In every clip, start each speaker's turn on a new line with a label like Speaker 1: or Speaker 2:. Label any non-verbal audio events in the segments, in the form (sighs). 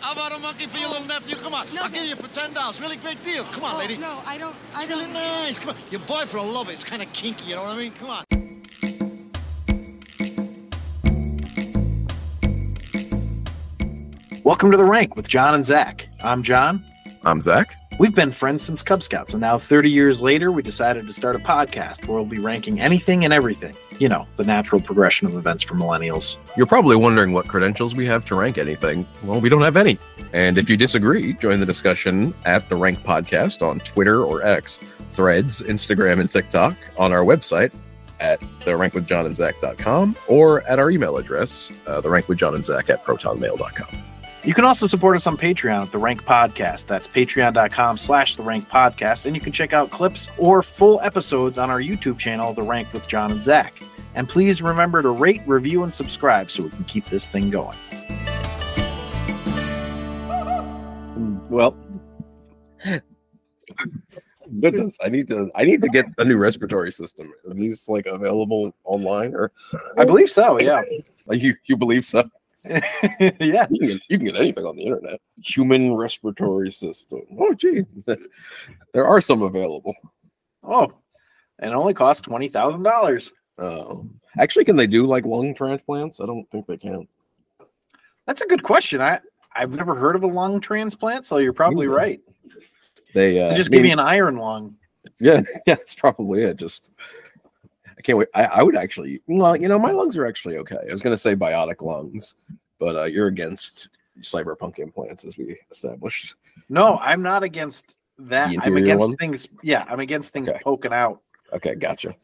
Speaker 1: How about a monkey for your little nephew? Come on,
Speaker 2: No,
Speaker 1: I'll
Speaker 2: no.
Speaker 1: give you for ten dollars. Really big deal. Come on,
Speaker 2: Oh,
Speaker 1: lady.
Speaker 2: No, I don't. I
Speaker 1: It's really
Speaker 2: don't.
Speaker 1: nice. Come on, your boyfriend will love it. It's kind of kinky. You know what I mean? Come on.
Speaker 3: Welcome to The Rank with John and Zach. I'm John.
Speaker 4: I'm Zach.
Speaker 3: We've been friends since Cub Scouts, and now 30 years later, we decided to start a podcast where we'll be ranking anything and everything. You know, the natural progression of events for millennials.
Speaker 4: You're probably wondering what credentials we have to rank anything. Well, we don't have any. And if you disagree, join the discussion at the Rank Podcast on Twitter or X, Threads, Instagram, and TikTok, on our website at therankwithjohnandzach.com or at our email address, uh, therankwithjohnandzach at protonmail.com.
Speaker 3: You can also support us on Patreon at The Rank Podcast. That's patreon.com slash The Rank Podcast. And you can check out clips or full episodes on our YouTube channel, The Rank with John and Zach. And please remember to rate, review, and subscribe so we can keep this thing going. Well,
Speaker 4: Goodness, I need to I need to get a new respiratory system. Are these like available online or
Speaker 3: I believe so, yeah. (laughs)
Speaker 4: like you, you believe so?
Speaker 3: yeah.
Speaker 4: You can, get, you can get anything on the internet. Human respiratory system. Oh, gee. (laughs) there are some available.
Speaker 3: Oh, and it only costs twenty thousand dollars.
Speaker 4: Um, actually, can they do like lung transplants? I don't think they can.
Speaker 3: That's a good question. I I've never heard of a lung transplant, so you're probably
Speaker 4: Ooh.
Speaker 3: right.
Speaker 4: They
Speaker 3: They
Speaker 4: Hmm. uh,
Speaker 3: just give
Speaker 4: maybe-
Speaker 3: you an iron lung.
Speaker 4: (laughs) Yeah, yeah, it's probably it. Just I can't wait. I, I would actually. Well, you know, my lungs are actually okay. I was gonna say biotic lungs, but uh, you're against cyberpunk implants, as we established.
Speaker 3: No, I'm not against that.
Speaker 4: The
Speaker 3: I'm
Speaker 4: interior
Speaker 3: against
Speaker 4: ones?
Speaker 3: things. Yeah, I'm against things
Speaker 4: Okay.
Speaker 3: poking out.
Speaker 4: Okay, gotcha.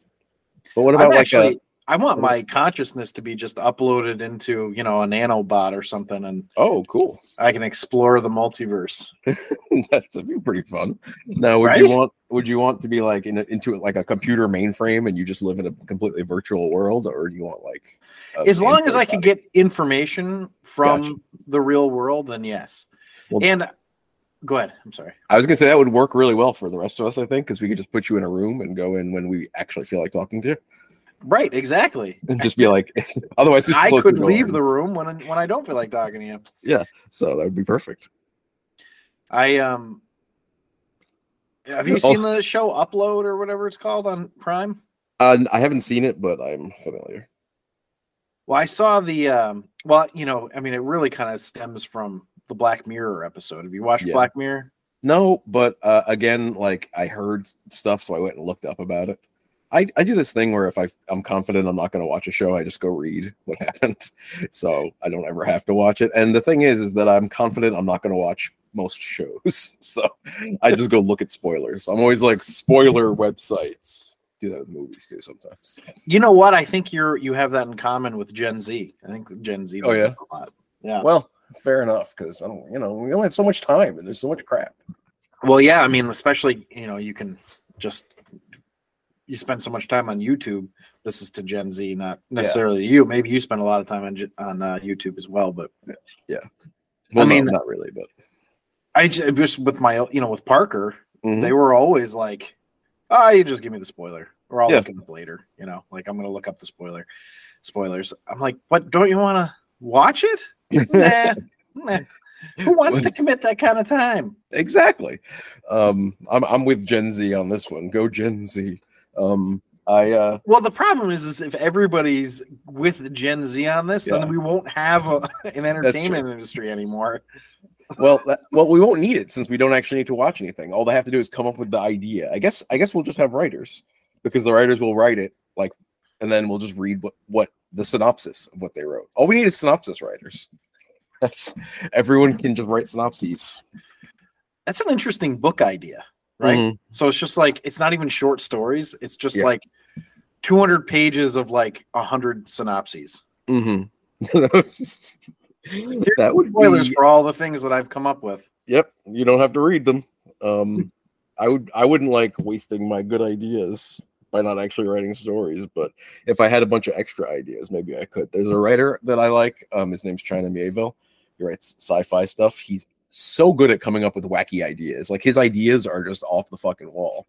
Speaker 4: But what
Speaker 3: I'm
Speaker 4: about like uh,
Speaker 3: actually,
Speaker 4: a?
Speaker 3: I want my consciousness to be just uploaded into you know a nanobot or something, and
Speaker 4: Oh, cool.
Speaker 3: I can explore the multiverse.
Speaker 4: (laughs) That's that'd be pretty fun. Now, would you
Speaker 3: Right?
Speaker 4: want would you want to be like in a, into like a computer mainframe and you just live in a completely virtual world, or do you want like a
Speaker 3: as long as I
Speaker 4: Android
Speaker 3: could
Speaker 4: body?
Speaker 3: get information from the real world, then yes.
Speaker 4: Well-
Speaker 3: and go ahead. I'm sorry.
Speaker 4: I was gonna say that would work really well for the rest of us, I think, because we could just put you in a room and go in when we actually feel like talking to you, (laughs)
Speaker 3: Right. Exactly.
Speaker 4: and just be like, (laughs) otherwise, just
Speaker 3: I
Speaker 4: close
Speaker 3: could
Speaker 4: the door.
Speaker 3: leave the room when I- when I don't feel like talking to you.
Speaker 4: so that would be perfect.
Speaker 3: I um have you
Speaker 4: Oh.
Speaker 3: seen the show Upload or whatever it's called on Prime?
Speaker 4: Uh, n- I haven't seen it, but I'm familiar.
Speaker 3: Well, I saw the um well, you know, I mean it really kind of stems from the Black Mirror episode. Have you watched
Speaker 4: Yeah.
Speaker 3: Black Mirror?
Speaker 4: No, but uh, again, like I heard stuff, so I went and looked up about it. I, I do this thing where if I, I'm confident I'm not going to watch a show, I just go read what (laughs) happened. So I don't ever have to watch it. And the thing is, is that I'm confident I'm not going to watch most shows. (laughs) So I just go look at spoilers. I'm always like, spoiler websites. Do that with movies too sometimes.
Speaker 3: You know what? I think you're you have that in common with Gen Z. I think Gen Z does
Speaker 4: Oh, yeah?
Speaker 3: that a lot. Yeah.
Speaker 4: Well, fair enough. Cause I don't, you know, we only have so much time and there's so much crap.
Speaker 3: Well, yeah, I mean, especially, you know, you can just you spend so much time on YouTube. This is to Gen Z, not necessarily you. Maybe you spend a lot of time on Gen- on uh, YouTube as well, but
Speaker 4: Well,
Speaker 3: mean-
Speaker 4: no, not really, but
Speaker 3: I ju- just with my you know with Parker,
Speaker 4: Mhm.
Speaker 3: they were always like, "Ah, you just give me the spoiler, or I'll
Speaker 4: Yeah.
Speaker 3: look it up later." You know, like I'm gonna look up the spoiler, spoilers. I'm like, "What? Don't you want to watch
Speaker 4: (laughs)
Speaker 3: it?"
Speaker 4: Mm-hmm.
Speaker 3: nah, nah. Who wants to commit that kind of time?
Speaker 4: exactly um i'm i'm with gen z on this one go gen z um i uh
Speaker 3: Well, the problem is, is if everybody's with Gen Z on this,
Speaker 4: Yeah.
Speaker 3: then we won't have a, an entertainment industry anymore.
Speaker 4: well that, well we won't need it since we don't actually need to watch anything all they have to do is come up with the idea i guess i guess we'll just have writers because the writers will write it like and then we'll just read what what the synopsis of what they wrote all we need is synopsis writers that's everyone can just write synopses
Speaker 3: That's an interesting book idea, right? So it's just like it's not even short stories. It's just
Speaker 4: Mm-hmm. Yeah.
Speaker 3: like 200 pages of like 100 synopses.
Speaker 4: mm-hmm. (laughs) that would
Speaker 3: Spoilers
Speaker 4: be-
Speaker 3: for all the things that I've come up with.
Speaker 4: Yep, you don't have to read them. Um, I would I wouldn't like wasting my good ideas by not actually writing stories, but if I had a bunch of extra ideas, maybe I could. There's a writer that I like. Um, his name's China Mieville. He writes sci-fi stuff. He's so good at coming up with wacky ideas. Like his ideas are just off the fucking wall,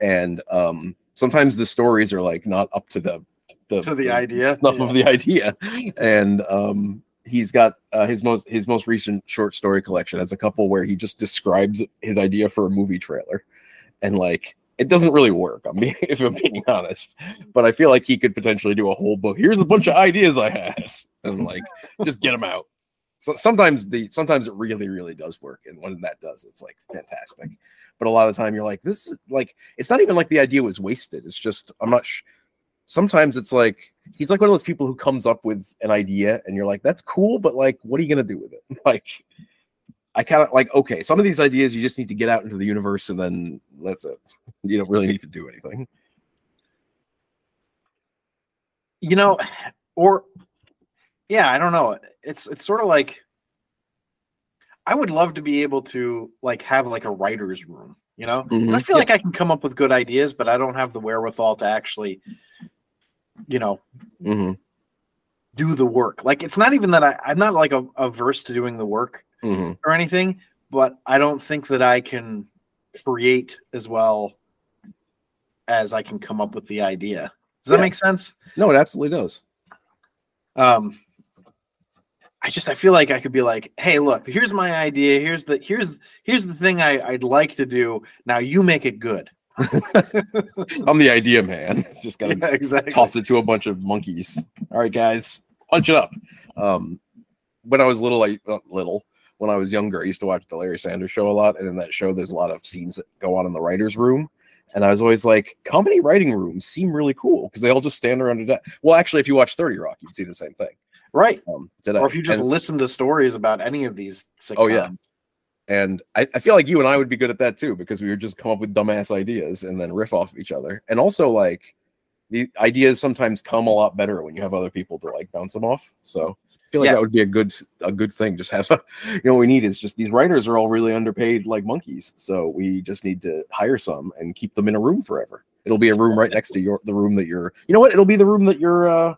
Speaker 4: and um, sometimes the stories are like not up to the the (laughs)
Speaker 3: To the idea.
Speaker 4: enough of the idea. And um, he's got uh, his most his most recent short story collection has a couple where he just describes his idea for a movie trailer, and like it doesn't really work. I'm being, (laughs) if I'm being honest, but I feel like he could potentially do a whole book. Here's a bunch of ideas I had, and like just get them out. So sometimes the sometimes it really really does work, and when that does, it's like fantastic. But a lot of the time, you're like, this is like it's not even like the idea was wasted. It's just I'm not. Sh- sometimes it's like he's like one of those people who comes up with an idea and you're like that's cool but like what are you going to do with it (laughs) like i kind of like okay some of these ideas you just need to get out into the universe and then that's it (laughs) you don't really need to do anything
Speaker 3: you know or yeah i don't know it's it's sort of like i would love to be able to like have like a writer's room you know And i
Speaker 4: Mhm.
Speaker 3: feel like i can come up with good ideas but i don't have the wherewithal to actually you know
Speaker 4: Mhm.
Speaker 3: do the work like it's not even that I, i'm not like a, averse to doing the work
Speaker 4: Mhm.
Speaker 3: or anything but i don't think that i can create as well as i can come up with the idea does that
Speaker 4: Yeah.
Speaker 3: make sense
Speaker 4: no it absolutely does
Speaker 3: um i just i feel like i could be like hey look here's my idea here's the here's here's the thing I, i'd like to do now you make it good (laughs)
Speaker 4: i'm the idea man (laughs)
Speaker 3: (laughs)
Speaker 4: just gotta
Speaker 3: yeah, exactly
Speaker 4: tossed it to a bunch of monkeys. All right, guys, punch it up. Um, when I was little, I uh, little when I was younger, I used to watch the Larry Sanders Show a lot, and in that show, there's a lot of scenes that go on in the writers' room. And I was always like, comedy writing rooms seem really cool because they all just stand around a desk. Well, actually, if you watch Thirty Rock, you'd see the same thing.
Speaker 3: right
Speaker 4: Um, did
Speaker 3: or if you just
Speaker 4: and,
Speaker 3: listen to stories about any of these sitcoms.
Speaker 4: Oh, yeah. and I, I feel like you and I would be good at that too because we would just come up with dumbass ideas and then riff off of each other. And also, like, the ideas sometimes come a lot better when you have other people to like bounce them off. So I feel like
Speaker 3: Yes.
Speaker 4: that would be a good a good thing. Just have (laughs) some, you know, what we need is just these writers are all really underpaid like monkeys. So we just need to hire some and keep them in a room forever. It'll be a room right next to your the room that you're. You know what? It'll be the room that your uh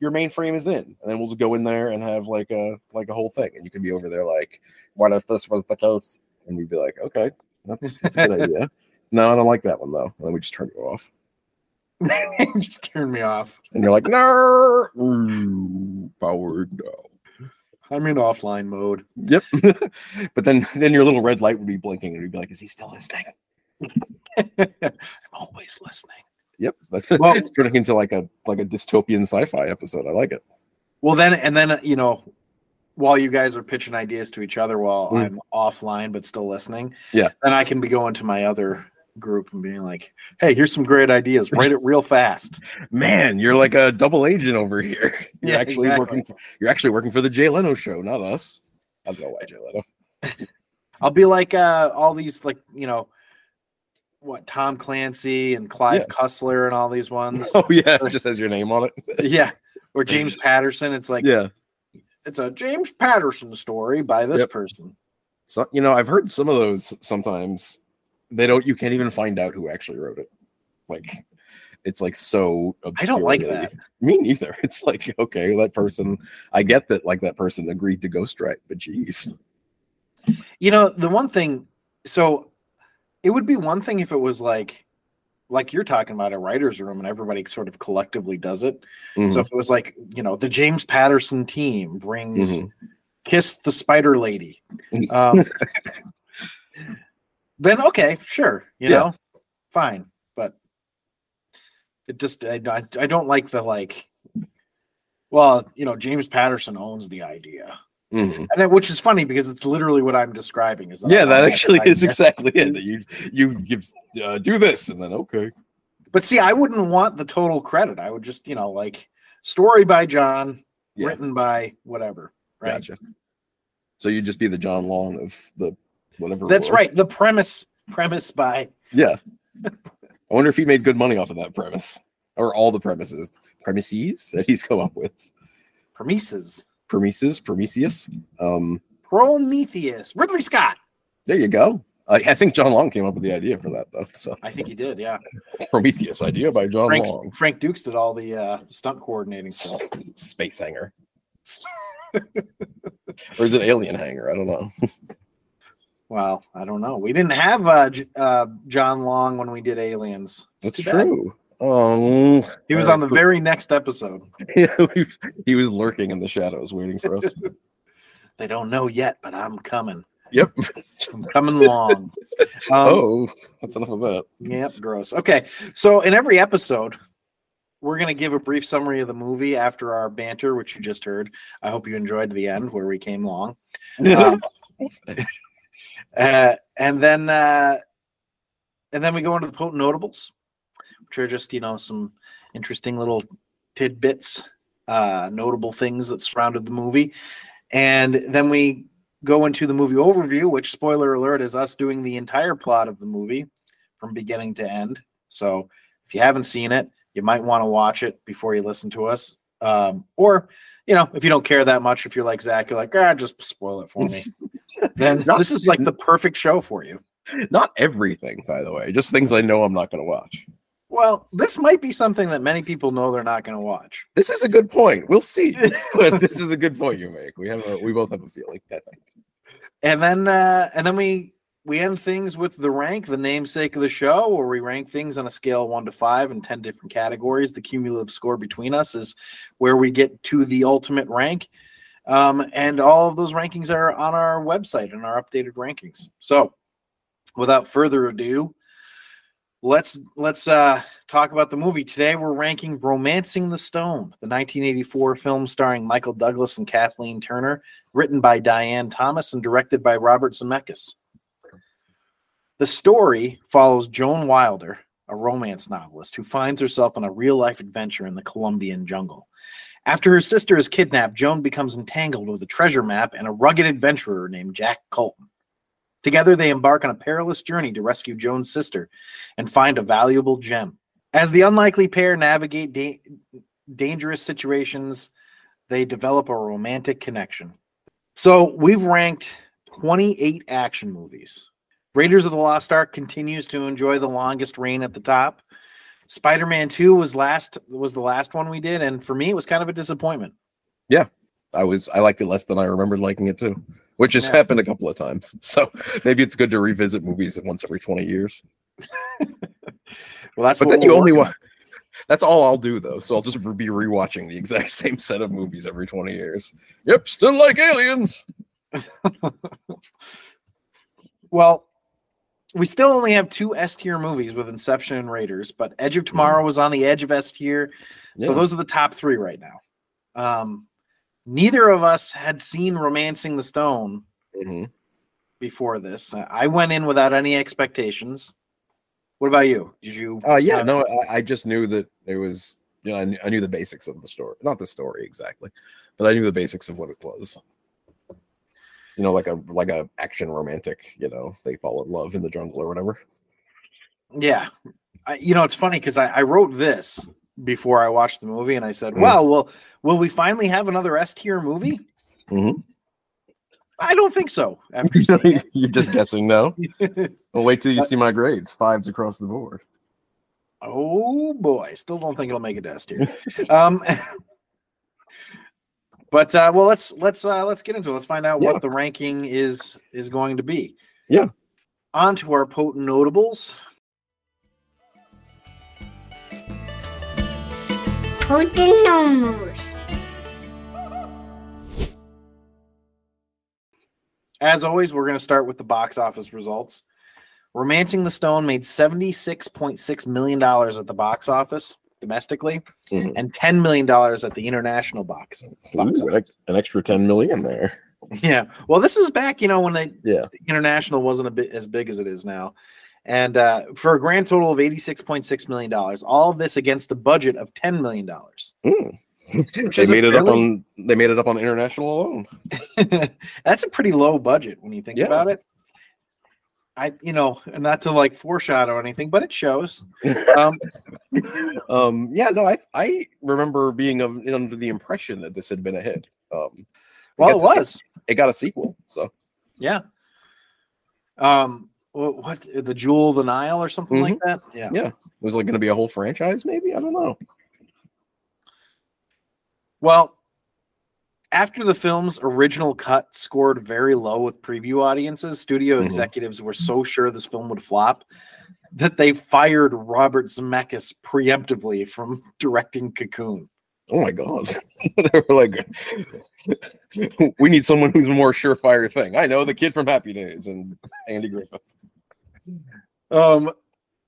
Speaker 4: your mainframe is in, and then we'll just go in there and have like a like a whole thing, and you can be over there like, what if this was the case? And we'd be like, okay, that's, that's a (laughs) good idea. No, I don't like that one though. And then we just turn it off
Speaker 3: (laughs) just turn me off
Speaker 4: and you're like, no, Ooh, power no.
Speaker 3: i'm in offline mode (laughs)
Speaker 4: Yep. (laughs) but then, then your little red light would be blinking, and you'd be like, is he still listening?
Speaker 3: i'm always listening
Speaker 4: Yep. That's
Speaker 3: Well-
Speaker 4: it's turning into like a like a dystopian sci-fi episode. I like it.
Speaker 3: well then and then uh, you know while you guys are pitching ideas to each other while
Speaker 4: Mm.
Speaker 3: i'm offline but still listening
Speaker 4: Yeah.
Speaker 3: then i can be going to my other group and being like hey here's some great
Speaker 4: (laughs)
Speaker 3: ideas write it real fast
Speaker 4: Man, you're like a double agent over here. (laughs) You're
Speaker 3: Yeah,
Speaker 4: actually
Speaker 3: exactly.
Speaker 4: working. For, you're actually working for the Jay Leno show, not us. I don't know why Jay Leno.
Speaker 3: i'll be like uh all these like you know what tom clancy and clive
Speaker 4: Yeah.
Speaker 3: cussler and all these
Speaker 4: (laughs)
Speaker 3: ones
Speaker 4: Oh yeah, it just has your name on it.
Speaker 3: yeah or james patterson it's like
Speaker 4: yeah.
Speaker 3: it's a james patterson story by this
Speaker 4: Yep.
Speaker 3: person
Speaker 4: So you know, I've heard some of those sometimes. They don't. You can't even find out who actually wrote it. Like, it's like so.
Speaker 3: i don't like
Speaker 4: obscurely-
Speaker 3: that
Speaker 4: Me neither. (laughs) It's like okay, that person. I get that. Like that person agreed to ghostwrite, but geez.
Speaker 3: You know, the one thing, so it would be one thing if it was like, like you're talking about a writer's room and everybody sort of collectively does it.
Speaker 4: Mm-hmm.
Speaker 3: So if it was like, you know, the James Patterson team brings
Speaker 4: Mhm.
Speaker 3: Kiss the Spider Lady. Um, then okay, sure, you
Speaker 4: Yeah.
Speaker 3: know, fine. But it just, I, don't- I don't like the like, well, you know, James Patterson owns the idea.
Speaker 4: Mhm.
Speaker 3: And then, which is funny because it's literally what I'm describing. Is
Speaker 4: Yeah,
Speaker 3: uh, I
Speaker 4: that
Speaker 3: don't
Speaker 4: actually
Speaker 3: have an
Speaker 4: is
Speaker 3: idea.
Speaker 4: exactly it. That you you give uh, do this and then okay.
Speaker 3: But see, I wouldn't want the total credit. I would just, you know, like story by John,
Speaker 4: Yeah.
Speaker 3: written by whatever. Right.
Speaker 4: Gotcha. So you'd just be the John Long of the whatever.
Speaker 3: That's
Speaker 4: world.
Speaker 3: right. The premise, premise by
Speaker 4: Yeah. I wonder if he made good money off of that premise or all the premises, premises that he's come up with.
Speaker 3: Prometheus,
Speaker 4: Premises, Prometheus. Um,
Speaker 3: Prometheus, Ridley Scott.
Speaker 4: there you go. I, I think John Long came up with the idea for that though. So
Speaker 3: I think he did. Yeah.
Speaker 4: (laughs) Prometheus idea by John
Speaker 3: Frank,
Speaker 4: Long.
Speaker 3: Frank Dukes did all the uh, stunt coordinating stuff.
Speaker 4: Space hanger. (laughs) Or is it alien hanger? I don't know.
Speaker 3: Well, I don't know. We didn't have uh, J- uh, John Long when we did Aliens. It's
Speaker 4: That's
Speaker 3: too bad.
Speaker 4: true. (laughs) Oh,
Speaker 3: He was
Speaker 4: All
Speaker 3: on the
Speaker 4: right.
Speaker 3: very next episode.
Speaker 4: he, he was lurking in the shadows, waiting for us.
Speaker 3: Um, They don't know yet, but I'm coming.
Speaker 4: yep.
Speaker 3: (laughs) I'm coming
Speaker 4: (laughs)
Speaker 3: along. Um,
Speaker 4: oh, that's enough of that.
Speaker 3: Yep, gross. Okay, so in every episode, we're going to give a brief summary of the movie after our banter, which you just heard. I hope you enjoyed the end where we came long. (laughs) Um, uh, and then, uh, and then we go into the potent notables, which are just you know some interesting little tidbits, uh, notable things that surrounded the movie, and then we go into the movie overview, which spoiler alert is us doing the entire plot of the movie from beginning to end. So if you haven't seen it, you might want to watch it before you listen to us. Um, or, you know, if you don't care that much, if you're like Zach, you're like, ah, just spoil it for me. then
Speaker 4: Not-
Speaker 3: this is like the perfect show for you.
Speaker 4: Not everything, by the way. Just things I know I'm not going to watch.
Speaker 3: Well, this might be something that many people know they're not going to watch.
Speaker 4: This is a good point.
Speaker 3: (laughs)
Speaker 4: We'll see. but this is a good point you make. We have a, we both have a feeling. I think.
Speaker 3: And then, uh, and then we we end things with the rank, the namesake of the show, where we rank things on a scale of one to five in ten different categories. The cumulative score between us is where we get to the ultimate rank. Um, and all of those rankings are on our website and our updated rankings. So without further ado, let's let's uh, talk about the movie. Today we're ranking Romancing the Stone, the 1984 film starring Michael Douglas and Kathleen Turner, written by Diane Thomas and directed by Robert Zemeckis. The story follows Joan Wilder, a romance novelist who finds herself on a real-life adventure in the Colombian jungle. After her sister is kidnapped, Joan becomes entangled with a treasure map and a rugged adventurer named Jack Colton. Together, they embark on a perilous journey to rescue Joan's sister and find a valuable gem. As the unlikely pair navigate da- dangerous situations, they develop a romantic connection. So, we've ranked 28 action movies. Raiders of the Lost Ark continues to enjoy the longest reign at the top. Spider-Man 2 was last was the last one we did and for me it was kind of a disappointment.
Speaker 4: I was I liked it less than I remembered liking it too, which has
Speaker 3: Yeah.
Speaker 4: happened a couple of times. (laughs) So maybe it's good to revisit movies once every 20 years.
Speaker 3: Well that's
Speaker 4: but
Speaker 3: what
Speaker 4: then you
Speaker 3: we're
Speaker 4: only
Speaker 3: working
Speaker 4: want that's all I'll do though. So I'll just be rewatching the exact (laughs) same set of movies every 20 years. Yep, still like aliens.
Speaker 3: Well, we still only have two S tier movies with Inception and Raiders, but Edge of Tomorrow was on the edge of S tier. So
Speaker 4: Mm-hmm. Yeah.
Speaker 3: those are the top three right now. Um, neither of us had seen Romancing the Stone
Speaker 4: Mhm.
Speaker 3: before this. Uh, I went in without any expectations. What about you? Did you?
Speaker 4: Uh yeah,
Speaker 3: uh,
Speaker 4: no, I, I just knew that it was you know, I knew, I knew the basics of the story. Not the story exactly, but I knew the basics of what it was. You know, like a like a action romantic, you know, they fall in love in the jungle or whatever.
Speaker 3: (laughs) Yeah. I, you know, it's funny because I, I wrote this before I watched the movie and I said,
Speaker 4: Mhm.
Speaker 3: well, will, will we finally have another S tier movie?
Speaker 4: Mhm.
Speaker 3: I don't think so
Speaker 4: (laughs)
Speaker 3: after seeing it.
Speaker 4: You're just
Speaker 3: (laughs)
Speaker 4: guessing now. Well, wait till you
Speaker 3: But-
Speaker 4: see my grades. Fives across the board.
Speaker 3: Oh boy, still don't think it'll make a dust
Speaker 4: (laughs)
Speaker 3: here. um, (laughs) but uh, well, let's let's uh, let's get into it. Let's find out
Speaker 4: Yeah.
Speaker 3: what the ranking is is going to be.
Speaker 4: Yeah.
Speaker 3: On to our potent notables.
Speaker 2: Potent numbers.
Speaker 3: As always, we're going to start with the box office results. Romancing the Stone made $76.6 million at the box office domestically
Speaker 4: Mhm.
Speaker 3: and $10 million at the international box. box
Speaker 4: Ooh, an,
Speaker 3: office.
Speaker 4: ex- an extra 10 million there.
Speaker 3: Yeah. Well, this was back, you know, when they
Speaker 4: Yeah.
Speaker 3: the international wasn't a bit as big as it is now. And uh, for a grand total of $86.6 million, all of this against a budget of $10 million.
Speaker 4: Mm.
Speaker 3: is
Speaker 4: They
Speaker 3: a
Speaker 4: made it up
Speaker 3: fairly-
Speaker 4: on they made it up on international alone.
Speaker 3: (laughs) That's a pretty low budget when you think
Speaker 4: Yeah.
Speaker 3: about it. I, you know, not to like foreshadow anything, but it shows.
Speaker 4: (laughs)
Speaker 3: Um,
Speaker 4: Um, yeah, no, I, I remember being of, under the impression that this had been a hit. Um,
Speaker 3: well, it
Speaker 4: gets a-
Speaker 3: was.
Speaker 4: It got a sequel, so
Speaker 3: Yeah. Um, wha- what the Jewel of the Nile or something like
Speaker 4: Mm-hmm.
Speaker 3: that? Yeah.
Speaker 4: Yeah. it was like going to be a whole franchise. Maybe I don't know.
Speaker 3: Well, after the film's original cut scored very low with preview audiences, studio
Speaker 4: Mhm.
Speaker 3: executives were so sure this film would flop that they fired Robert Zemeckis preemptively from directing Cocoon.
Speaker 4: Oh my god. (laughs) they were like (laughs) we need someone who's a more surefire thing. I know the kid from Happy Days and Andy Griffith.
Speaker 3: Um,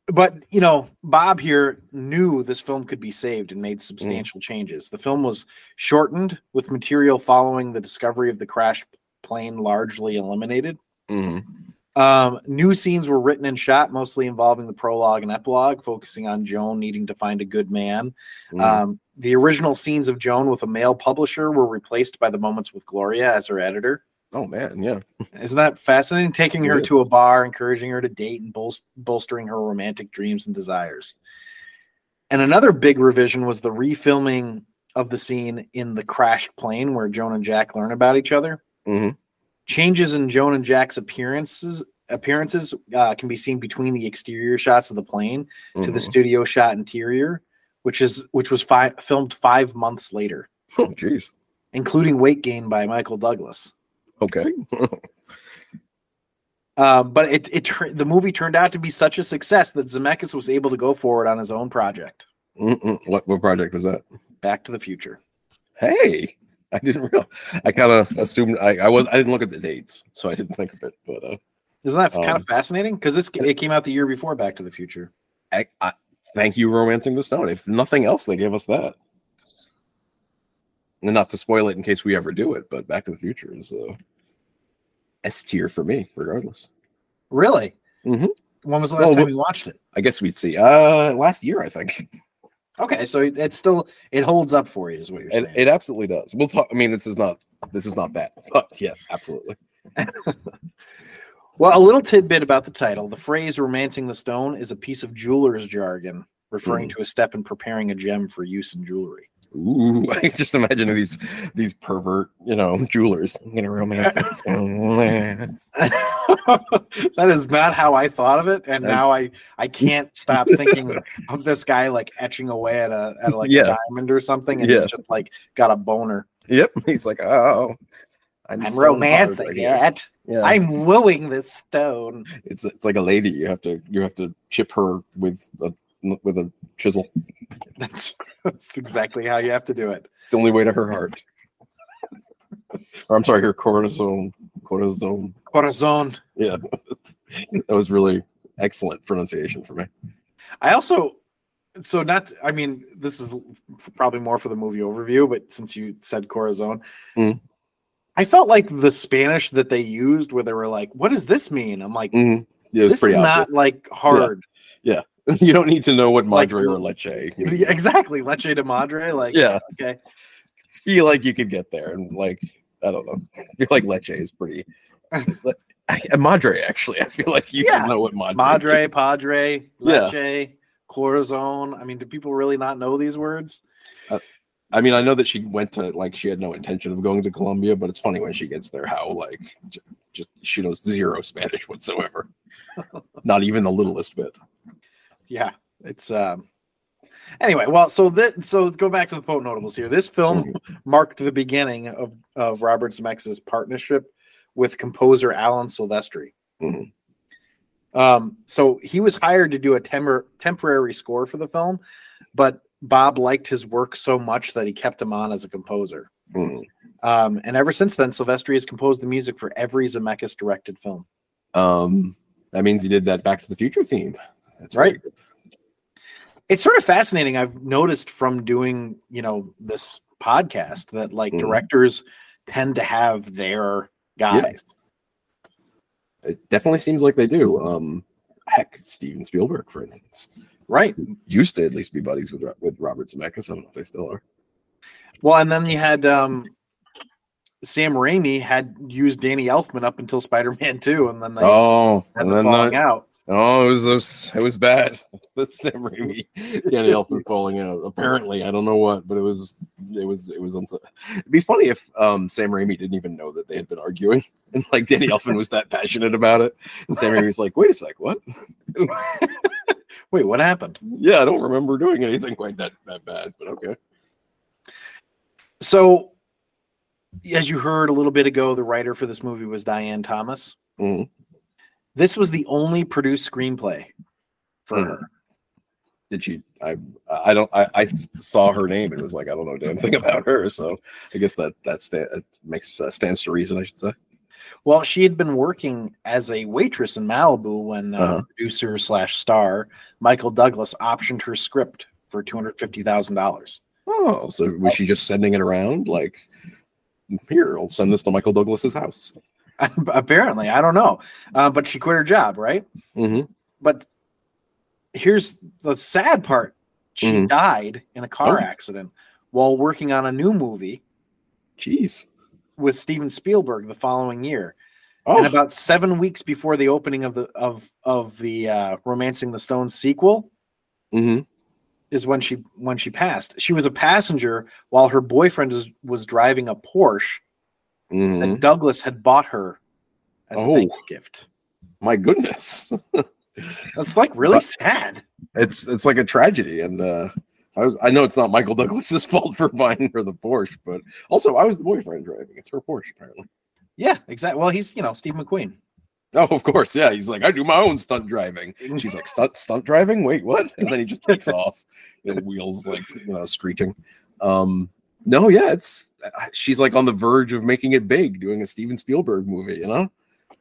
Speaker 3: but you know, Bob here knew this film could be saved and made substantial changes. The film was shortened with material following the discovery of the crashed plane largely eliminated.
Speaker 4: Mm-hmm.
Speaker 3: Um, new scenes were written and shot, mostly involving the prologue and epilogue, focusing on Joan needing to find a good man.
Speaker 4: Mm-hmm. Mm.
Speaker 3: Um, the original scenes of Joan with a male publisher were replaced by the moments with Gloria as her editor.
Speaker 4: oh man, yeah.
Speaker 3: Isn't that fascinating? Taking
Speaker 4: It
Speaker 3: her
Speaker 4: is.
Speaker 3: to a bar, encouraging her to date, and bolst- bolstering her romantic dreams and desires. And another big revision was the refilming of the scene in the crashed plane where Joan and Jack learn about each other.
Speaker 4: Mhm.
Speaker 3: Changes in Joan and Jack's appearances appearances uh, can be seen between the exterior shots of the plane to the
Speaker 4: Mhm.
Speaker 3: studio shot interior, which is which was fi- filmed five months later,
Speaker 4: Oh jeez.
Speaker 3: including weight gain by Michael Douglas.
Speaker 4: Okay.
Speaker 3: Um, but it it tur- the movie turned out to be such a success that Zemeckis was able to go forward on his own project,
Speaker 4: Mm-mm. Mm-hmm. What what project was that?
Speaker 3: Back to the Future.
Speaker 4: Hey, I didn't real. I kind of assumed I, I was I didn't look at the dates, so I didn't think of it. But uh,
Speaker 3: Isn't that kind
Speaker 4: Um,
Speaker 3: of fascinating? Because this it came out the year before Back to the Future.
Speaker 4: I, I thank you, romancing the stone. If nothing else, they gave us that. And not to spoil it in case we ever do it, but Back to the Future is uh, S tier for me, regardless.
Speaker 3: Really?
Speaker 4: Mhm.
Speaker 3: When was the last
Speaker 4: Well,
Speaker 3: time
Speaker 4: wh-
Speaker 3: you watched it?
Speaker 4: I guess we'd see. Uh, last year, I think.
Speaker 3: Okay, so it, it's still it holds up for you, is what you're saying.
Speaker 4: It, it absolutely does. We'll talk. I mean, this is not this is not that, but yeah, absolutely.
Speaker 3: Well, a little tidbit about the title. The phrase romancing the stone is a piece of jeweler's jargon referring
Speaker 4: Mm-hmm.
Speaker 3: to a step in preparing a gem for use in jewelry.
Speaker 4: Ooh, (laughs) I just imagine these these pervert, you know, jewelers. I'm gonna romance the (laughs) stone.
Speaker 3: (laughs) that is not how I thought of it, and now I
Speaker 4: That's-
Speaker 3: I can't stop thinking of this guy like etching away at a at like
Speaker 4: Yeah.
Speaker 3: a diamond or something, and
Speaker 4: Yeah.
Speaker 3: he's just like got a boner.
Speaker 4: Yep. He's like, oh,
Speaker 3: I'm
Speaker 4: so hard
Speaker 3: romancing
Speaker 4: right here."
Speaker 3: it.
Speaker 4: Yeah.
Speaker 3: I'm wooing this stone. (laughs)
Speaker 4: it's it's like a lady. You have to you have to chip her with a with a chisel.
Speaker 3: That's that's exactly how you have to do it.
Speaker 4: It's the only way to her heart. (laughs) or I'm sorry, her cortisone. Cortisone.
Speaker 3: Corazon.
Speaker 4: Yeah, (laughs) that was really excellent pronunciation for me.
Speaker 3: I also so not I mean this is probably more for the movie overview, but since you said Corazon,
Speaker 4: Mm.
Speaker 3: I felt like the Spanish that they used where they were like, "What does this mean?" I'm like.
Speaker 4: Mhm. Yeah, it was
Speaker 3: this is
Speaker 4: pretty
Speaker 3: not
Speaker 4: obvious.
Speaker 3: like hard. (laughs)
Speaker 4: (laughs) you don't need to know what
Speaker 3: like-
Speaker 4: madre or
Speaker 3: (laughs)
Speaker 4: leche. you know.
Speaker 3: Yeah, Exactly, leche de madre. Like,
Speaker 4: Yeah.
Speaker 3: okay,
Speaker 4: feel like you could get there and like I don't know. I feel like leche
Speaker 3: (laughs)
Speaker 4: is pretty. le- and madre actually. I feel like you
Speaker 3: Yeah.
Speaker 4: should know what madre.
Speaker 3: madre, padre,
Speaker 4: Yeah.
Speaker 3: leche, corazon. I mean, do people really not know these words?
Speaker 4: I mean, I know that she went to like she had no intention of going to Colombia, but it's funny when she gets there how like j- just she knows zero
Speaker 3: (laughs)
Speaker 4: Spanish whatsoever. Not even the littlest bit.
Speaker 3: Yeah, it's um. Anyway, well, so that so go back to the Pope notables here. This film marked the beginning of of Robert Zemeckis' partnership with composer Alan Silvestri.
Speaker 4: Mhm.
Speaker 3: Um, so he was hired to do a temor- temporary score for the film, but Bob liked his work so much that he kept him on as a composer.
Speaker 4: Mm.
Speaker 3: Um, and ever since then, Silvestri has composed the music for every Zemeckis directed film.
Speaker 4: Um, that means you did that Back to the Future theme. That's
Speaker 3: Right.
Speaker 4: pretty
Speaker 3: It's sort of fascinating. I've noticed from doing, you know, this podcast that like
Speaker 4: Mhm.
Speaker 3: directors tend to have their guys.
Speaker 4: good. It definitely seems like they do. Um, heck, Steven Spielberg, for instance,
Speaker 3: Right.
Speaker 4: used to at least be buddies with Ro- with Robert Zemeckis. I don't know if they still are.
Speaker 3: Well, and then you had um Sam Raimi had used Danny Elfman up until Spider-Man 2, and then they
Speaker 4: oh,
Speaker 3: had
Speaker 4: and
Speaker 3: the
Speaker 4: then
Speaker 3: falling
Speaker 4: that-
Speaker 3: out.
Speaker 4: Oh, it was, it was it was bad. (laughs) The Sam (laughs) Raimi Danny Elfman falling out. Apparently, I don't know what, but it was it was it was. Uns- It'd be funny if um Sam Raimi didn't even know that they had been arguing, (laughs) and like Danny Elfman was that passionate about it, and Sam Raimi's like, "Wait a sec, what?
Speaker 3: Wait, what happened?
Speaker 4: Yeah, I don't remember doing anything quite that that bad, but okay."
Speaker 3: So, as you heard a little bit ago, the writer for this movie was Diane Thomas.
Speaker 4: Mhm.
Speaker 3: This was the only produced screenplay for
Speaker 4: Mhm.
Speaker 3: her.
Speaker 4: Did she? I I don't. I, I saw her name and was like, I don't know damn thing about her. So I guess that that stand, it makes uh, stands to reason. I should say.
Speaker 3: Well, she had been working as a waitress in Malibu when uh,
Speaker 4: Uh-huh.
Speaker 3: producer slash star Michael Douglas optioned her script for two hundred fifty thousand dollars. (laughs)
Speaker 4: Oh, so was she just sending it around? Like, here, I'll send this to Michael Douglas's house.
Speaker 3: Apparently, I don't know, uh, but she quit her job, right?
Speaker 4: Mm-hmm.
Speaker 3: But here's the sad part: she
Speaker 4: Mhm.
Speaker 3: died in a car
Speaker 4: Oh.
Speaker 3: accident while working on a new movie
Speaker 4: Jeez.
Speaker 3: with Steven Spielberg the following year.
Speaker 4: Oh,
Speaker 3: And about seven weeks before the opening of the of of the uh, Romancing the Stones sequel,
Speaker 4: hmm
Speaker 3: is when she when she passed. She was a passenger while her boyfriend was, was driving a Porsche
Speaker 4: mm-hmm.
Speaker 3: that Douglas had bought her as a thank
Speaker 4: Oh.
Speaker 3: you gift.
Speaker 4: my goodness.
Speaker 3: That's like really
Speaker 4: But-
Speaker 3: sad.
Speaker 4: It's it's like a tragedy, and uh, I was I know it's not Michael Douglas's (laughs) fault for buying her the Porsche, but also I was the boyfriend driving. It's her Porsche apparently.
Speaker 3: Yeah, exactly. Well, he's you know Steve McQueen.
Speaker 4: Oh, of course, yeah. He's like, I do my own stunt driving. She's like, stunt stunt driving? Wait, what? And then he just takes off. The wheels like you know screeching. Um, no, yeah, it's she's like on the verge of making it big, doing a Steven Spielberg movie. You know?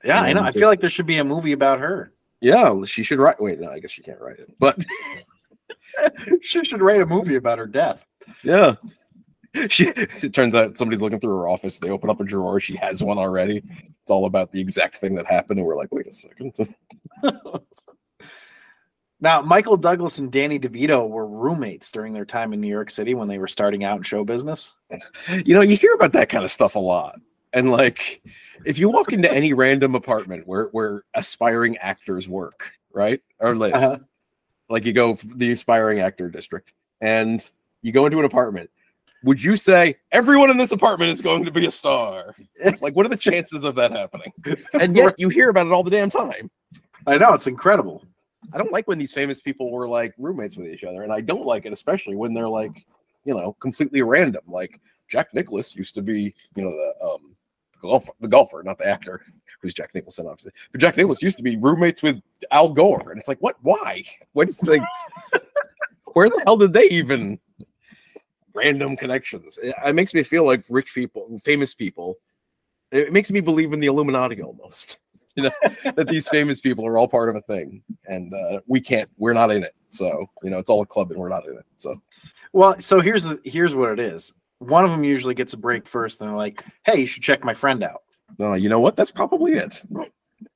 Speaker 3: yeah, I know. I
Speaker 4: Just-
Speaker 3: feel like there should be a movie about her.
Speaker 4: Yeah, she should write. Wait, no, I guess she can't write it, but (laughs)
Speaker 3: she should write a movie about her death.
Speaker 4: Yeah. (laughs) She it turns out somebody's looking through her office. They open up a drawer. She has one already. It's all about the exact thing that happened. And we're like, wait a second.
Speaker 3: Now, Michael Douglas and Danny DeVito were roommates during their time in New York City when they were starting out in show business.
Speaker 4: you know, you hear about that kind of stuff a lot. And like if you walk into any random apartment where where aspiring actors work, right? Or live,
Speaker 3: Uh-huh.
Speaker 4: like you go f- the aspiring actor district and you go into an apartment. Would you say everyone in this apartment is going to be a (laughs) star? Like, what are the chances of that happening? And yet you hear about it all the damn time.
Speaker 3: I know it's incredible.
Speaker 4: I don't like when these famous people were like roommates with each other, and I don't like it especially when they're like, you know, completely random. Like Jack Nicholas used to be, you know, the um golfer, the golfer, not the actor, who's Jack Nicholson, obviously. But Jack Nicholas used to be roommates with Al Gore, and it's like, what? Why? What is like? where the hell did they even? Random connections. It, it makes me feel like rich people, famous people. It it makes me believe in the Illuminati almost. (laughs) You know that these famous people are all part of a thing and uh, we can't we're not in it so you know it's all a club and we're not in it so
Speaker 3: Well, so here's the, here's what it is. One of them usually gets a break first, and they're like, "Hey, you should check my friend out."
Speaker 4: no you know what that's probably it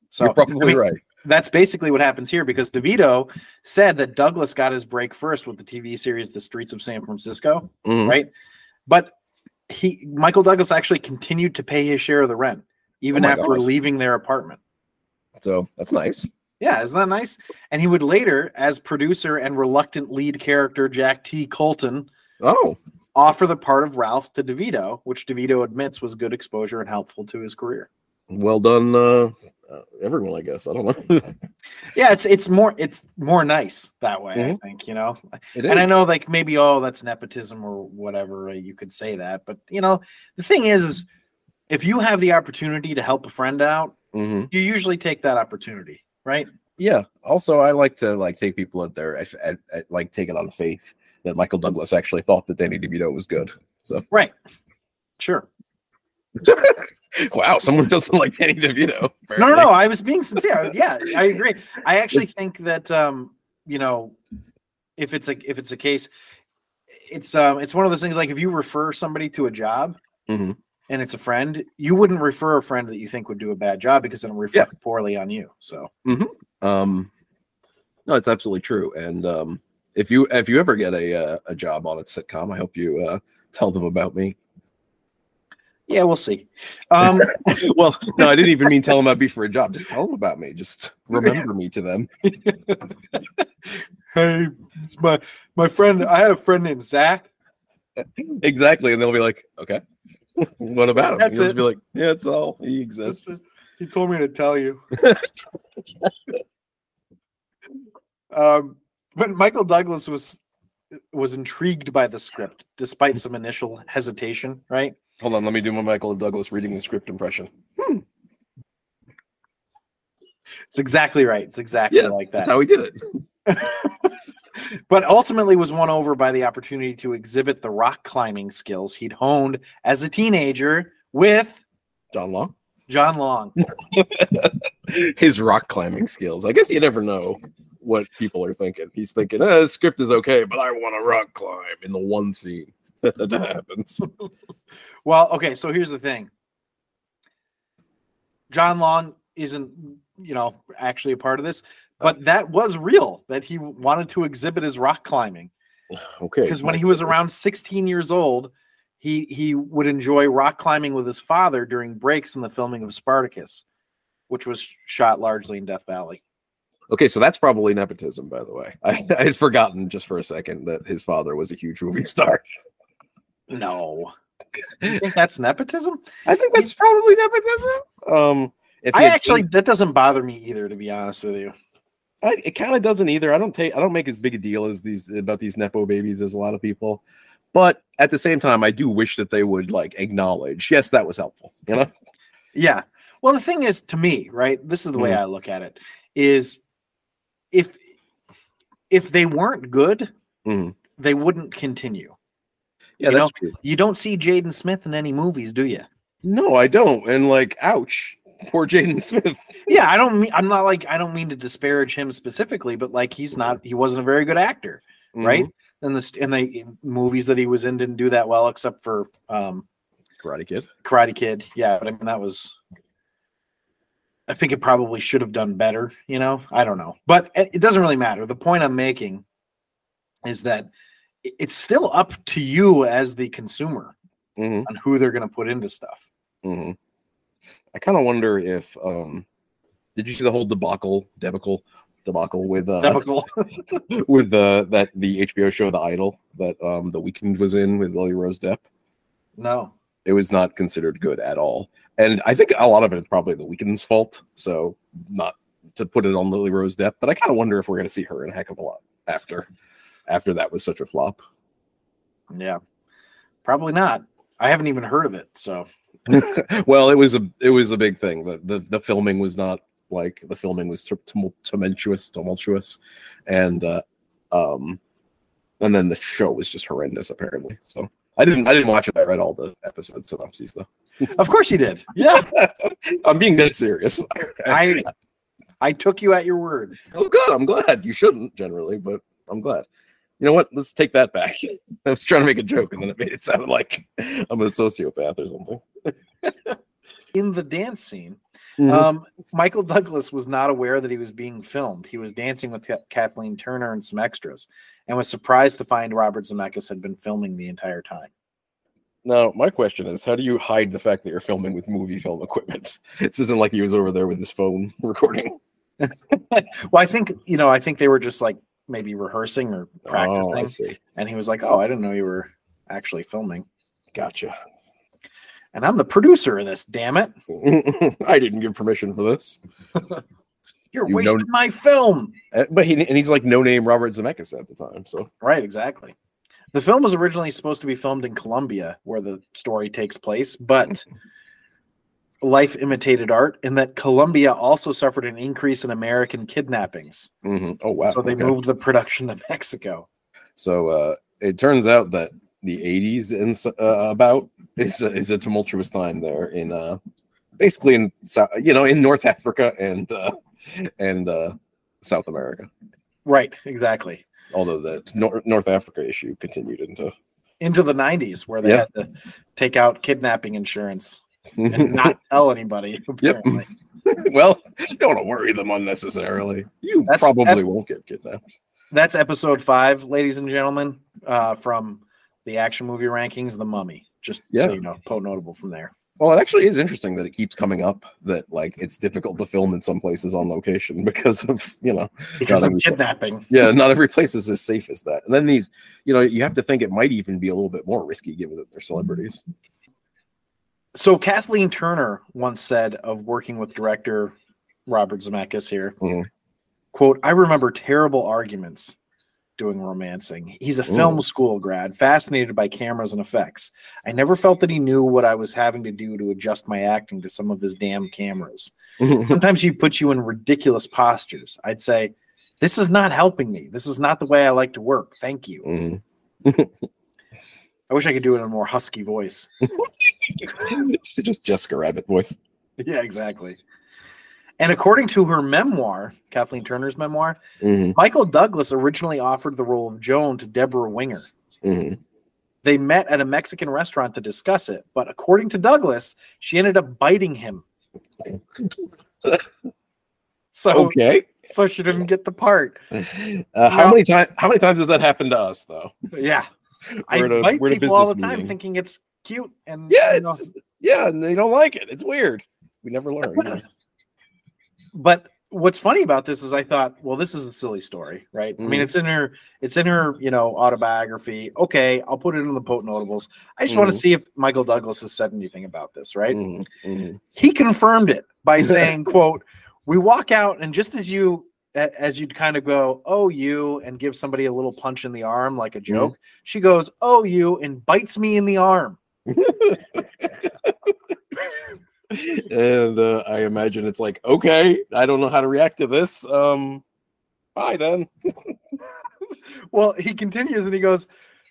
Speaker 3: So
Speaker 4: you're probably
Speaker 3: I mean,
Speaker 4: right
Speaker 3: That's basically what happens here because DeVito said that Douglas got his break first with the TV series "The Streets of San Francisco,"
Speaker 4: Mhm.
Speaker 3: right? But he Michael Douglas actually continued to pay his share of the rent even
Speaker 4: Oh my
Speaker 3: after
Speaker 4: God.
Speaker 3: leaving their apartment.
Speaker 4: so that's nice
Speaker 3: Yeah, isn't that nice? And he would later, as producer and reluctant lead character Jack T. Colton,
Speaker 4: oh
Speaker 3: offer the part of Ralph to DeVito, which DeVito admits was good exposure and helpful to his career.
Speaker 4: well done uh, uh everyone i guess i
Speaker 3: (laughs)
Speaker 4: don't know
Speaker 3: Yeah, it's it's more it's more nice that way. I
Speaker 4: Mhm.
Speaker 3: think you know,
Speaker 4: It
Speaker 3: and I
Speaker 4: is.
Speaker 3: know like maybe oh that's nepotism or whatever uh, you could say that, but you know the thing is, is if you have the opportunity to help a friend out,
Speaker 4: Mhm.
Speaker 3: you usually take that opportunity, right?
Speaker 4: yeah also i like to like take people at their at, at, at, like take it on faith that michael douglas actually thought that danny devito was good (laughs)
Speaker 3: Sure.
Speaker 4: wow someone doesn't like danny devito
Speaker 3: No, no,
Speaker 4: apparently.
Speaker 3: no. I was being
Speaker 4: (laughs)
Speaker 3: sincere. yeah, I agree. I actually think that um, you know, if it's a if it's a case, it's um it's one of those things like if you refer somebody to a job
Speaker 4: Mhm.
Speaker 3: and it's a friend, you wouldn't refer a friend that you think would do a bad job because it'll reflect poorly on you. So
Speaker 4: um no it's absolutely true and um if you if you ever get a uh, a job on a sitcom i hope you uh tell them about me (laughs)
Speaker 3: yeah, we'll see. Um
Speaker 4: well no i didn't even mean tell them i'd be for a job just tell them about me just remember me to them
Speaker 3: (laughs) hey it's my my friend I had a friend named Zach.
Speaker 4: exactly and they'll be like okay (laughs) what about him
Speaker 3: That's
Speaker 4: You'll just
Speaker 3: it.
Speaker 4: be like yeah it's all he exists
Speaker 3: He told me to tell (laughs) you. um, but Michael Douglas was was intrigued by the script, despite some initial hesitation. Right?
Speaker 4: hold on let me do my michael douglas reading the script impression
Speaker 3: It's exactly right. It's exactly
Speaker 4: Yeah,
Speaker 3: like
Speaker 4: that's
Speaker 3: that.
Speaker 4: how he did it
Speaker 3: but ultimately was won over by the opportunity to exhibit the rock climbing skills he'd honed as a teenager with
Speaker 4: John Long.
Speaker 3: John
Speaker 4: (laughs)
Speaker 3: Long.
Speaker 4: His rock climbing skills. I guess you never know what people are thinking. He's thinking, eh, the script is okay, but I want to rock climb in the one scene (laughs)
Speaker 3: (laughs)
Speaker 4: that happens.
Speaker 3: Well, okay, so here's the thing. John Long isn't, you know, actually a part of this,
Speaker 4: Oh.
Speaker 3: but that was real that he wanted to exhibit his rock climbing
Speaker 4: Okay.
Speaker 3: because when
Speaker 4: my
Speaker 3: he was
Speaker 4: goodness.
Speaker 3: around 16 years old, he he would enjoy rock climbing with his father during breaks in the filming of Spartacus, which was shot largely in Death Valley.
Speaker 4: (laughs) Okay, so that's probably nepotism, by the way. (laughs) I, I had forgotten just for a second that his father was a huge movie star.
Speaker 3: No. (laughs) You think that's nepotism?
Speaker 4: (laughs) I think that's probably nepotism. Um, if he
Speaker 3: I
Speaker 4: had
Speaker 3: actually that doesn't bother me either, to be honest with you.
Speaker 4: I, it kind of doesn't either. I don't take I don't make as big a deal as these about these nepo babies as a lot of people, but at the same time, I do wish that they would like acknowledge. Yes, that was helpful. You know,
Speaker 3: Yeah. Well, the thing is, to me, right? This is the way I look at it: is if if they weren't good,
Speaker 4: Mhm.
Speaker 3: they wouldn't continue.
Speaker 4: yeah,
Speaker 3: You know?
Speaker 4: true.
Speaker 3: You don't see Jaden Smith in any movies, do you?
Speaker 4: No, I don't. And like, ouch, poor Jaden (laughs) Smith.
Speaker 3: Yeah, I don't mean. I'm not like I don't mean to disparage him specifically, but like he's not. He wasn't a very good actor, right? And the st- and the movies that he was in didn't do that well, except for um,
Speaker 4: Karate Kid.
Speaker 3: Karate Kid. Yeah, but I mean that was. I think it probably should have done better. You know, I don't know, but it it doesn't really matter. The point I'm making is that i- it's still up to you as the consumer
Speaker 4: hmm
Speaker 3: on who they're going to put into stuff.
Speaker 4: hmm I kind of wonder if um, did you see the whole debacle, debacle, debacle with uh,
Speaker 3: Typical.
Speaker 4: (laughs) with the that the HBO show The Idol that um the weekend was in with Lily Rose Depp.
Speaker 3: no.
Speaker 4: it was not considered good at all. And I think a lot of it is probably the weekend's fault. So not to put it on Lily Rose Depp, but I kind of wonder if we're going to see her in a heck of a lot after after that was such a flop.
Speaker 3: Yeah. Probably not. I haven't even heard of it. So
Speaker 4: well, it was a it was a big thing. The the, the filming was not like the filming was tu- tumul- tumultuous, tumultuous, and uh, um, and then the show was just horrendous apparently. So I didn't I didn't watch it. I read all the episode synopses though.
Speaker 3: of course you did. Yeah.
Speaker 4: (laughs) I'm being dead serious.
Speaker 3: I I took you at your word.
Speaker 4: Oh, good. I'm glad. You shouldn't generally, but I'm glad. You know what? Let's take that back. (laughs) I was trying to make a joke, and then it made it sound like I'm a sociopath or something.
Speaker 3: In the dance scene,
Speaker 4: Mhm.
Speaker 3: um, Michael Douglas was not aware that he was being filmed. He was dancing with Ka- Kathleen Turner and some extras and was surprised to find Robert Zemeckis had been filming the entire time.
Speaker 4: Now, my question is, how do you hide the fact that you're filming with movie film equipment? (laughs) This isn't like he was over there with his phone (laughs) recording.
Speaker 3: Well, I think, you know, I think they were just like maybe rehearsing or
Speaker 4: Oh, I
Speaker 3: practicing.
Speaker 4: see.
Speaker 3: and he was like, Oh, I didn't know you were actually filming.
Speaker 4: Gotcha.
Speaker 3: And I'm the producer of this, damn it.
Speaker 4: (laughs) I didn't give permission for this.
Speaker 3: You're
Speaker 4: You know-
Speaker 3: wasting my film.
Speaker 4: Uh, But he and he's like no name Robert Zemeckis at the time. So
Speaker 3: Right, exactly. The film was originally supposed to be filmed in Colombia, where the story takes place, but life imitated art, and that Colombia also suffered an increase in American kidnappings.
Speaker 4: Mhm. oh wow.
Speaker 3: so they
Speaker 4: okay.
Speaker 3: moved the production to Mexico.
Speaker 4: So uh, it turns out that the '80s and s- uh, about is a, is a tumultuous time there in uh, basically in Sou- you know in North Africa and uh, and uh, South America.
Speaker 3: Right, exactly.
Speaker 4: Although the Nor- North Africa issue continued into
Speaker 3: Into the 90s, where they
Speaker 4: Yeah.
Speaker 3: had to take out kidnapping insurance
Speaker 4: (laughs)
Speaker 3: and not tell anybody. Apparently. (laughs)
Speaker 4: well, you don't want to worry them unnecessarily. You
Speaker 3: That's-
Speaker 4: probably
Speaker 3: that-
Speaker 4: won't get kidnapped.
Speaker 3: That's episode five, ladies and gentlemen, uh, from the action movie rankings, The Mummy. Just
Speaker 4: Yeah.
Speaker 3: so you know, po notable from there.
Speaker 4: Well, it actually is interesting that it keeps coming up that like it's difficult to film in some places on location (laughs) because of you know
Speaker 3: Because
Speaker 4: God,
Speaker 3: of
Speaker 4: I'm-
Speaker 3: kidnapping.
Speaker 4: Yeah, not every place is as safe as that. And then these, you know, you have to think it might even be a little bit more risky given that they're celebrities.
Speaker 3: So Kathleen Turner once said of working with director Robert Zemeckis here,
Speaker 4: Mhm.
Speaker 3: quote, I remember terrible arguments doing romancing. He's a film
Speaker 4: Ooh.
Speaker 3: school grad, fascinated by cameras and effects. I never felt that he knew what I was having to do to adjust my acting to Mm-hmm. some of his damn cameras. Sometimes he puts you in ridiculous postures. I'd say, This is not helping me. This is not the way I like to work. Thank you.
Speaker 4: Mhm.
Speaker 3: I wish I could do it in a more husky voice.
Speaker 4: it's just Jessica Rabbit voice.
Speaker 3: (laughs) Yeah, exactly. And according to her memoir, Kathleen Turner's memoir,
Speaker 4: Mhm,
Speaker 3: Michael Douglas originally offered the role of Joan to Deborah Winger. Mm-hmm.
Speaker 4: mhm.
Speaker 3: They met at a Mexican restaurant to discuss it, but according to Douglas, she ended up biting him. So,
Speaker 4: (laughs) Okay.
Speaker 3: so she didn't get the part.
Speaker 4: Uh, How
Speaker 3: No.
Speaker 4: many times? How many times has that happened to us though?
Speaker 3: Yeah, I
Speaker 4: We're at a-
Speaker 3: bite
Speaker 4: we're at a
Speaker 3: people all the
Speaker 4: business
Speaker 3: time,
Speaker 4: meeting.
Speaker 3: thinking it's cute and
Speaker 4: Yeah,
Speaker 3: you
Speaker 4: it's
Speaker 3: know,
Speaker 4: just- yeah, and they don't like it. It's weird. We never learn. yeah.
Speaker 3: but what's funny about this is I thought, well, this is a silly story, right? I mean,
Speaker 4: Mhm.
Speaker 3: it's in her, it's in her, you know, autobiography. Okay, I'll put it in the potent notables. I just want
Speaker 4: Mhm.
Speaker 3: to see if Michael Douglas has said anything about this, right?
Speaker 4: Mhm, mhm.
Speaker 3: He confirmed it by saying, "quote We walk out, and just as you, a- as you'd kind of go, oh you, and give somebody a little punch in the arm like a joke, she goes, oh you, and bites me in the arm.
Speaker 4: (laughs) and uh, I imagine it's like, okay, I don't know how to react to this. Um, bye then.
Speaker 3: Well, he continues and he goes,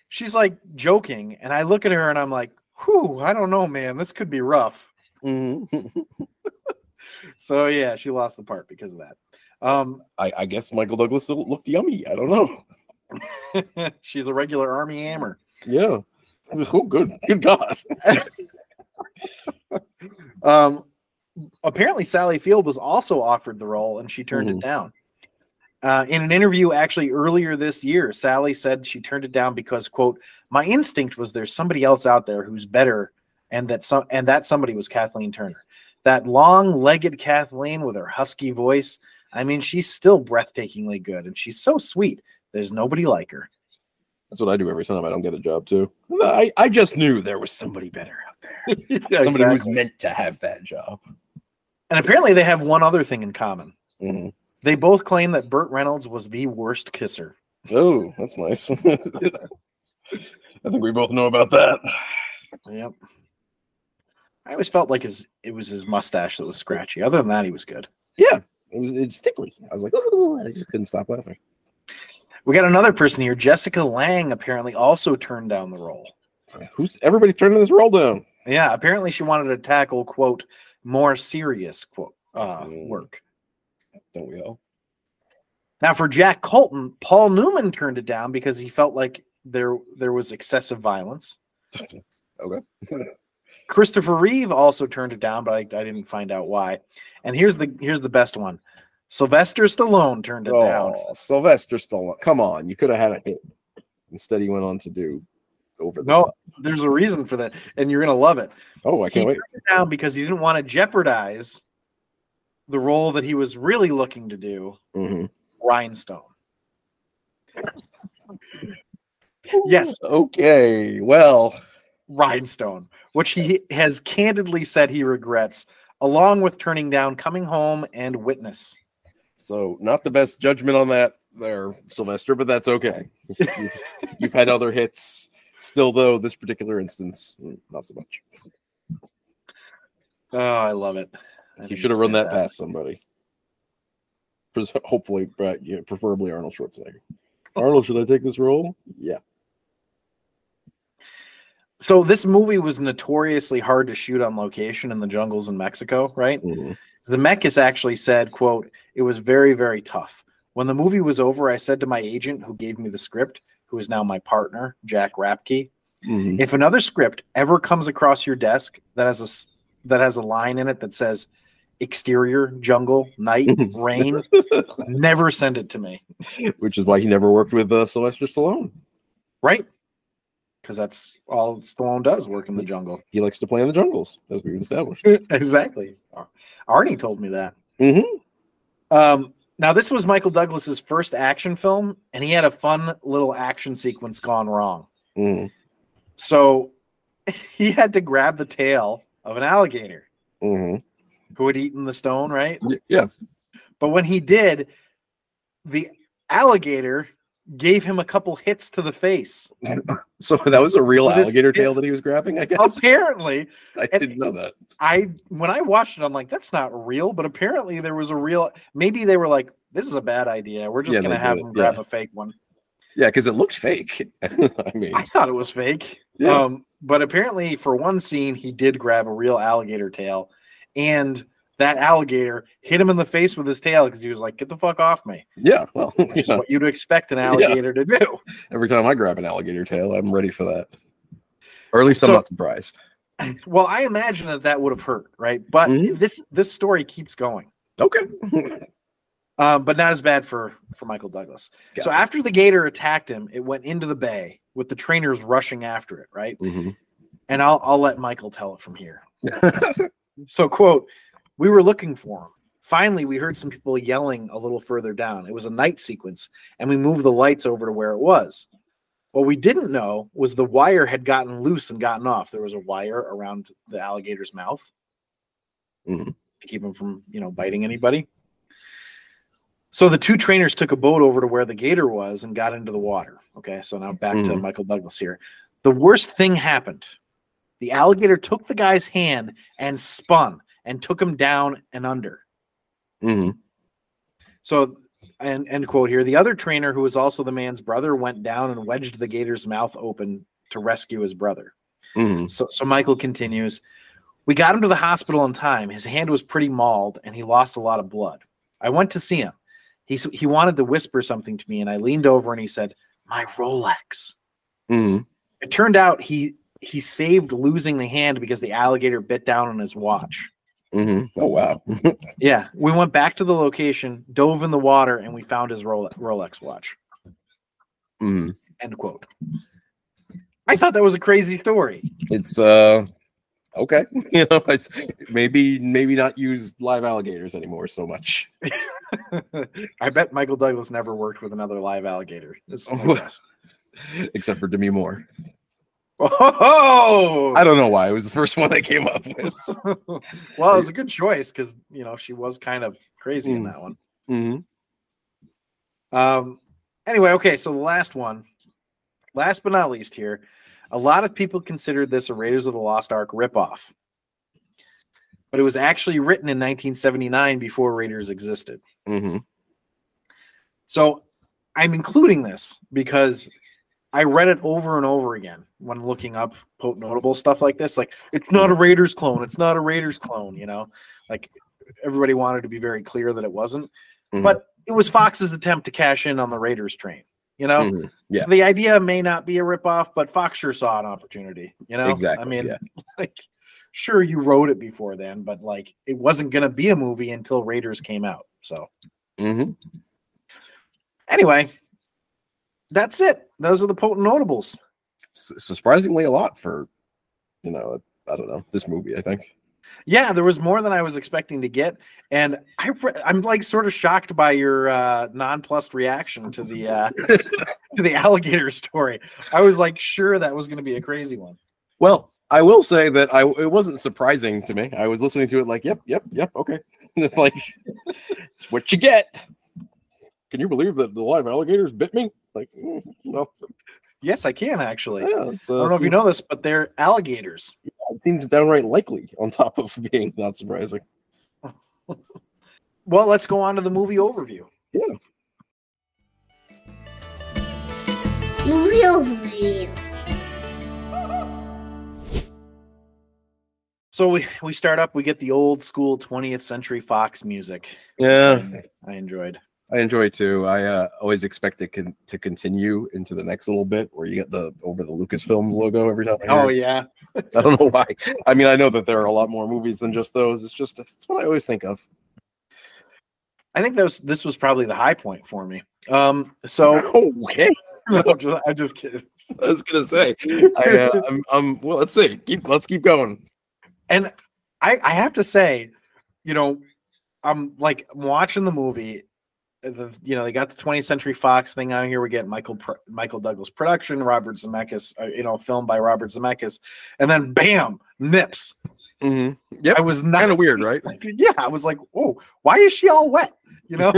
Speaker 3: She's like joking. And I look at her and I'm like, Whew, I don't know, man. This could be rough.
Speaker 4: Mhm.
Speaker 3: So yeah, she lost the part because of that. Um, (laughs)
Speaker 4: I, I guess Michael Douglas still looked yummy. I don't know.
Speaker 3: she's a regular army hammer.
Speaker 4: Yeah. Oh, good. Good God.
Speaker 3: Um, apparently Sally Field was also offered the role and she turned
Speaker 4: Mhm.
Speaker 3: it down. Uh, in an interview actually earlier this year, Sally said she turned it down because, quote, my instinct was there's somebody else out there who's better, and that some and that somebody was Kathleen Turner. That long-legged Kathleen with her husky voice. I mean, she's still breathtakingly good and she's so sweet. There's nobody like
Speaker 4: (laughs)
Speaker 3: her.
Speaker 4: That's what I do every time I don't get a job too. I, I just knew there was somebody better out there. somebody who's
Speaker 3: Exactly.
Speaker 4: meant to have that job.
Speaker 3: and apparently they have one other thing in common.
Speaker 4: Mhm.
Speaker 3: They both claim that Burt Reynolds was the worst kisser.
Speaker 4: Oh, that's nice. (laughs) I think we both know about that.
Speaker 3: Yep. I always felt like his it was his mustache that was scratchy. Other than that, he was good.
Speaker 4: Yeah. It was it's tickly. I was like, oh, I just couldn't stop laughing.
Speaker 3: We got another person here. Jessica Lang apparently also turned down the role.
Speaker 4: Who's everybody's turning this roll down?
Speaker 3: Yeah, apparently she wanted to tackle quote more serious quote uh,
Speaker 4: Mm.
Speaker 3: work.
Speaker 4: Don't we all?
Speaker 3: Now for Jack Colton, Paul Newman turned it down because he felt like there there was excessive violence.
Speaker 4: (laughs) Okay. (laughs)
Speaker 3: Christopher Reeve also turned it down, but I, I didn't find out why. And here's the here's the best one. Sylvester Stallone turned it down.
Speaker 4: Oh, Sylvester Stallone. Come on, you could have had a hit. Instead, he went on to do over the
Speaker 3: No,
Speaker 4: top.
Speaker 3: there's a reason for that, and you're gonna love it.
Speaker 4: Oh, I can't
Speaker 3: He
Speaker 4: wait.
Speaker 3: turned it down because he didn't want to jeopardize the role that he was really looking to do,
Speaker 4: Mhm.
Speaker 3: Rhinestone. Yes.
Speaker 4: Okay. Well,
Speaker 3: Rhinestone, which he has candidly said he regrets, along with turning down Coming Home and Witness.
Speaker 4: so not the best judgment on that there, Sylvester, but that's okay. You've- You've had other hits. Still, though, this particular instance, mm, not so much.
Speaker 3: Oh, I love it. I think
Speaker 4: You
Speaker 3: it's
Speaker 4: should have run that
Speaker 3: fantastic.
Speaker 4: past somebody. Pres- Hopefully, but yeah, preferably Arnold Schwarzenegger. Arnold, should I take this role? Yeah.
Speaker 3: So this movie was notoriously hard to shoot on location in the jungles in Mexico, right?
Speaker 4: Mhm.
Speaker 3: Zemeckis actually said, quote, it was very, very tough. When the movie was over, I said to my agent who gave me the script, who is now my partner, Jack Rapke,
Speaker 4: Mhm.
Speaker 3: if another script ever comes across your desk that has a s- that has a line in it that says exterior, jungle, night, rain, never send it to me.
Speaker 4: Which is why he never worked with uh, Sylvester Stallone.
Speaker 3: Right? Because that's all Stallone does work in the jungle.
Speaker 4: He likes to play in the jungles, as we've established.
Speaker 3: exactly. Arnie told me that.
Speaker 4: Mhm.
Speaker 3: Um, now this was Michael Douglas's first action film, and he had a fun little action sequence gone wrong.
Speaker 4: Mhm.
Speaker 3: So (laughs) he had to grab the tail of an alligator
Speaker 4: Mhm.
Speaker 3: who had eaten the stone, right?
Speaker 4: Y- Yeah. (laughs)
Speaker 3: But when he did, the alligator gave him a couple hits to the face.
Speaker 4: So that was a real
Speaker 3: Well, this-
Speaker 4: alligator tail that he was grabbing, I guess.
Speaker 3: Apparently,
Speaker 4: I
Speaker 3: and-
Speaker 4: didn't know that.
Speaker 3: I when I watched it, I'm like, that's not real. But apparently, there was a real. Maybe they were like, this is a bad idea. We're just
Speaker 4: Yeah,
Speaker 3: gonna
Speaker 4: they
Speaker 3: have
Speaker 4: do it,
Speaker 3: him grab
Speaker 4: yeah.
Speaker 3: a fake one.
Speaker 4: Yeah, because it looks fake. (laughs) I mean,
Speaker 3: I thought it was fake.
Speaker 4: yeah.
Speaker 3: Um, but apparently, for one scene, he did grab a real alligator tail, and that alligator hit him in the face with his tail because he was like, "Get the fuck off me!"
Speaker 4: yeah. Well,
Speaker 3: Which is
Speaker 4: yeah.
Speaker 3: what you'd expect an alligator to do.
Speaker 4: every time I grab an alligator tail, I'm ready for that. Or at least I'm
Speaker 3: So-
Speaker 4: not surprised.
Speaker 3: Well, I imagine that that would have hurt, right? But
Speaker 4: Mhm.
Speaker 3: this this story keeps going,
Speaker 4: Okay. (laughs) Mm-hmm.
Speaker 3: um, but not as bad for for Michael Douglas. So
Speaker 4: Gotcha.
Speaker 3: after the gator attacked him, it went into the bay with the trainers rushing after it, right?
Speaker 4: Mhm.
Speaker 3: And I'll I'll let Michael tell it from
Speaker 4: (laughs)
Speaker 3: here. So, quote, we were looking for him. Finally, we heard some people yelling a little further down. It was a night sequence, and we moved the lights over to where it was. What we didn't know was the wire had gotten loose and gotten off. There was a wire around the alligator's mouth
Speaker 4: Mhm.
Speaker 3: to keep him from, you know, biting anybody. So the two trainers took a boat over to where the gator was and got into the water. Okay, so now back to
Speaker 4: Mhm.
Speaker 3: Michael Douglas here. The worst thing happened. The alligator took the guy's hand and spun and took him down and under.
Speaker 4: Mhm.
Speaker 3: So, and end quote here. The other trainer, who was also the man's brother, went down and wedged the gator's mouth open to rescue his brother.
Speaker 4: Mhm.
Speaker 3: So, so Michael continues. We got him to the hospital in time. His hand was pretty mauled, and he lost a lot of blood. I went to see him. He s- he wanted to whisper something to me, and I leaned over and he said, "My Rolex."
Speaker 4: Mhm.
Speaker 3: It turned out he he saved losing the hand because the alligator bit down on his watch.
Speaker 4: Mhm. Oh wow.
Speaker 3: Yeah, we went back to the location, dove in the water, and we found his Role- Rolex watch.
Speaker 4: Mhm.
Speaker 3: End quote. I thought that was a crazy story. (laughs)
Speaker 4: It's uh okay. (laughs) You know, it's maybe maybe not use live alligators anymore so much.
Speaker 3: I bet Michael Douglas never worked with another live alligator. That's my guess.
Speaker 4: Except for Demi Moore.
Speaker 3: Oh,
Speaker 4: I don't know why. It was the first (laughs) one I came up with.
Speaker 3: (laughs) well, it was a good choice because you know she was kind of crazy in
Speaker 4: Mm.
Speaker 3: that one.
Speaker 4: Mhm.
Speaker 3: Um, anyway, okay, so the last one, last but not least, here, a lot of people considered this a Raiders of the Lost Ark ripoff, but it was actually written in 1979 before Raiders existed.
Speaker 4: Mhm.
Speaker 3: So I'm including this because I read it over and over again when looking up Pope Notable stuff like this. Like, it's not a Raiders clone. It's not a Raiders clone, you know? Like, everybody wanted to be very clear that it wasn't.
Speaker 4: Mhm.
Speaker 3: But it was Fox's attempt to cash in on the Raiders train, you know?
Speaker 4: Mhm. yeah.
Speaker 3: So the idea may not be a ripoff, but Fox sure saw an opportunity, you know? I
Speaker 4: Exactly,
Speaker 3: mean,
Speaker 4: yeah.
Speaker 3: (laughs) like, sure, you wrote it before then, but like, it wasn't going to be a movie until Raiders came out. So.
Speaker 4: Mhm.
Speaker 3: Anyway, that's it. Those are the potent notables.
Speaker 4: S- surprisingly a lot for you know, I don't know, this movie, I think.
Speaker 3: Yeah, there was more than I was expecting to get, and I re- I'm like sort of shocked by your uh, nonplussed reaction to the uh, (laughs) to the alligator story. I was like, sure, that was going to be a crazy one.
Speaker 4: Well, I will say that I it wasn't surprising to me. I was listening to it like, yep, yep, yep, okay. (laughs) It's like it's what you get. Can you believe that the live alligators bit me? Like, mm, well,
Speaker 3: Yes, I can actually. I
Speaker 4: yeah, it's, uh,
Speaker 3: don't know if you
Speaker 4: seems-
Speaker 3: know this, but they're alligators.
Speaker 4: it seems downright likely. On top of (laughs) being not surprising.
Speaker 3: Well, let's go on to the movie overview.
Speaker 2: Movie overview.
Speaker 3: So we we start up. We get the old school 20th century Fox music.
Speaker 4: Yeah,
Speaker 3: I enjoyed.
Speaker 4: I enjoy it too. I uh, always expect it con- to continue into the next little bit where you get the over the Lucasfilms logo every time. I hear
Speaker 3: Oh
Speaker 4: it.
Speaker 3: yeah,
Speaker 4: (laughs) I don't know why. I mean, I know that there are a lot more movies than just those. It's just it's what I always think of.
Speaker 3: I think that was this was probably the high point for me. Um,
Speaker 4: (laughs) Oh.
Speaker 3: so (laughs)
Speaker 4: okay.
Speaker 3: no, I'm just, I'm just kidding.
Speaker 4: I was gonna say, I, uh, I'm, I'm. Well, let's see. Keep, let's keep going.
Speaker 3: And I, I have to say, you know, I'm like I'm watching the movie. uh, The, you know, they got the 20th Century Fox thing on here. We're getting Michael Pr- Michael Douglas production, Robert Zemeckis, uh, you know, film by Robert Zemeckis, and then bam, Nips.
Speaker 4: Mm-hmm.
Speaker 3: I
Speaker 4: Yep.
Speaker 3: was not (laughs)
Speaker 4: Kinda weird, right?
Speaker 3: expecting- Yeah, I was like, oh, why is she all wet? You know,
Speaker 4: (laughs) (laughs)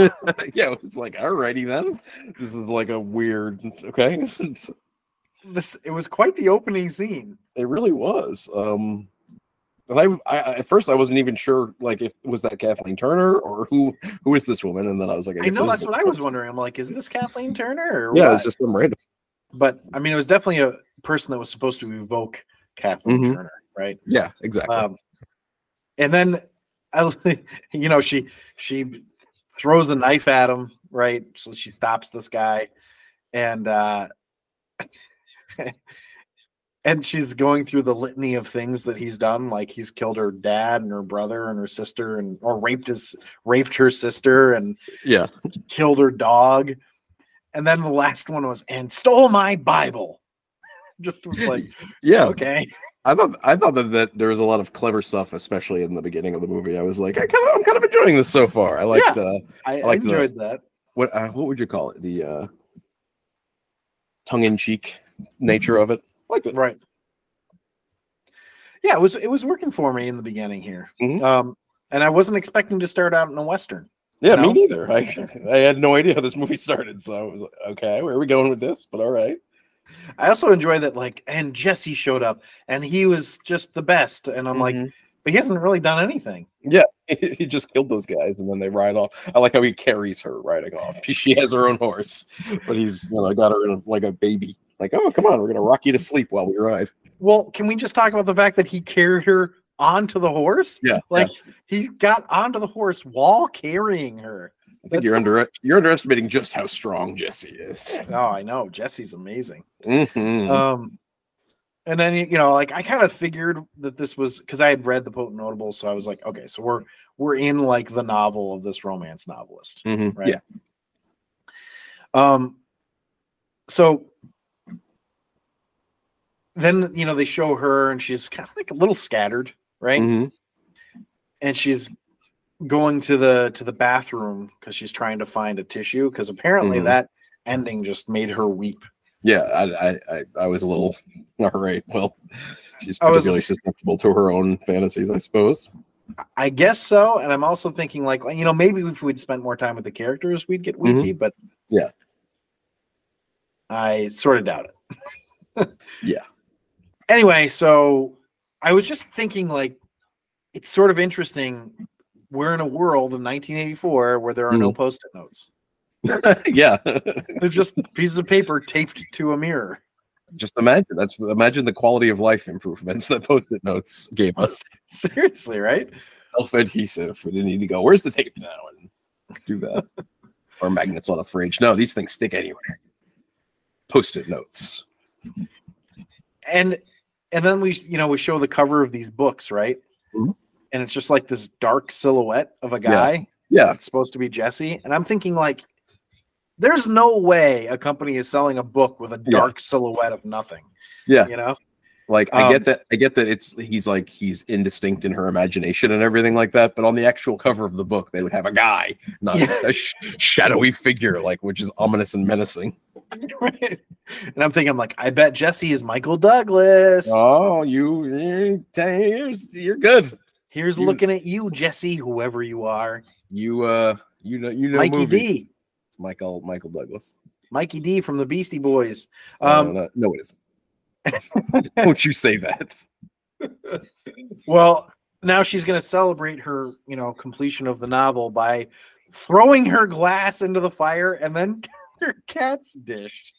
Speaker 4: yeah. It's like, alrighty then. This is like a weird. Okay. (laughs) It's-
Speaker 3: this it was quite the opening scene.
Speaker 4: it really was. Um, And I, I at first I wasn't even sure like if was that Kathleen Turner or who who is this woman, and then I was like,
Speaker 3: I
Speaker 4: guess
Speaker 3: know
Speaker 4: it is
Speaker 3: that's what I
Speaker 4: (laughs)
Speaker 3: was wondering. I'm like, is this Kathleen Turner? Or
Speaker 4: Yeah,
Speaker 3: what?
Speaker 4: it's just some random.
Speaker 3: but I mean, it was definitely a person that was supposed to evoke Kathleen
Speaker 4: Mhm.
Speaker 3: Turner, right?
Speaker 4: Yeah, exactly.
Speaker 3: Um, and then, I, (laughs) you know, she she throws a knife at him, right? So she stops this guy, and uh, (laughs) and she's going through the litany of things that he's done, like he's killed her dad and her brother and her sister, and or raped his raped her sister, and
Speaker 4: yeah,
Speaker 3: killed her dog. And then the last one was, and stole my Bible. (laughs) Just was like,
Speaker 4: yeah.
Speaker 3: okay.
Speaker 4: I thought I thought that, that there was a lot of clever stuff, especially in the beginning of the movie. I was like, I kind of I'm kind of enjoying this so far. I liked uh,
Speaker 3: I, I
Speaker 4: liked that.
Speaker 3: enjoyed that.
Speaker 4: what uh, what would you call it? The uh, tongue in cheek nature of it. I liked it.
Speaker 3: Right. Yeah, it was it was working for me in the beginning here.
Speaker 4: Mhm.
Speaker 3: Um, and I wasn't expecting to start out in a western.
Speaker 4: Yeah,
Speaker 3: No?
Speaker 4: me neither. I, (laughs) I had no idea how this movie started, so I was like, okay, where are we going with this? But all right.
Speaker 3: I also enjoy that like and Jesse showed up and he was just the best. And I'm like,
Speaker 4: Mm-hmm.
Speaker 3: but he hasn't really done anything.
Speaker 4: (laughs) he just killed those guys, and then they ride off. I like how he carries her riding off. (laughs) She has her own horse, but he's you know got her in a, like a baby. Like, oh come on, we're gonna rock you to sleep while we ride.
Speaker 3: Well, can we just talk about the fact that he carried her onto the horse?
Speaker 4: Yeah,
Speaker 3: Like he got onto the horse while carrying her.
Speaker 4: I think you're
Speaker 3: that's-
Speaker 4: under you're underestimating just how strong Jesse is.
Speaker 3: Oh, I know. Jesse's amazing.
Speaker 4: Mhm.
Speaker 3: Um, and then you know, like I kind of figured that this was because I had read the potent notables, so I was like, okay, so we're we're in like the novel of this romance novelist.
Speaker 4: Mhm.
Speaker 3: right.
Speaker 4: Yeah,
Speaker 3: Um, so then you know they show her, and she's kind of like a little scattered, right?
Speaker 4: Mhm.
Speaker 3: And she's going to the to the bathroom because she's trying to find a tissue because apparently
Speaker 4: Mhm.
Speaker 3: that ending just made her weep.
Speaker 4: yeah. I, I I I was a little (laughs) all right. Well, she's
Speaker 3: I was-
Speaker 4: particularly susceptible to her own fantasies, I suppose. (laughs)
Speaker 3: I guess so. And I'm also thinking, like, you know, maybe if we'd spent more time with the characters, we'd get
Speaker 4: Mhm.
Speaker 3: weepy, but
Speaker 4: Yeah.
Speaker 3: I sort of doubt it. (laughs)
Speaker 4: Yeah.
Speaker 3: Anyway, so I was just thinking, like, it's sort of interesting. We're in a world in 1984 where there are
Speaker 4: Mm-hmm.
Speaker 3: no post it notes,
Speaker 4: yeah,
Speaker 3: they're just pieces of paper taped to a mirror.
Speaker 4: just imagine that's imagine the quality of life improvements that post-it notes gave us.
Speaker 3: (laughs) Seriously, right?
Speaker 4: self adhesive. We didn't need to go, where's the tape now? And do
Speaker 3: (laughs)
Speaker 4: that. or magnets on a fridge. No, these things stick anywhere. Post it notes.
Speaker 3: and and then we you know we show the cover of these books right
Speaker 4: Mhm.
Speaker 3: and it's just like this dark silhouette of a
Speaker 4: Yeah.
Speaker 3: guy
Speaker 4: Yeah.
Speaker 3: it's supposed to be jesse and i'm thinking like there's no way a company is selling a book with a
Speaker 4: Yeah.
Speaker 3: dark silhouette of nothing
Speaker 4: Yeah.
Speaker 3: you know (laughs)
Speaker 4: Like I
Speaker 3: Um,
Speaker 4: get that I get that it's he's like he's indistinct in her imagination and everything like that, but on the actual cover of the book they would have a guy, not
Speaker 3: Yeah.
Speaker 4: a sh- shadowy figure like which is ominous and menacing.
Speaker 3: right and i'm thinking like i bet jesse is michael douglas
Speaker 4: Oh, you you're good.
Speaker 3: here's
Speaker 4: you-
Speaker 3: looking at you jesse whoever you are
Speaker 4: You uh you know you know
Speaker 3: mikey
Speaker 4: movies.
Speaker 3: d
Speaker 4: It's Michael Michael Douglas.
Speaker 3: mikey d from the beastie boys
Speaker 4: No,
Speaker 3: um
Speaker 4: no, no, it isn't. (laughs) Don't you say that.
Speaker 3: Well, now she's going to celebrate her, you know, completion of the novel by throwing her glass into the fire and then (laughs) her cat's dish.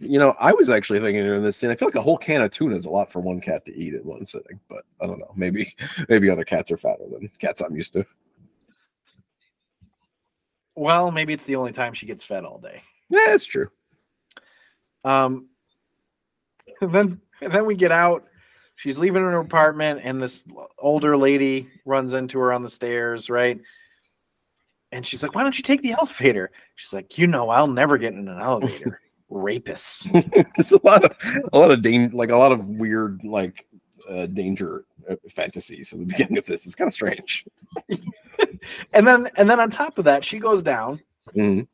Speaker 4: You know, I was actually thinking during this scene, I feel like a whole can of tuna is a lot for one cat to eat at one sitting, but I don't know. Maybe maybe other cats are fatter than cats I'm used to.
Speaker 3: Well, maybe it's the only time she gets fed all day.
Speaker 4: Yeah, it's true. (laughs)
Speaker 3: Um, (laughs) and then and then we get out. She's leaving her apartment, and this older lady runs into her on the stairs, right? And she's like, "Why don't you take the elevator?" She's like, "You know, I'll never get in an elevator." Rapists.
Speaker 4: There's a lot of a lot of dan- like a lot of weird like uh, danger uh, fantasies at the beginning of this. It's kind of strange.
Speaker 3: And then and then on top of that, she goes down.
Speaker 4: Mhm.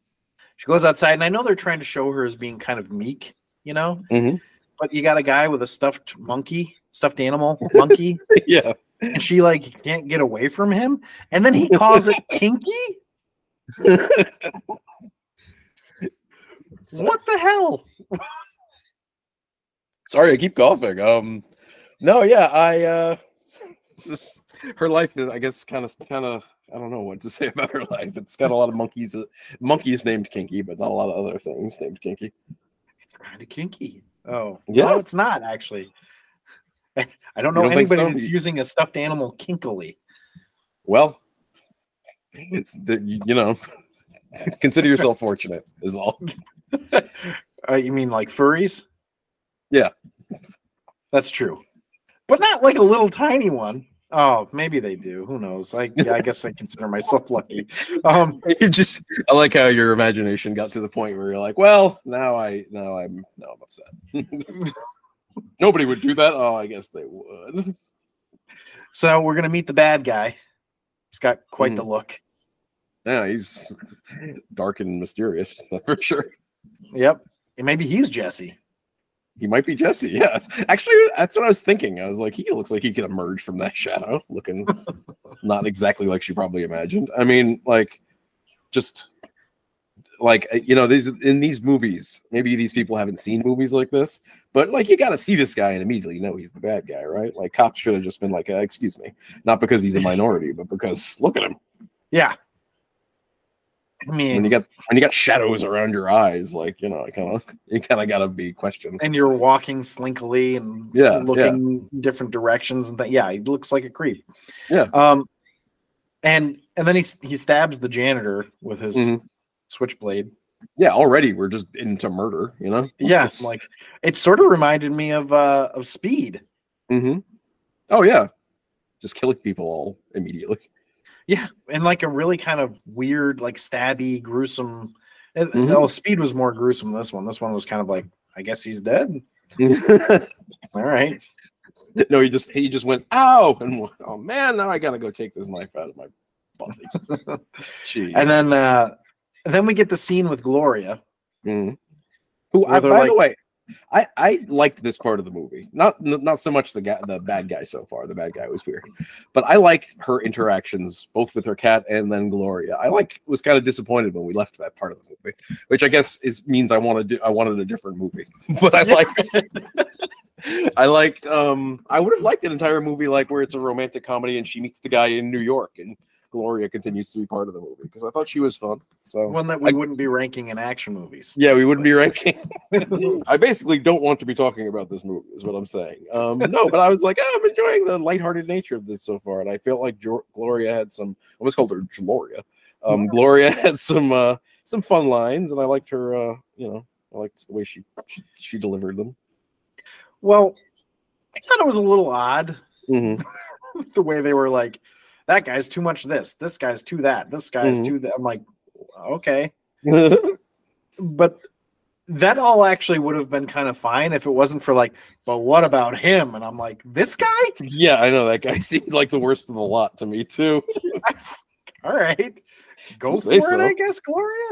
Speaker 3: She goes outside, and I know they're trying to show her as being kind of meek, you know.
Speaker 4: Mhm.
Speaker 3: But you got a guy with a stuffed monkey, stuffed animal, (laughs) monkey,
Speaker 4: (laughs) yeah.
Speaker 3: and she like can't get away from him. And then he calls
Speaker 4: (laughs)
Speaker 3: it kinky. what the hell?
Speaker 4: Sorry, I keep coughing. Um, no, yeah, I uh, It's just, her life is, I guess, kind of, kind of. I don't know what to (laughs) say about her life. It's got a lot of monkeys. uh, Monkeys named Kinky, but not a lot of other things named Kinky.
Speaker 3: It's kind of kinky. Oh,
Speaker 4: Yeah.
Speaker 3: no, it's not actually. (laughs) I don't know
Speaker 4: You don't think
Speaker 3: anybody
Speaker 4: so?
Speaker 3: that's using a stuffed animal kinkily.
Speaker 4: Well, it's the, you you know, (laughs) consider yourself fortunate is all. (laughs)
Speaker 3: Uh, you mean like furries?
Speaker 4: Yeah.
Speaker 3: that's true, but not like a little tiny one. Oh, maybe they do. Who knows? I yeah, I guess I consider myself (laughs) lucky. Um,
Speaker 4: You just, I like how your imagination got to the point where you're like, well, now I, now I'm, now I'm upset. (laughs) Nobody would do that. Oh, I guess they would.
Speaker 3: so we're gonna meet the bad guy. He's got quite the look.
Speaker 4: Yeah, he's dark and mysterious. (laughs) That's for sure.
Speaker 3: Yep, and maybe he's Jesse.
Speaker 4: He might be Jesse. Yeah, actually, that's what I was thinking. I was like, he looks like he could emerge from that (laughs) shadow, looking not exactly like she probably imagined. I mean, like, just like uh, you know, these in these movies, maybe these people haven't seen movies like this, but like, you got to see this guy and immediately know he's the bad guy, right? Like, cops should have just been like, uh, "Excuse me," not because he's a minority, but because look at him.
Speaker 3: Yeah. I
Speaker 4: When
Speaker 3: mean,
Speaker 4: you got when you got shadows around your eyes, like you know, kind (laughs) of you kind of got to be questioned.
Speaker 3: and you're walking slinkily and s-
Speaker 4: Yeah, yeah.
Speaker 3: looking different directions and that yeah he looks like a creep
Speaker 4: Yeah.
Speaker 3: um and and then he s- he stabs the janitor with his
Speaker 4: Mhm.
Speaker 3: switchblade
Speaker 4: yeah already we're just into murder you know
Speaker 3: yes like it sort of reminded me of uh of speed
Speaker 4: hmm oh yeah just killing people all immediately (laughs)
Speaker 3: yeah and like a really kind of weird like stabby gruesome uh,
Speaker 4: Mhm.
Speaker 3: no speed was more gruesome than this one this one was kind of like i guess he's dead
Speaker 4: no
Speaker 3: all right
Speaker 4: he just he just went ow (laughs) and went, oh man now i gotta go take this knife out of my body
Speaker 3: (laughs)
Speaker 4: Jeez.
Speaker 3: and then uh then we get the scene with gloria
Speaker 4: Mhm. who
Speaker 3: Where
Speaker 4: I, by
Speaker 3: they're
Speaker 4: the
Speaker 3: like-
Speaker 4: way I, I liked this part of the movie. Not n- not so much the guy, the bad guy so far. The bad guy was weird, but I liked her interactions both with her cat and then Gloria. I like was kind of disappointed when we left that part of the movie, which I guess is means I wanted to, I wanted a different movie. (laughs) But I like (laughs) I liked um I would have liked an entire movie like where it's a romantic comedy and she meets the guy in New York and Gloria continues to be part of the movie because I thought she was fun. So
Speaker 3: one that we
Speaker 4: I-
Speaker 3: wouldn't be ranking in action movies
Speaker 4: yeah, we wouldn't be ranking. (laughs) I basically don't want to be talking about this movie, is what I'm saying. Um, no, but I was like, "Ah, I'm enjoying the lighthearted nature of this so far, and I felt like Gio- Gloria had some. I almost called her Gloria. Um, Gloria (laughs) had some uh, some fun lines, and I liked her. Uh, you know, I liked the way she she, she delivered them.
Speaker 3: Well, I thought it was a little odd (laughs)
Speaker 4: Mhm.
Speaker 3: the way they were like, that guy's too much this, this guy's too that, this guy's
Speaker 4: Mhm.
Speaker 3: too that. I'm like, okay. But that all actually would have been kind of fine if it wasn't for like, but what about him? And I'm like, this guy?
Speaker 4: (laughs)
Speaker 3: (laughs)
Speaker 4: yeah, I know that guy (laughs) seemed like the worst of the lot to me too.
Speaker 3: That's- all right. Go
Speaker 4: You
Speaker 3: for
Speaker 4: say
Speaker 3: it,
Speaker 4: so.
Speaker 3: I guess, Gloria.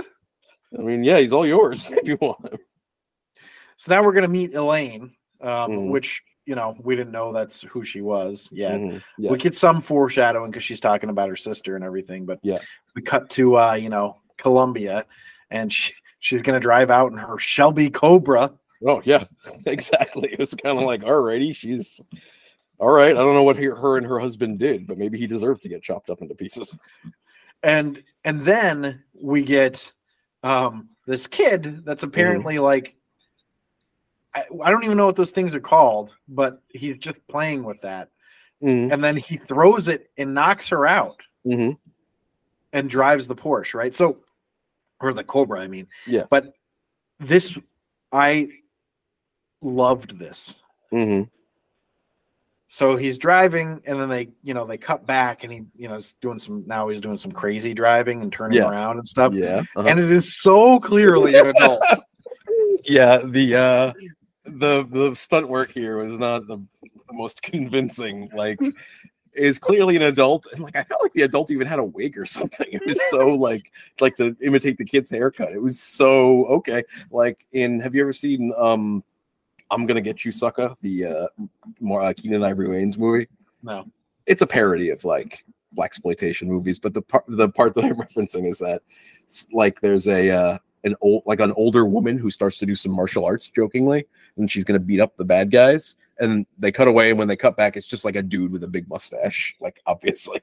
Speaker 4: I mean, yeah, he's all yours (laughs) if you want him.
Speaker 3: So now we're gonna meet Elaine, um,
Speaker 4: Mhm.
Speaker 3: which you know, we didn't know that's who she was yet.
Speaker 4: Mhm. Yeah.
Speaker 3: we get some foreshadowing because she's talking about her sister and everything but
Speaker 4: Yeah.
Speaker 3: we cut to uh you know columbia and she, she's gonna drive out in her shelby cobra
Speaker 4: Oh yeah, (laughs) exactly. It was kind of like, alrighty, she's all right. I don't know what her, her and her husband did, but maybe he deserved to get chopped up into pieces.
Speaker 3: and and then we get um this kid that's apparently
Speaker 4: Mm-hmm.
Speaker 3: like I, I don't even know what those things are called but he's just playing with that
Speaker 4: Mm-hmm.
Speaker 3: and then he throws it and knocks her out
Speaker 4: hmm
Speaker 3: and drives the Porsche, right? So, or the Cobra, I mean.
Speaker 4: Yeah.
Speaker 3: But this, I loved this.
Speaker 4: hmm
Speaker 3: So he's driving, and then they, you know, they cut back, and he, you know, is doing some. Now he's doing some crazy driving and turning
Speaker 4: Yeah.
Speaker 3: around and stuff.
Speaker 4: Yeah, uh-huh.
Speaker 3: And it is so clearly an adult.
Speaker 4: yeah. The uh, the the stunt work here was not the, the most (laughs) convincing. Like, is clearly an adult, and like I felt like the adult even had a wig or something. It was so like like to imitate the kid's haircut. It was so okay. Like in have you ever seen um I'm gonna get you sucker the uh more uh, Keenan Ivory Wayne's movie?
Speaker 3: no.
Speaker 4: It's a parody of like black exploitation movies, but the part the part that I'm (laughs) referencing is that s- like there's a uh an old like an older woman who starts to do some martial arts jokingly and she's gonna beat up the bad guys and they cut away. And when they cut back, it's just like a dude with a big mustache, (laughs) like obviously.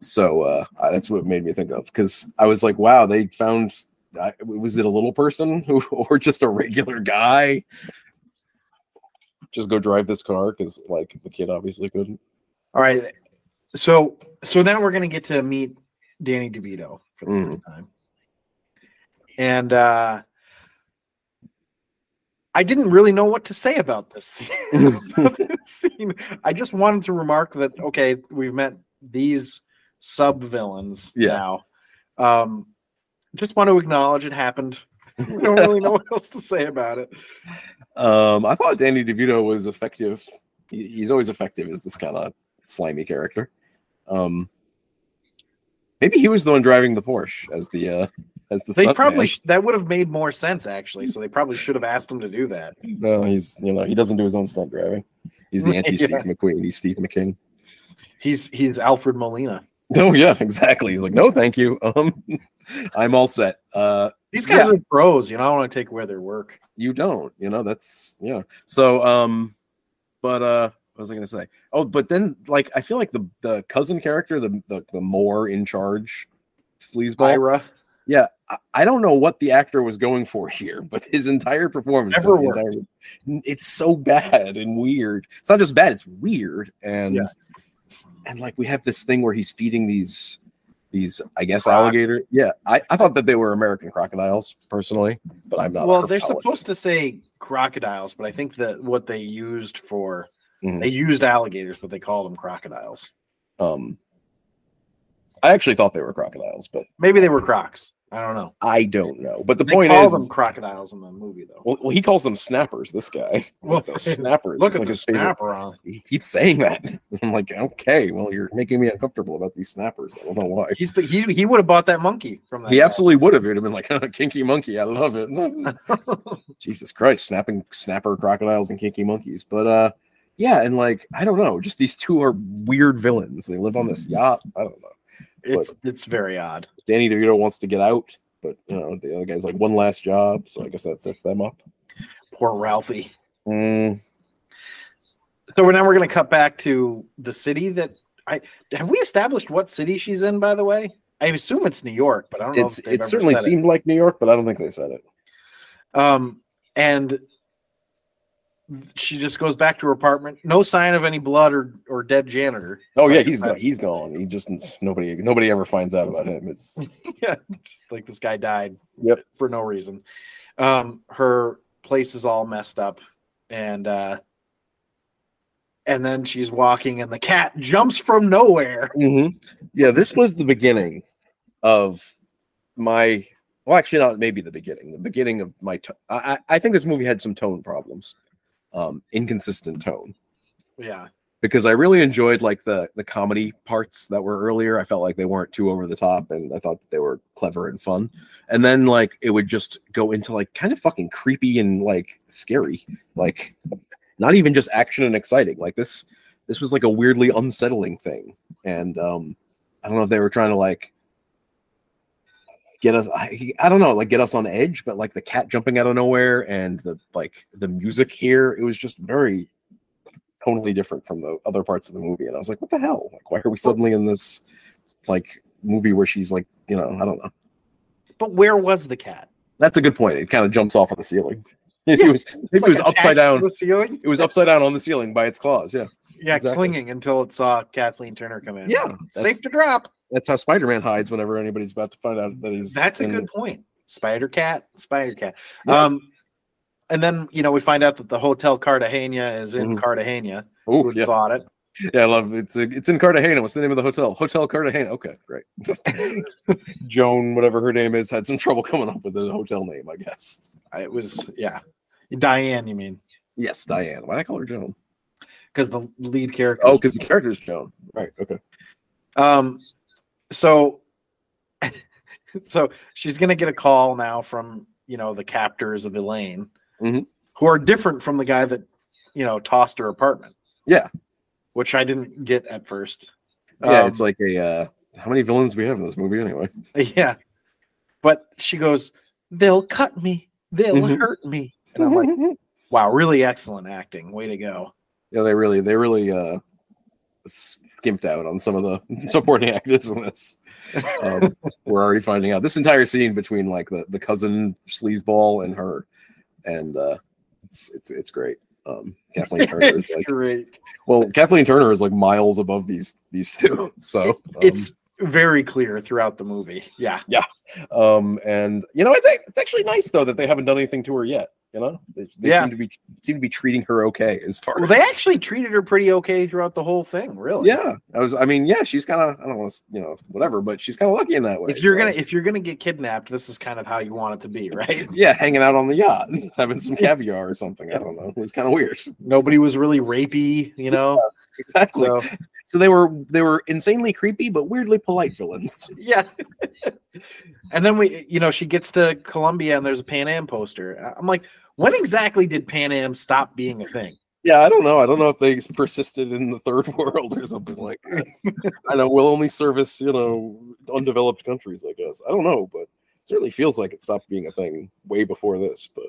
Speaker 4: so uh, I- that's what made me think of because I was like, wow, they found. I, was it a little person who, (laughs) or just a regular guy? Just go drive this car because, like, the kid obviously couldn't.
Speaker 3: All right. So so now we're gonna get to meet Danny DeVito for the
Speaker 4: Mm.
Speaker 3: first time. And uh I didn't really know what to say about this (laughs) scene. scene. I just wanted to remark that okay, we've met these sub villains
Speaker 4: Yeah.
Speaker 3: now. Um just want to acknowledge it happened. (laughs) we don't really know what else to say about it.
Speaker 4: Um, I thought Danny DeVito was effective. He- He's always effective as this kind of slimy character. Um, maybe he was the one driving the Porsche as the uh, as the.
Speaker 3: They
Speaker 4: stuntman.
Speaker 3: probably sh- that would have made more sense actually. So they probably should have asked him to do that.
Speaker 4: no. He's you know he doesn't do his own stunt driving. He's (laughs) the
Speaker 3: Yeah.
Speaker 4: anti Steve McQueen. He's Steve McKing.
Speaker 3: He's he's Alfred Molina.
Speaker 4: No, Oh, yeah, (laughs) exactly. He's like, no, thank you. Um, (laughs) I'm all set. Uh,
Speaker 3: These guys
Speaker 4: Yeah.
Speaker 3: are pros, you know. I don't want to take away their work.
Speaker 4: you don't you know that's yeah so um but uh what was i gonna say oh but then like i feel like the the cousin character the the, the more in charge sleazeball
Speaker 3: Ira
Speaker 4: yeah I, I don't know what the actor was going for (laughs) here but his entire performance of
Speaker 3: Never
Speaker 4: the
Speaker 3: worked.
Speaker 4: entire- it's so bad and weird it's not just bad it's weird and
Speaker 3: Yeah.
Speaker 4: and like we have this thing where he's feeding these these i guess
Speaker 3: Crocs.
Speaker 4: alligator yeah I, I thought that they were american crocodiles personally but i'm not a
Speaker 3: Well, they're
Speaker 4: herpetologist.
Speaker 3: supposed to say crocodiles, but I think that what they used for
Speaker 4: Mhm.
Speaker 3: they used alligators, but they called them crocodiles.
Speaker 4: Um, I actually thought they were crocodiles, but
Speaker 3: Maybe they were crocs. I don't know.
Speaker 4: I don't know. But the
Speaker 3: They
Speaker 4: point
Speaker 3: call
Speaker 4: is,
Speaker 3: them crocodiles in the movie, though.
Speaker 4: well, well, he calls them snappers.
Speaker 3: (laughs)
Speaker 4: This guy,
Speaker 3: Well,
Speaker 4: Those snappers.
Speaker 3: Look
Speaker 4: It's
Speaker 3: at
Speaker 4: like
Speaker 3: the
Speaker 4: his favorite-
Speaker 3: snapper on.
Speaker 4: He keeps saying that. (laughs) I'm like, okay, well, you're making me uncomfortable about these snappers. I don't know why.
Speaker 3: He's the he he would have bought that monkey from that.
Speaker 4: He
Speaker 3: guy.
Speaker 4: absolutely would have. He'd have been like, kinky monkey. I
Speaker 3: (laughs)
Speaker 4: love it. Jesus Christ, snapping snapper crocodiles and kinky monkeys. But uh, yeah, and like, I don't know. Just these two are weird villains. They live on
Speaker 3: Mm.
Speaker 4: this yacht. I don't know.
Speaker 3: it's it's very odd.
Speaker 4: Danny DeVito wants to get out, but you know the other guy's like one last job, so I guess that sets them up.
Speaker 3: Poor Ralphie.
Speaker 4: Mm,
Speaker 3: So we're now we're gonna cut back to the city that I have we established what city she's in, by the way? I assume it's New York, but I don't know.
Speaker 4: it's
Speaker 3: if they've
Speaker 4: it
Speaker 3: ever
Speaker 4: certainly
Speaker 3: said
Speaker 4: seemed like New York, but I don't think they said it.
Speaker 3: it. um and she just goes back to her apartment. No sign of any blood or, or dead janitor.
Speaker 4: Oh
Speaker 3: So I
Speaker 4: yeah,
Speaker 3: guess
Speaker 4: he's gone.
Speaker 3: that's-
Speaker 4: He's gone. He just nobody nobody ever finds out about him. It's
Speaker 3: yeah, just like this guy died
Speaker 4: Yep.
Speaker 3: for no reason. Um, her place is all messed up, and uh, and then she's walking, and the cat jumps from nowhere. (laughs)
Speaker 4: Mhm. yeah. This was the beginning of my. Well, actually, not maybe the beginning. The beginning of my. To- I I I think this movie had some tone problems, um, inconsistent tone.
Speaker 3: Yeah,
Speaker 4: because I really enjoyed like the the comedy parts that were earlier. I felt like they weren't too over the top, and I thought that they were clever and fun. And then like it would just go into like kind of fucking creepy and like scary, like not even just action and exciting. Like this this was like a weirdly unsettling thing, and um, I don't know if they were trying to like get us I, I don't know like get us on edge but like the cat jumping out of nowhere and the like the music here it was just very totally different from the other parts of the movie. And I was like, what the hell? Like, why are we suddenly in this like movie where she's like, you know, I don't know.
Speaker 3: but where was the cat?
Speaker 4: That's a good point. It kind of jumps off of
Speaker 3: (laughs)
Speaker 4: the ceiling. (laughs) It
Speaker 3: Yeah,
Speaker 4: was it was
Speaker 3: like
Speaker 4: upside
Speaker 3: attached to
Speaker 4: down.
Speaker 3: the ceiling.
Speaker 4: It was upside down on the ceiling by its claws. Yeah.
Speaker 3: Yeah,
Speaker 4: Exactly.
Speaker 3: clinging until it saw Kathleen Turner come in.
Speaker 4: Yeah. That's,
Speaker 3: safe to drop.
Speaker 4: that's how Spider-Man hides whenever anybody's about to find out that he's
Speaker 3: That's a
Speaker 4: in-
Speaker 3: good point. Spider cat, spider cat.
Speaker 4: Yeah.
Speaker 3: Um, and then you know we find out that the hotel Cartagena is in
Speaker 4: Mhm.
Speaker 3: Cartagena.
Speaker 4: Ooh,
Speaker 3: Who
Speaker 4: yeah.
Speaker 3: thought it?
Speaker 4: yeah, I love it. It's, it's in Cartagena. What's the name of the hotel? Hotel Cartagena. Okay, great. (laughs) Joan, whatever her name is, had some trouble coming up with a hotel name, I guess.
Speaker 3: It was yeah, Diane. You mean
Speaker 4: Yes, Diane. Why did I call her Joan?
Speaker 3: because the lead character?
Speaker 4: Oh, because the character's Joan. Right. Okay.
Speaker 3: um, so (laughs) so she's gonna get a call now from you know the captors of Elaine,
Speaker 4: Mhm.
Speaker 3: who are different from the guy that you know tossed her apartment.
Speaker 4: Yeah.
Speaker 3: which I didn't get at first.
Speaker 4: Yeah,
Speaker 3: Um,
Speaker 4: it's like a uh, how many villains do we have in this movie anyway?
Speaker 3: Yeah. But she goes, They'll cut me. They'll
Speaker 4: Mhm.
Speaker 3: hurt me. And (laughs) I'm like,
Speaker 4: Mm-hmm.
Speaker 3: Wow, really excellent acting. Way to go.
Speaker 4: (laughs) Yeah, they really they really uh skimped out on some of the (laughs) supporting actors in this.
Speaker 3: (laughs)
Speaker 4: Um, we're already finding out this entire scene between like the the cousin sleazeball and her, and uh, it's it's it's great. Um, Kathleen
Speaker 3: (laughs)
Speaker 4: Turner is like
Speaker 3: great.
Speaker 4: well, Kathleen Turner is like miles above these these two. So um,
Speaker 3: It's very clear throughout the movie. Yeah.
Speaker 4: um and you know it's, it's actually nice though that they haven't done anything to her yet. You know they, they
Speaker 3: Yeah.
Speaker 4: seem to be seem to be treating her okay as far
Speaker 3: Well,
Speaker 4: as
Speaker 3: they actually treated her pretty okay throughout the whole thing, really.
Speaker 4: Yeah, I was. I mean, yeah, she's kind of. I don't want to, you know, whatever. But she's kind of lucky in that way.
Speaker 3: If you're
Speaker 4: so-
Speaker 3: gonna if you're gonna get kidnapped, this is kind of how you want it to be, (laughs) right?
Speaker 4: yeah, hanging out on the yacht, (laughs) having some caviar or something. I don't know. It was kind of weird. (laughs)
Speaker 3: Nobody was really rapey, you know.
Speaker 4: Exactly.
Speaker 3: So
Speaker 4: (laughs) So they were they were insanely creepy, but weirdly polite villains.
Speaker 3: yeah. (laughs) and then we, you know, she gets to Columbia and there's a Pan Am poster. I- I'm like, when exactly did Pan Am stop being a thing?
Speaker 4: Yeah, I don't know. I don't know if they persisted in the third (laughs) world or something like that. I know we'll only service you know undeveloped countries, I guess. I don't know, but it certainly feels like it stopped being a thing way before this. But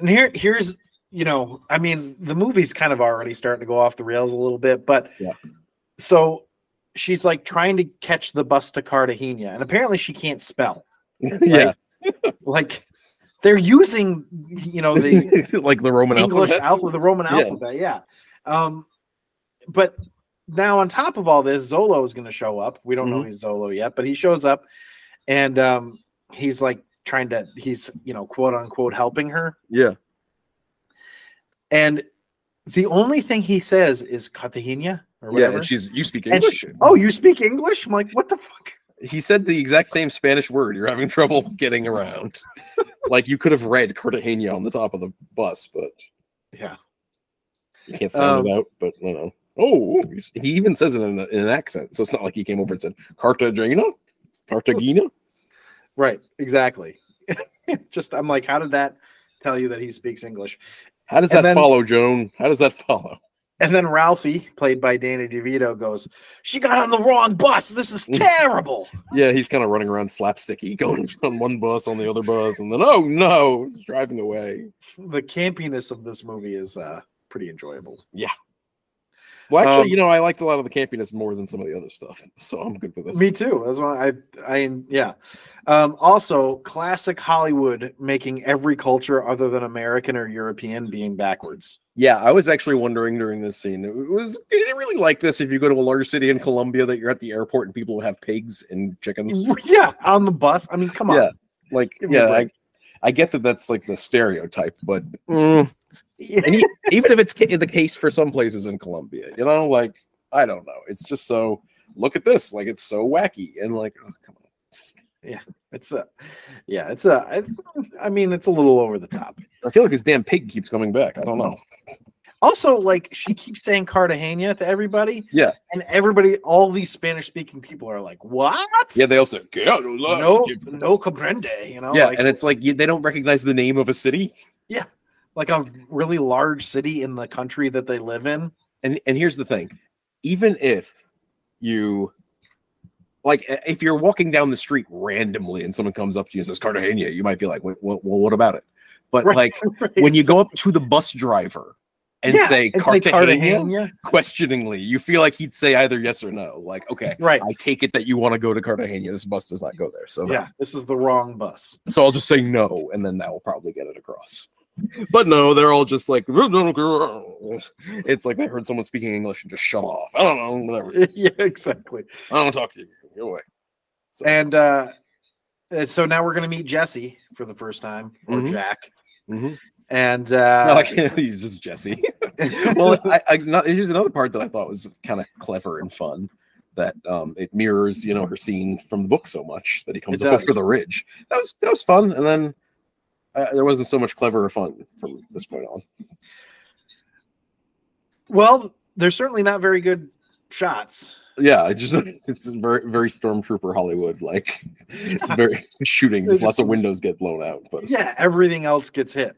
Speaker 3: and here here's you know i mean the movie's kind of already starting to go off the rails a little bit but
Speaker 4: Yeah.
Speaker 3: so she's like trying to catch the bus to cartagena and apparently she can't spell
Speaker 4: (laughs) yeah,
Speaker 3: like they're using you know
Speaker 4: (laughs)
Speaker 3: the
Speaker 4: like the Roman
Speaker 3: english
Speaker 4: alphabet.
Speaker 3: alphabet the roman
Speaker 4: Yeah.
Speaker 3: alphabet yeah um but now on top of all this zolo is going to show up we don't
Speaker 4: Mm-hmm.
Speaker 3: know he's zolo yet but he shows up and um he's like trying to he's you know quote unquote helping her
Speaker 4: Yeah,
Speaker 3: And the only thing he says is Cartagena or
Speaker 4: yeah.
Speaker 3: whatever.
Speaker 4: And she's you speak
Speaker 3: And
Speaker 4: English.
Speaker 3: she- oh, you speak English? I'm like, what the fuck?
Speaker 4: he said the exact same Spanish word. You're having trouble getting around. like you could have read Cartagena on the top of the bus, but
Speaker 3: Yeah.
Speaker 4: you can't sound it
Speaker 3: Um,
Speaker 4: out. But you know, oh, he even says it in, a, in an accent, so it's not like he came over and said Cartagena, Cartagena.
Speaker 3: Right. Exactly. (laughs) Just I'm like, how did that tell you that he speaks English?
Speaker 4: How does
Speaker 3: And
Speaker 4: that
Speaker 3: then-
Speaker 4: follow, Joan? How does that follow?
Speaker 3: And then Ralphie, played by Danny DeVito, goes, She got on the wrong bus. This is terrible.
Speaker 4: Yeah, he's kind of running around slapsticky, (laughs) going on one bus, on the other bus, and then oh no, he's driving away.
Speaker 3: the campiness of this movie is uh pretty enjoyable.
Speaker 4: Well, actually,
Speaker 3: Um,
Speaker 4: you know, I liked a lot of the campiness more than some of the other stuff, so I'm good with it.
Speaker 3: Me too. That's why I, I, yeah. Um, also, classic Hollywood making every culture other than American or European being backwards.
Speaker 4: Yeah, I was actually wondering during this scene. It was it really like this if you go to a large city in Colombia that you're at the airport and people have pigs and chickens.
Speaker 3: yeah, on the bus. I mean, (laughs) come on.
Speaker 4: Yeah. Like,
Speaker 3: Give me a
Speaker 4: yeah, I,
Speaker 3: break.
Speaker 4: I get that that's like the stereotype, but
Speaker 3: Mm.
Speaker 4: (laughs) and e- even if it's ca- the case for some places in Colombia, you know, like I don't know, it's just so. Look at this, like it's so wacky and like, oh, come on. Just-
Speaker 3: It's a, yeah, it's a. I, I mean, it's a little over the top.
Speaker 4: I feel like this damn pig keeps coming back. I
Speaker 3: (laughs)
Speaker 4: don't know.
Speaker 3: Also, like she keeps saying Cartagena to everybody.
Speaker 4: Yeah.
Speaker 3: and everybody, all these Spanish-speaking people are like, "What?
Speaker 4: Yeah, they also no,
Speaker 3: no, no comprende." You know,
Speaker 4: yeah,
Speaker 3: like,
Speaker 4: and it's like you, they don't recognize the name of a city.
Speaker 3: like a really large city in the country that they live in. (laughs)
Speaker 4: and and here's the thing even if you like i- if you're walking down the street randomly and someone comes up to you and says cartagena you might be like well, well, well, what about it but
Speaker 3: Right, (laughs)
Speaker 4: like when you go up to the bus driver and
Speaker 3: Yeah,
Speaker 4: say
Speaker 3: and
Speaker 4: cartagena,
Speaker 3: Cartagena.
Speaker 4: questioningly you feel like he'd say either yes or no like okay
Speaker 3: Right.
Speaker 4: i take it that you want to go to cartagena this bus does not go there so
Speaker 3: Yeah. This is the wrong bus. (laughs)
Speaker 4: so i'll just say no and then that will probably get it across but no they're all just like it's like they heard someone speaking english and just shut off i don't know whatever
Speaker 3: yeah, exactly.
Speaker 4: I don't want to talk to you. Go away. So,
Speaker 3: And uh and so now we're gonna meet Jesse for the first time, or
Speaker 4: Mhm.
Speaker 3: Jack.
Speaker 4: Mhm.
Speaker 3: And
Speaker 4: No, (laughs)
Speaker 3: uh
Speaker 4: I can't- he's just Jesse. (laughs)
Speaker 3: (laughs)
Speaker 4: well, I, I not, here's another part that I thought was kind of clever and fun. That um, it mirrors, you know, her scene from the book so much that he comes
Speaker 3: It
Speaker 4: up for
Speaker 3: does.
Speaker 4: the ridge. That was that was fun, and then uh, there wasn't so much clever or fun from this point on.
Speaker 3: well, they're certainly not very good shots.
Speaker 4: Yeah, it just (laughs) it's very very stormtrooper Hollywood like very shooting. Just lots of windows get blown out, but
Speaker 3: Yeah, everything else gets hit.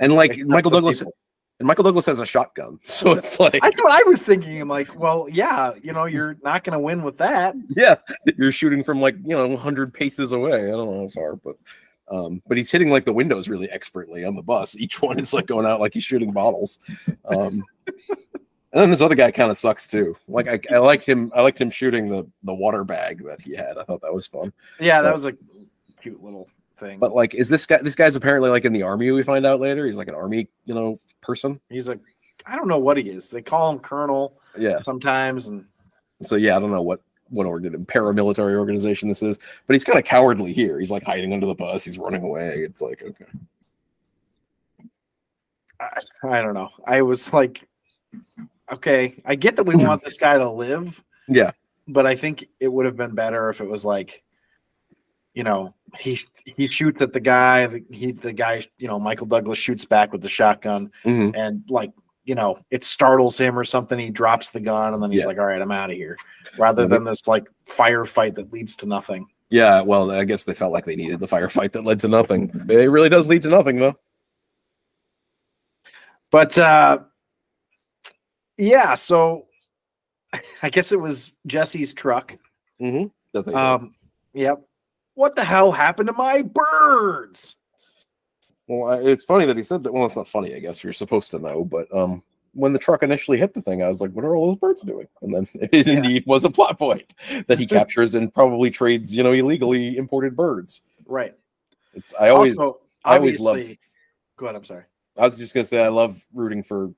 Speaker 4: and like
Speaker 3: Except
Speaker 4: Michael
Speaker 3: the
Speaker 4: Douglas
Speaker 3: people.
Speaker 4: and Michael Douglas has a shotgun, (laughs) so it's like
Speaker 3: That's what I was thinking. I'm like, well, yeah, you know, you're not gonna win with that.
Speaker 4: yeah, you're shooting from like you know 100 paces away. I don't know how far, but Um, but he's hitting like the windows really expertly on the bus. Each one is like going out like he's shooting bottles. Um, (laughs) and then this other guy kind of sucks too. Like I, I liked him. I liked him shooting the the water bag that he had. I thought that was fun.
Speaker 3: Yeah, that
Speaker 4: But-
Speaker 3: was a cute little thing.
Speaker 4: But like, is this guy? This guy's apparently like in the army. We find out later. He's like an army, you know, person.
Speaker 3: he's like, I don't know what he is. They call him Colonel
Speaker 4: Yeah.
Speaker 3: sometimes, and
Speaker 4: So yeah, I don't know what what organ paramilitary organization this is, but he's kind of cowardly here. He's like hiding under the bus. He's running away. It's like okay.
Speaker 3: I, I don't know. I was like, okay, I get that we want this guy to live,
Speaker 4: Yeah.
Speaker 3: but I think it would have been better if it was like, you know, he he shoots at the guy. the- He the guy, you know, Michael Douglas shoots back with the shotgun,
Speaker 4: Mhm.
Speaker 3: and like, you know, it startles him or something. He drops the gun, and then he's
Speaker 4: Yeah.
Speaker 3: like, all right, I'm out of here. Rather than this like firefight that leads to nothing.
Speaker 4: Yeah. Well, I guess they felt like they needed the firefight that led to nothing. It really does lead to nothing though.
Speaker 3: But uh yeah, so (laughs) I guess it was Jesse's truck.
Speaker 4: Mm-hmm. That they
Speaker 3: Um yep. What the hell happened to my birds?
Speaker 4: Well, I, it's funny that he said that. Well, it's not funny, I guess. You're supposed to know, but um, when the truck initially hit the thing, I was like, "What are all those birds doing?" And then (laughs) it
Speaker 3: Yeah.
Speaker 4: indeed was a plot point
Speaker 3: (laughs)
Speaker 4: that he captures and probably trades, you know, illegally imported birds.
Speaker 3: Right.
Speaker 4: It's I always,
Speaker 3: also,
Speaker 4: I always love-
Speaker 3: obviously- Go ahead, I'm sorry.
Speaker 4: I was just gonna say, I love rooting for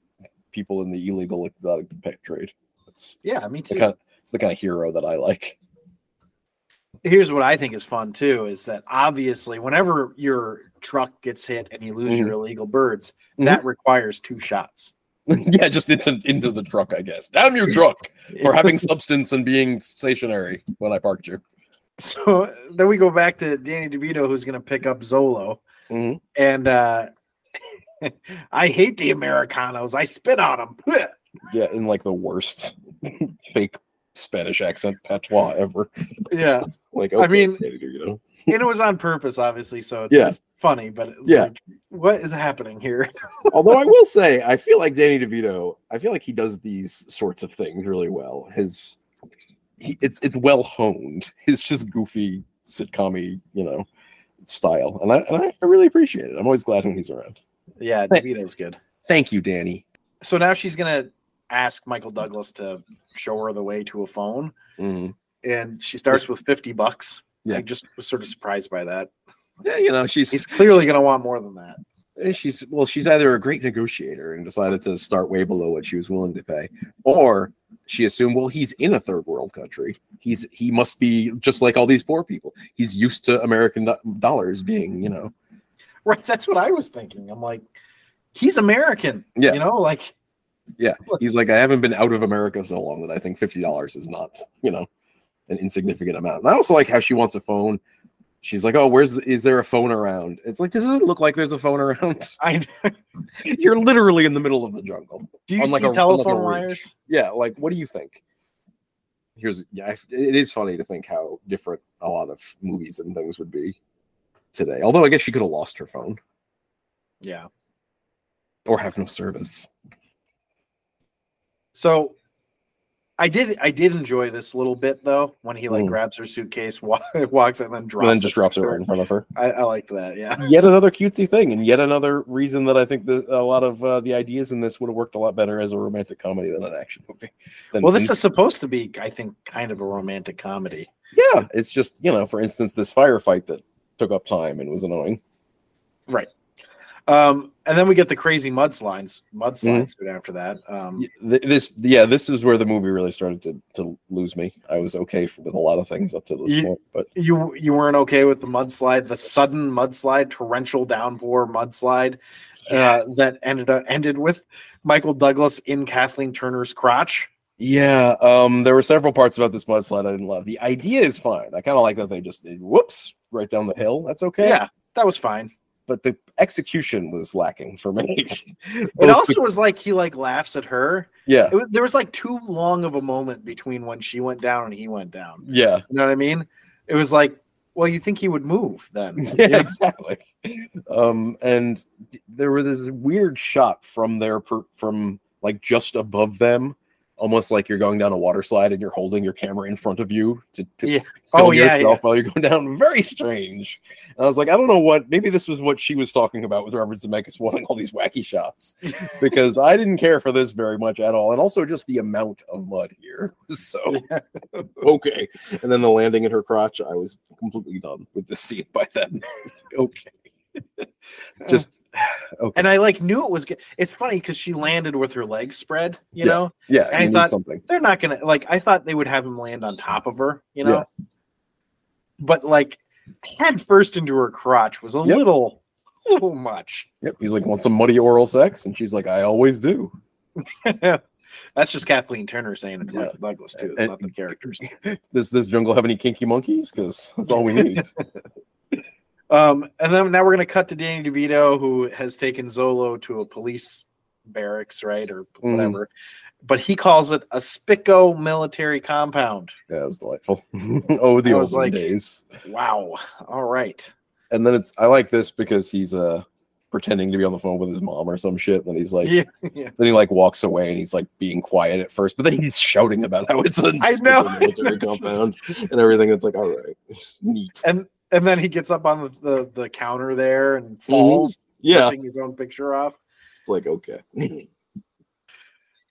Speaker 4: people in the illegal exotic pet trade. It's
Speaker 3: Yeah, me
Speaker 4: the
Speaker 3: too.
Speaker 4: kind, it's the kind of hero that I like. (laughs)
Speaker 3: Here's what I think is fun too is that obviously whenever your truck gets hit and you lose
Speaker 4: Mhm.
Speaker 3: your illegal birds,
Speaker 4: Mhm.
Speaker 3: that requires two shots.
Speaker 4: yeah, just into into the truck, I guess.
Speaker 3: (laughs)
Speaker 4: Damn you, truck, for having substance and being stationary when I parked you.
Speaker 3: so then we go back to Danny DeVito who's going to pick up Zolo.
Speaker 4: Mhm.
Speaker 3: and uh (laughs) I hate the Americanos. I spit on (laughs) them.
Speaker 4: Yeah, in like the worst (laughs) fake Spanish accent patois ever.
Speaker 3: yeah,
Speaker 4: Like,
Speaker 3: I mean-
Speaker 4: there you go.
Speaker 3: and it was on purpose, obviously. So it's
Speaker 4: Yeah.
Speaker 3: just funny, but it-
Speaker 4: Yeah.
Speaker 3: like, what is happening here?
Speaker 4: (laughs)
Speaker 3: (laughs)
Speaker 4: although I will say, I feel like Danny DeVito. I feel like he does these sorts of things really well. His, he, it's it's well honed. His just goofy sitcom-y, you know, style, and I and I, I really appreciate it. I'm always glad when he's around.
Speaker 3: Yeah, DeVito's good.
Speaker 4: Thank you, Danny.
Speaker 3: So now she's gonna ask Michael Douglas to show her the way to a phone,
Speaker 4: Mm.
Speaker 3: and she starts with fifty bucks.
Speaker 4: Yeah.
Speaker 3: I just was sort of surprised by that.
Speaker 4: Yeah, you know, she's
Speaker 3: He's clearly gonna want more than that. (laughs)
Speaker 4: Eh, She's well, she's either a great negotiator and decided to start way below what she was willing to pay, or she assumed, well, he's in a third world country. He's he must be just like all these poor people. He's used to American do- dollars being, you know,
Speaker 3: Right? That's what I was thinking. I'm like, he's American.
Speaker 4: Yeah.
Speaker 3: you know, like
Speaker 4: he's like, I haven't been out of America so long that I think fifty dollars is not, you know, an insignificant amount. And I also like how she wants a phone. She's like, oh, where's the- is there a phone around? It's like does it look like there's a phone around? (laughs)
Speaker 3: I
Speaker 4: You're literally in the middle of the jungle.
Speaker 3: do you
Speaker 4: On, like,
Speaker 3: see
Speaker 4: a- on, like, a
Speaker 3: telephone
Speaker 4: ridge.
Speaker 3: wires?
Speaker 4: yeah like what do you think here's yeah I- it is funny to think how different a lot of movies and things would be today although i guess she could have lost her phone
Speaker 3: Yeah.
Speaker 4: or have no service
Speaker 3: So I did I did enjoy this little bit though when he like
Speaker 4: Mm.
Speaker 3: grabs her suitcase, (laughs) wa- walks and then drops
Speaker 4: and then just
Speaker 3: it.
Speaker 4: drops it
Speaker 3: to
Speaker 4: right in front of her
Speaker 3: I, I liked that. Yeah.
Speaker 4: yet another cutesy thing and yet another reason that i think that a lot of uh, the ideas in this would have worked a lot better as a romantic comedy than an action movie Than-
Speaker 3: Well, this is supposed to be, I think, kind of a romantic comedy.
Speaker 4: yeah it's just you know for instance this firefight that took up time and was annoying
Speaker 3: Um, and then we get the crazy mudslides, mudslides
Speaker 4: Mm-hmm.
Speaker 3: right after that. Um,
Speaker 4: Y- th- this yeah this is where the movie really started to, to lose me i was okay f- with a lot of things up to this
Speaker 3: You-
Speaker 4: point but
Speaker 3: you you weren't okay with the mudslide, the sudden mudslide, torrential downpour mudslide uh, that ended up ended with Michael Douglas in Kathleen Turner's crotch.
Speaker 4: yeah um there were several parts about this mudslide i didn't love the idea is fine i kind of like that they just did whoops right down the hill that's okay
Speaker 3: Yeah, that was fine.
Speaker 4: but the execution was lacking for (laughs) me
Speaker 3: It
Speaker 4: Both
Speaker 3: also
Speaker 4: the-
Speaker 3: was like he like laughs at her.
Speaker 4: yeah
Speaker 3: It was, there was like too long of a moment between when she went down and he went down.
Speaker 4: (laughs) yeah
Speaker 3: You know what I mean? It was like, well, you think he would move then?
Speaker 4: (laughs) yeah,
Speaker 3: You know?
Speaker 4: exactly. Um, and there was this weird shot from their per- from like just above them almost like you're going down a water slide and you're holding your camera in front of you to p-
Speaker 3: Yeah.
Speaker 4: film
Speaker 3: Oh, yeah,
Speaker 4: yourself while you're going down. Very strange. And I was like, I don't know what. Maybe this was what she was talking about with Robert Zemeckis wanting all these wacky
Speaker 3: (laughs)
Speaker 4: shots because I didn't care for this very much at all, and also just the amount of mud here. (laughs) So okay. And then the landing in her crotch, I was completely done with the scene by then. (laughs) It's like, okay. just okay.
Speaker 3: And I like knew it was good. It's funny because she landed with her legs spread, you
Speaker 4: Yeah.
Speaker 3: know?
Speaker 4: yeah,
Speaker 3: I
Speaker 4: you need
Speaker 3: thought-
Speaker 4: something.
Speaker 3: they're not gonna like i thought they would have him land on top of her you know
Speaker 4: Yeah.
Speaker 3: but like head first into her crotch was a
Speaker 4: Yep.
Speaker 3: little (laughs) little much
Speaker 4: Yep. He's like, want some muddy oral sex? And she's like, I always do.
Speaker 3: that's just kathleen turner saying it to
Speaker 4: Yeah.
Speaker 3: michael douglas too it's
Speaker 4: And-
Speaker 3: not the
Speaker 4: (laughs)
Speaker 3: characters
Speaker 4: Does this jungle have any kinky monkeys? Because that's
Speaker 3: (laughs)
Speaker 4: all we need.
Speaker 3: um and then now we're gonna cut to danny devito who has taken zolo to a police barracks right or
Speaker 4: Mm.
Speaker 3: whatever but he calls it a spico military compound
Speaker 4: yeah, it was delightful. (laughs) oh, the
Speaker 3: I
Speaker 4: old
Speaker 3: was like-
Speaker 4: days.
Speaker 3: wow all right
Speaker 4: And then it's I like this because he's uh pretending to be on the phone with his mom or some shit. And he's like
Speaker 3: Yeah, yeah.
Speaker 4: then he like walks away and he's like being quiet at first, but then he's shouting about how it's a
Speaker 3: I know, I
Speaker 4: secret military
Speaker 3: know, (laughs) it's just-
Speaker 4: compound and everything. It's like, all right, (laughs) neat.
Speaker 3: and and then he gets up on the the, the counter there and falls
Speaker 4: Mm-hmm. Yeah.
Speaker 3: ripping his own picture off.
Speaker 4: It's like, okay. (laughs)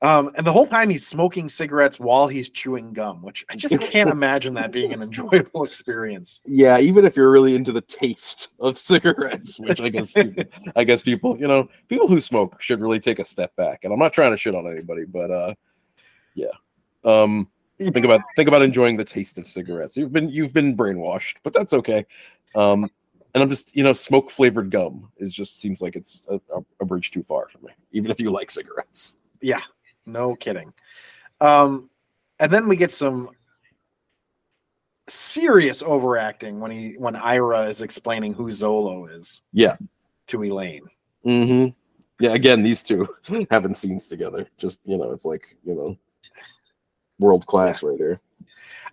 Speaker 3: Um, and the whole time he's smoking cigarettes while he's chewing gum, which I
Speaker 4: (laughs)
Speaker 3: just can't imagine that being an enjoyable (laughs) experience.
Speaker 4: Yeah, even if you're really into the taste of cigarettes, which I guess people, I guess people, you know, people who smoke should really take a step back. And I'm not trying to shit on anybody, but uh yeah. Um think about think about enjoying the taste of cigarettes. You've been you've been brainwashed, but that's okay. Um and I'm just, you know, smoke flavored gum is just seems like it's a, a, a bridge too far for me, even if you like cigarettes.
Speaker 3: Yeah, no kidding. Um, and then we get some serious overacting when he when Ira is explaining who Zolo is
Speaker 4: Yeah.
Speaker 3: to Elaine.
Speaker 4: Mm-hmm. Yeah, again, these two (laughs) having scenes together. Just you know, it's like you know, world class right here.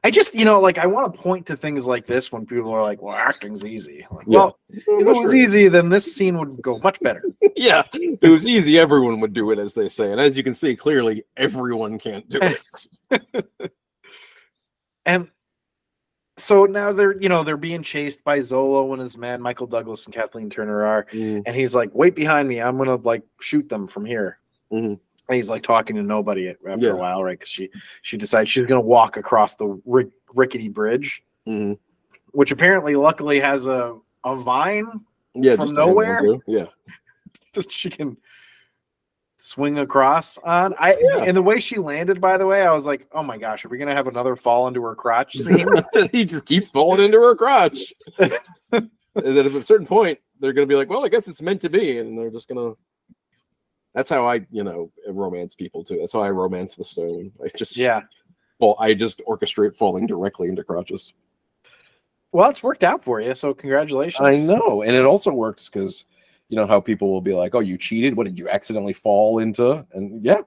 Speaker 3: I just, you know, like I want to point to things like this when people are like, "Well, acting's easy." Like,
Speaker 4: Yeah.
Speaker 3: well, if it was easy, then this scene would go much better.
Speaker 4: yeah, if it was easy. Everyone would do it, as they say, and as you can see, clearly everyone can't do
Speaker 3: (laughs)
Speaker 4: it.
Speaker 3: And so now they're, you know, they're being chased by Zolo and his man Michael Douglas and Kathleen Turner are,
Speaker 4: Mm,
Speaker 3: and he's like, "Wait behind me, I'm gonna like shoot them from here."
Speaker 4: Mhm.
Speaker 3: And he's like talking to nobody after
Speaker 4: Yeah.
Speaker 3: a while, right? Because she she decides she's gonna walk across the rick- rickety bridge,
Speaker 4: mhm.
Speaker 3: which apparently, luckily, has a a vine (laughs)
Speaker 4: Yeah,
Speaker 3: From
Speaker 4: just to hang on
Speaker 3: nowhere?
Speaker 4: to. Yeah, (laughs)
Speaker 3: that she can swing across on. I
Speaker 4: Yeah.
Speaker 3: and the way she landed, by the way, I was like, "Oh my gosh, are we gonna have another fall into her crotch scene?"
Speaker 4: (laughs) he just keeps falling into
Speaker 3: (laughs)
Speaker 4: her crotch. and then at a certain point, they're going to be like, "Well, I guess it's meant to be," and they're just going to. That's how I, you know, romance people too. That's how I romance the stone. I just,
Speaker 3: yeah.
Speaker 4: well, I just orchestrate falling directly into crotches.
Speaker 3: Well, it's worked out for you, so congratulations.
Speaker 4: I know, and it also works because you know how people will be like, "Oh, you cheated? What did you accidentally fall into?" And yeah,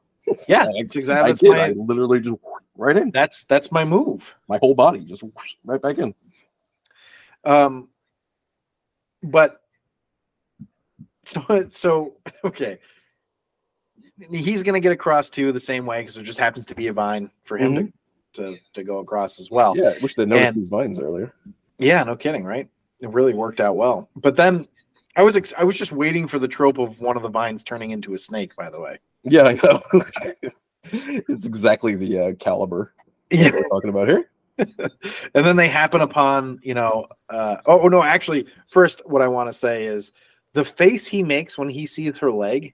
Speaker 3: Yeah,
Speaker 4: I,
Speaker 3: that's exactly
Speaker 4: I
Speaker 3: that's
Speaker 4: did.
Speaker 3: my,
Speaker 4: I literally just right in
Speaker 3: that's that's my move.
Speaker 4: my whole body, just whoosh, right back in.
Speaker 3: Um, but so so (laughs) okay, he's gonna get across too the same way because there just happens to be a vine for him to, to to go across as well.
Speaker 4: Mm-hmm. Yeah, I wish they noticed
Speaker 3: And-
Speaker 4: these vines earlier.
Speaker 3: Yeah, no kidding, right? It really worked out well. But then I was ex- I was just waiting for the trope of one of the vines turning into a snake. By the way,
Speaker 4: Yeah, I
Speaker 3: (laughs)
Speaker 4: know. (laughs) it's exactly the uh, caliber that we're talking about here.
Speaker 3: and then they happen upon you know uh oh no actually first what i want to say is the face he makes when he sees her leg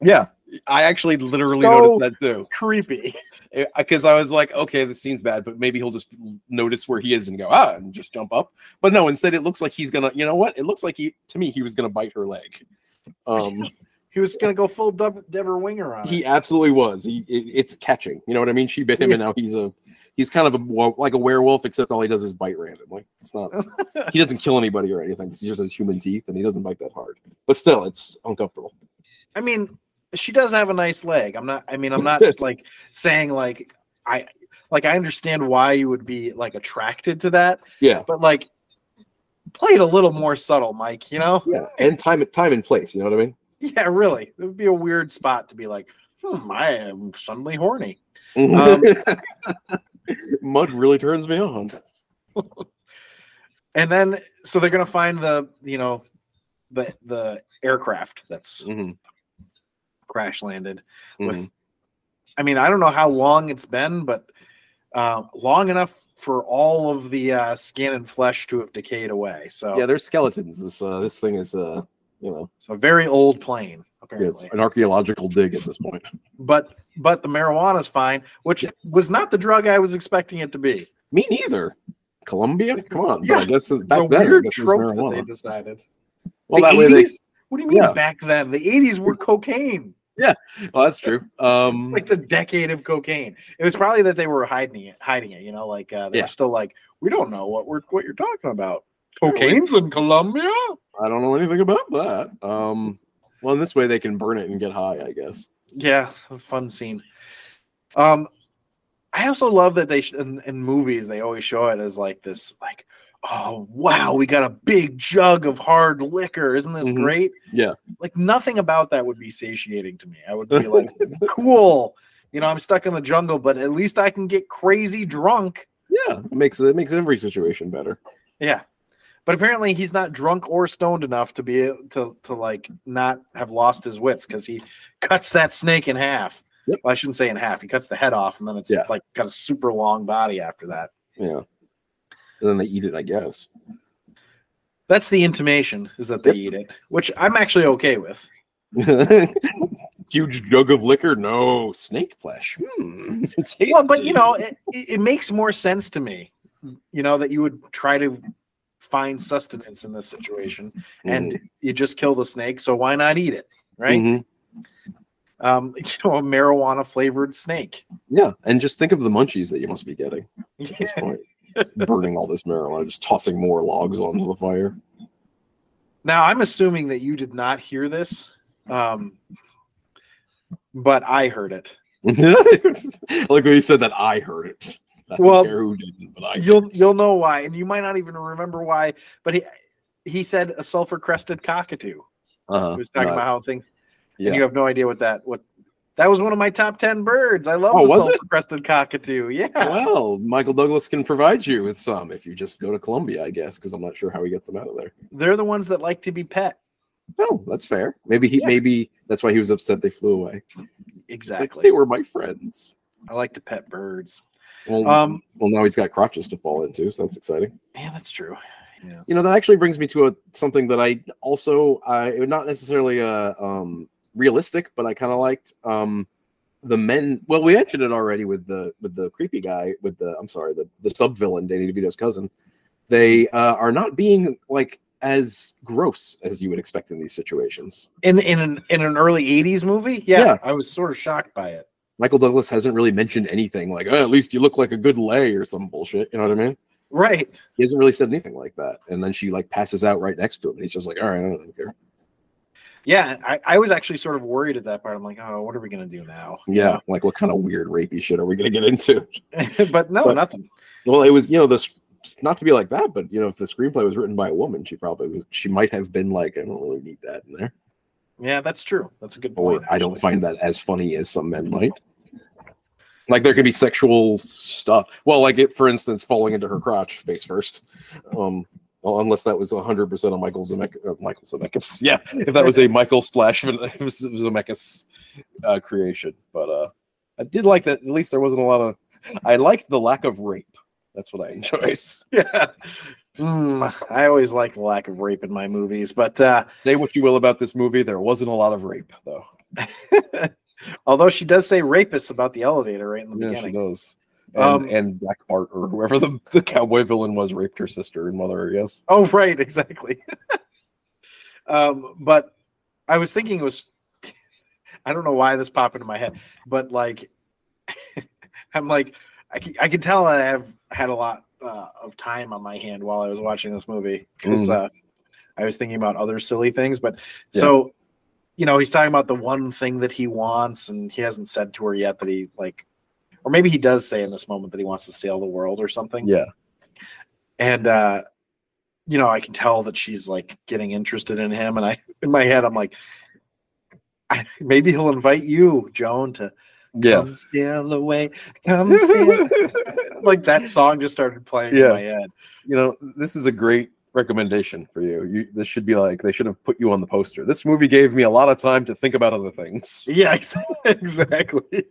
Speaker 4: Yeah, I actually literally
Speaker 3: So-
Speaker 4: noticed that too
Speaker 3: creepy (laughs)
Speaker 4: because Eh, uh, I was like, okay, the scene's bad, but maybe he'll just notice where he is and go ah and just jump up. But no, instead it looks like he's gonna. You know what? It looks like he to me he was gonna bite her leg.
Speaker 3: (laughs)
Speaker 4: Um,
Speaker 3: he was gonna go full Deb- deborah winger on
Speaker 4: he
Speaker 3: it.
Speaker 4: absolutely was. He it, it's catching. You know what I mean? She bit him, and now he's a he's kind of a wo- like a werewolf, except all he does is bite randomly. It's
Speaker 3: (laughs)
Speaker 4: not he doesn't kill anybody or anything because he just has human teeth and he doesn't bite that hard. But still, it's uncomfortable.
Speaker 3: i mean she does have a nice leg i'm not i mean i'm not like saying like i like i understand why you would be like attracted to that
Speaker 4: Yeah.
Speaker 3: but like play it a little more subtle mike you know (laughs)
Speaker 4: Yeah, and time time and place. You know what I mean?
Speaker 3: yeah really it would be a weird spot to be like hmm i am suddenly horny Um,
Speaker 4: (laughs) Mud really turns me on.
Speaker 3: and then so they're gonna find the you know the the aircraft that's
Speaker 4: Mhm,
Speaker 3: crash landed
Speaker 4: mhm.
Speaker 3: with i mean i don't know how long it's been but uh, long enough for all of the uh, skin and flesh to have decayed away so
Speaker 4: yeah, they're skeletons. This uh, this thing is uh, you know,
Speaker 3: it's a very old plane
Speaker 4: it's
Speaker 3: apparently
Speaker 4: an archaeological dig at this point.
Speaker 3: but but the marijuana's fine which was not the drug i was expecting it to be
Speaker 4: Me neither. Colombia, come on. But
Speaker 3: Yeah,
Speaker 4: I guess
Speaker 3: it's a
Speaker 4: back then, I
Speaker 3: weird
Speaker 4: guess it was
Speaker 3: trope that they
Speaker 4: marijuana.
Speaker 3: decided
Speaker 4: well,
Speaker 3: the
Speaker 4: that way they,
Speaker 3: 80s? what do you mean
Speaker 4: Yeah.
Speaker 3: back then the 80s were cocaine
Speaker 4: well, that's true. Um,
Speaker 3: It's like the decade of cocaine. It was probably that they were hiding it, hiding it. You know, like uh, they
Speaker 4: Yeah.
Speaker 3: were still like, we don't know what we're what you're talking about. Cocaine's in Colombia.
Speaker 4: I don't know anything about that. Um, well, in this way they can burn it and get high, I guess.
Speaker 3: Yeah, a fun scene. Um, I also love that they sh- in, in movies they always show it as like this, like, oh wow, we got a big jug of hard liquor. Isn't this
Speaker 4: Mhm.
Speaker 3: great?
Speaker 4: Yeah.
Speaker 3: Like nothing about that would be satiating to me. I would be (laughs) like, cool. You know, I'm stuck in the jungle, but at least I can get crazy drunk
Speaker 4: Yeah, it makes it makes every situation better.
Speaker 3: Yeah. But apparently he's not drunk or stoned enough to be to to like not have lost his wits because he (laughs) cuts that snake in half.
Speaker 4: Yep.
Speaker 3: Well, I shouldn't say in half. He cuts the head off and then it's
Speaker 4: Yeah.
Speaker 3: like got a super long body after that.
Speaker 4: Yeah. And then they eat it, I guess. (laughs)
Speaker 3: That's the intimation is that they eat it, which I'm actually okay with.
Speaker 4: Huge jug of liquor? No, snake flesh. Hmm.
Speaker 3: Well, but you know, it, it it makes more sense to me, you know, that you would try to find sustenance in this situation
Speaker 4: Mm. Mm-hmm.
Speaker 3: and you just kill the snake, so why not eat it? Right?
Speaker 4: Mhm. Mm-hmm.
Speaker 3: Um, (laughs) you know, a marijuana flavored snake. (laughs)
Speaker 4: Yeah, and just think of the munchies that you must be getting at this point. Burning all this marijuana, just tossing more logs onto the fire.
Speaker 3: (laughs) Now, I'm assuming that you did not hear this, um, but I heard it.
Speaker 4: like when you said that, I heard it. I
Speaker 3: Well,
Speaker 4: don't care who didn't, but I.
Speaker 3: You'll you'll know why, and you might not even remember why. But he he said a sulfur crested cockatoo.
Speaker 4: Uh-huh.
Speaker 3: He was talking
Speaker 4: Uh,
Speaker 3: about how things,
Speaker 4: yeah.
Speaker 3: and you have no idea what that what. That was one of my top ten birds. I love
Speaker 4: Oh,
Speaker 3: the
Speaker 4: was it?
Speaker 3: sulfur crested cockatoo. Yeah,
Speaker 4: Well, Michael Douglas can provide you with some if you just go to Columbia, I guess, because I'm not sure how he gets them out of there.
Speaker 3: they're the ones that like to be pet.
Speaker 4: Oh, that's fair. Maybe he,
Speaker 3: Yeah.
Speaker 4: maybe that's why he was upset they flew away. It's like,
Speaker 3: Exactly.
Speaker 4: they were my friends.
Speaker 3: I like to pet birds.
Speaker 4: Well,
Speaker 3: Um,
Speaker 4: well, now he's got crotches to fall into, so that's exciting.
Speaker 3: yeah, that's true.
Speaker 4: you know that actually brings me to a something that i also i not necessarily uh um realistic but i kind of liked um the men well we mentioned it already with the with the creepy guy with the i'm sorry the the sub villain danny devito's cousin they uh are not being like as gross as you would expect in these situations
Speaker 3: In in an, in an early '80s movie, yeah,
Speaker 4: Yeah.
Speaker 3: I was sort of shocked by it.
Speaker 4: michael douglas hasn't really mentioned anything like oh, at least you look like a good lay or some bullshit you know what i mean
Speaker 3: Right.
Speaker 4: he hasn't really said anything like that and then she like passes out right next to him and he's just like all right i don't care
Speaker 3: Yeah, I, I was actually sort of worried at that part. I'm like, oh, what are we gonna do now? You
Speaker 4: Yeah, like what kind of weird rapey shit are we gonna get into?
Speaker 3: know? (laughs) but no,
Speaker 4: But-
Speaker 3: nothing.
Speaker 4: Well, it was you know this not to be like that, but you know if the screenplay was written by a woman, she probably was, she might have been like, I don't really need that in there,
Speaker 3: Yeah, that's true. That's a good
Speaker 4: or
Speaker 3: point.
Speaker 4: I don't
Speaker 3: actually.
Speaker 4: find that as funny as some men might. Like there can be sexual stuff. Well, like it for instance, falling into her crotch face first. Um, well, unless that was 100 percent on Michael Zemeckis. Uh, Michael Zemeckis. (laughs) Yeah, if that was a Michael slash (laughs) Van- Zemeckis uh, creation, but uh, I did like that. At least there wasn't a lot of. I liked the lack of rape. That's what I enjoyed.
Speaker 3: (laughs) Yeah. Mm, I always like the lack of rape in my movies, but uh, (laughs)
Speaker 4: Say what you will about this movie, there wasn't a lot of rape though.
Speaker 3: although she does say rapists about the elevator right in the
Speaker 4: Yeah, she
Speaker 3: beginning.
Speaker 4: does. And,
Speaker 3: Um,
Speaker 4: and Black Bart or whoever the, the cowboy villain was raped her sister and mother, I guess.
Speaker 3: (laughs) Oh, right, exactly. (laughs) um, but I was thinking it was (laughs) I don't know why this popped into my head, but like (laughs) I'm like I can, I can tell I have had a lot uh, of time on my hand while I was watching this movie because uh, I was thinking about other silly things. But
Speaker 4: Mm. Yeah.
Speaker 3: so you know, he's talking about the one thing that he wants, and he hasn't said to her yet that he like, or maybe he does say in this moment that he wants to sail the world or something
Speaker 4: Yeah.
Speaker 3: and uh you know i can tell that she's like getting interested in him and i in my head i'm like I, maybe he'll invite you joan to
Speaker 4: Yeah.
Speaker 3: Come sail away. Come
Speaker 4: (laughs)
Speaker 3: sail. like that song just started playing
Speaker 4: Yeah.
Speaker 3: in my head.
Speaker 4: you know, this is a great recommendation for you. you. This should be like they should have put you on the poster. This movie gave me a lot of time to think about other things
Speaker 3: Yeah, (laughs) ex- exactly.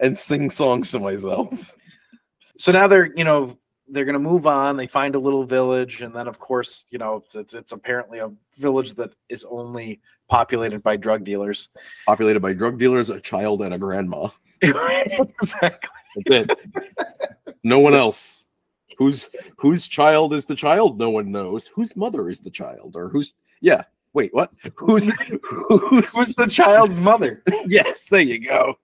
Speaker 4: and sing songs to myself.
Speaker 3: so now they're you know they're going to move on they find a little village and then of course you know it's, it's, it's apparently a village that is only populated by drug dealers (laughs)
Speaker 4: Populated by drug dealers, a child, and a grandma.
Speaker 3: exactly
Speaker 4: That's it. no one else. Whose whose child is the child? No one knows. Whose mother is the child? Or who's yeah. Wait, what? Who's who's,
Speaker 3: who's the child's mother
Speaker 4: yes, there you go.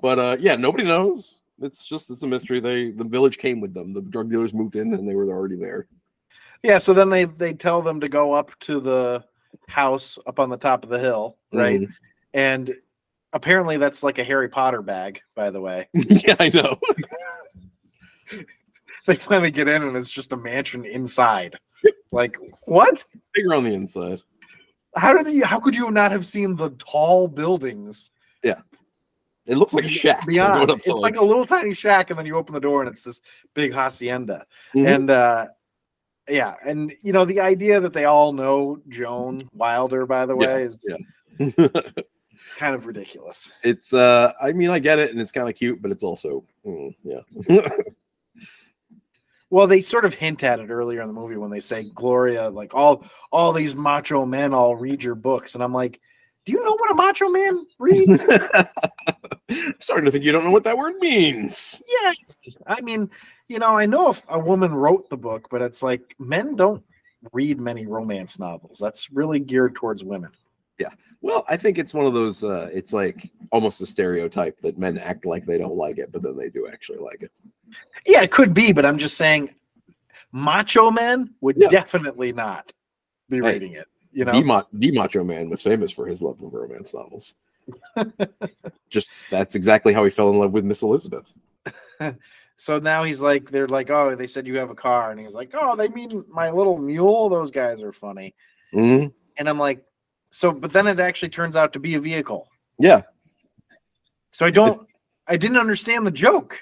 Speaker 4: But uh yeah, nobody knows. It's just it's a mystery. They the village came with them. The drug dealers moved in and they were already there. (laughs)
Speaker 3: yeah so then they they tell them to go up to the house up on the top of the hill right
Speaker 4: Mm.
Speaker 3: and apparently that's like a harry potter bag by the way (laughs)
Speaker 4: yeah, I know.
Speaker 3: they finally get in and it's just a mansion inside like what
Speaker 4: Bigger on the inside.
Speaker 3: how did you how could you not have seen the tall buildings
Speaker 4: (laughs) It looks like a shack. They're
Speaker 3: beyond.
Speaker 4: going up to,
Speaker 3: It's like a little tiny shack, and then you open the door, and it's this big hacienda.
Speaker 4: Mhm.
Speaker 3: And uh, yeah, and you know the idea that they all know Joan Wilder, by the
Speaker 4: Yeah,
Speaker 3: way, is kind of ridiculous.
Speaker 4: (laughs) it's uh I mean I get it and it's kind of cute, but it's also mm, yeah.
Speaker 3: Well, they sort of hint at it earlier in the movie when they say Gloria, like all all these macho men all read your books, and I'm like, do you know what a macho man reads?
Speaker 4: (laughs) starting to think you don't know what that word means.
Speaker 3: yeah, I mean, you know, I know if a woman wrote the book, but it's like men don't read many romance novels. That's really geared towards women.
Speaker 4: Well, I think it's one of those. Uh, it's like almost a stereotype that men act like they don't like it, but then they do actually like it.
Speaker 3: Yeah, it could be, but I'm just saying macho men would
Speaker 4: Yeah.
Speaker 3: definitely not be
Speaker 4: Hey,
Speaker 3: reading it. You
Speaker 4: The,
Speaker 3: know,
Speaker 4: ma- the Macho Man was famous for his love of romance novels. Just that's exactly how he fell in love with Miss Elizabeth.
Speaker 3: so now he's like, they're like, oh, they said you have a car, and he's like, oh, they mean my little mule. Those guys are funny,
Speaker 4: Mhm.
Speaker 3: and I'm like, so, but then it actually turns out to be a vehicle.
Speaker 4: Yeah, (laughs)
Speaker 3: So I don't, I didn't understand the joke.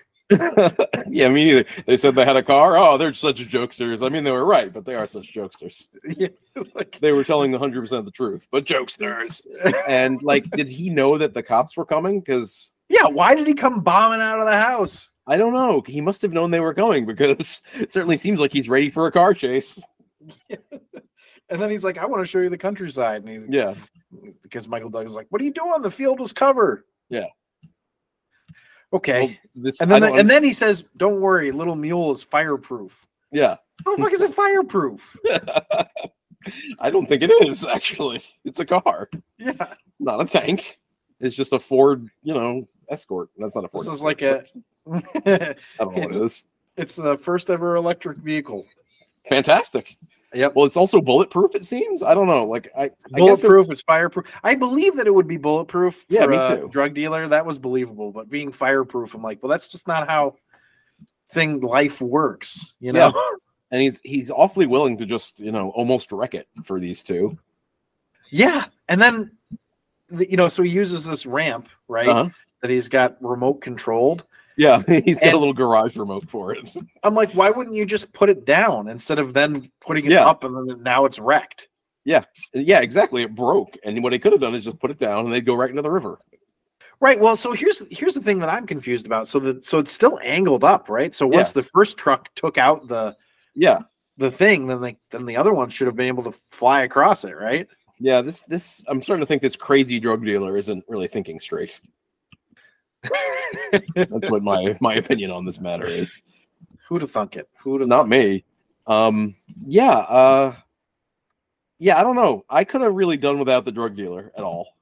Speaker 3: (laughs)
Speaker 4: yeah, me neither. They said they had a car. Oh, they're such jokesters. I mean, they were right, but they are such jokesters.
Speaker 3: Yeah, like,
Speaker 4: They were telling 100% of the truth, but jokesters. And like, did he know that the cops were coming? Because
Speaker 3: yeah, why did he come bombing out of the house?
Speaker 4: I don't know. He must have known they were coming because (laughs) it certainly seems like he's ready for a car chase.
Speaker 3: And then he's like, I want to show you the countryside, and he
Speaker 4: Yeah.
Speaker 3: because Michael Douglas is like, "What are you doing? The field was covered."
Speaker 4: Yeah.
Speaker 3: Okay.
Speaker 4: Well, this,
Speaker 3: and
Speaker 4: I
Speaker 3: then the-
Speaker 4: don't
Speaker 3: and then he says, "Don't worry, little mule is fireproof."
Speaker 4: un- yeah,
Speaker 3: How the fuck is it fireproof? (laughs)
Speaker 4: I don't think it is (laughs) actually. It's a car,
Speaker 3: Yeah.
Speaker 4: not a tank. It's just a Ford, you know, Escort. That's not a Ford.
Speaker 3: This is like
Speaker 4: Escort,
Speaker 3: a.
Speaker 4: (laughs) but I don't know what it is.
Speaker 3: it's the first ever electric vehicle.
Speaker 4: Fantastic.
Speaker 3: Yep.
Speaker 4: Well, it's also bulletproof. It seems. I don't know. Like I, I guess it-
Speaker 3: Bulletproof. It's fireproof. I believe that it would be bulletproof
Speaker 4: Yeah,
Speaker 3: for
Speaker 4: me
Speaker 3: a
Speaker 4: too.
Speaker 3: drug dealer. That was believable, but being fireproof, I'm like, well, that's just not how thing life works. You know. (laughs)
Speaker 4: Yeah. and he's he's awfully willing to just you know almost wreck it for these two.
Speaker 3: Yeah, and then the- you know, so he uses this ramp, right?
Speaker 4: Uh-huh.
Speaker 3: That he's got remote controlled.
Speaker 4: Yeah, (laughs) he's got
Speaker 3: And-
Speaker 4: a little garage remote for it. (laughs)
Speaker 3: I'm like, why wouldn't you just put it down instead of then putting it
Speaker 4: Yeah.
Speaker 3: up and then now it's wrecked?
Speaker 4: Yeah, exactly. It broke, and what he could have done is just put it down, and they'd go right into the river.
Speaker 3: Right. Well, so here's here's the thing that I'm confused about. So the so it's still angled up, right? So once the first truck took out the
Speaker 4: Yeah,
Speaker 3: the thing, then like then the other one should have been able to fly across it,
Speaker 4: (laughs)
Speaker 3: right?
Speaker 4: yeah. This, this. I'm starting to think this crazy drug dealer isn't really thinking straight. That's what my my opinion on this matter is.
Speaker 3: Who'd have thunk it? Who'd have
Speaker 4: Not me. Um. Yeah. Uh. Yeah. I don't know. I could have really done without the drug dealer at all.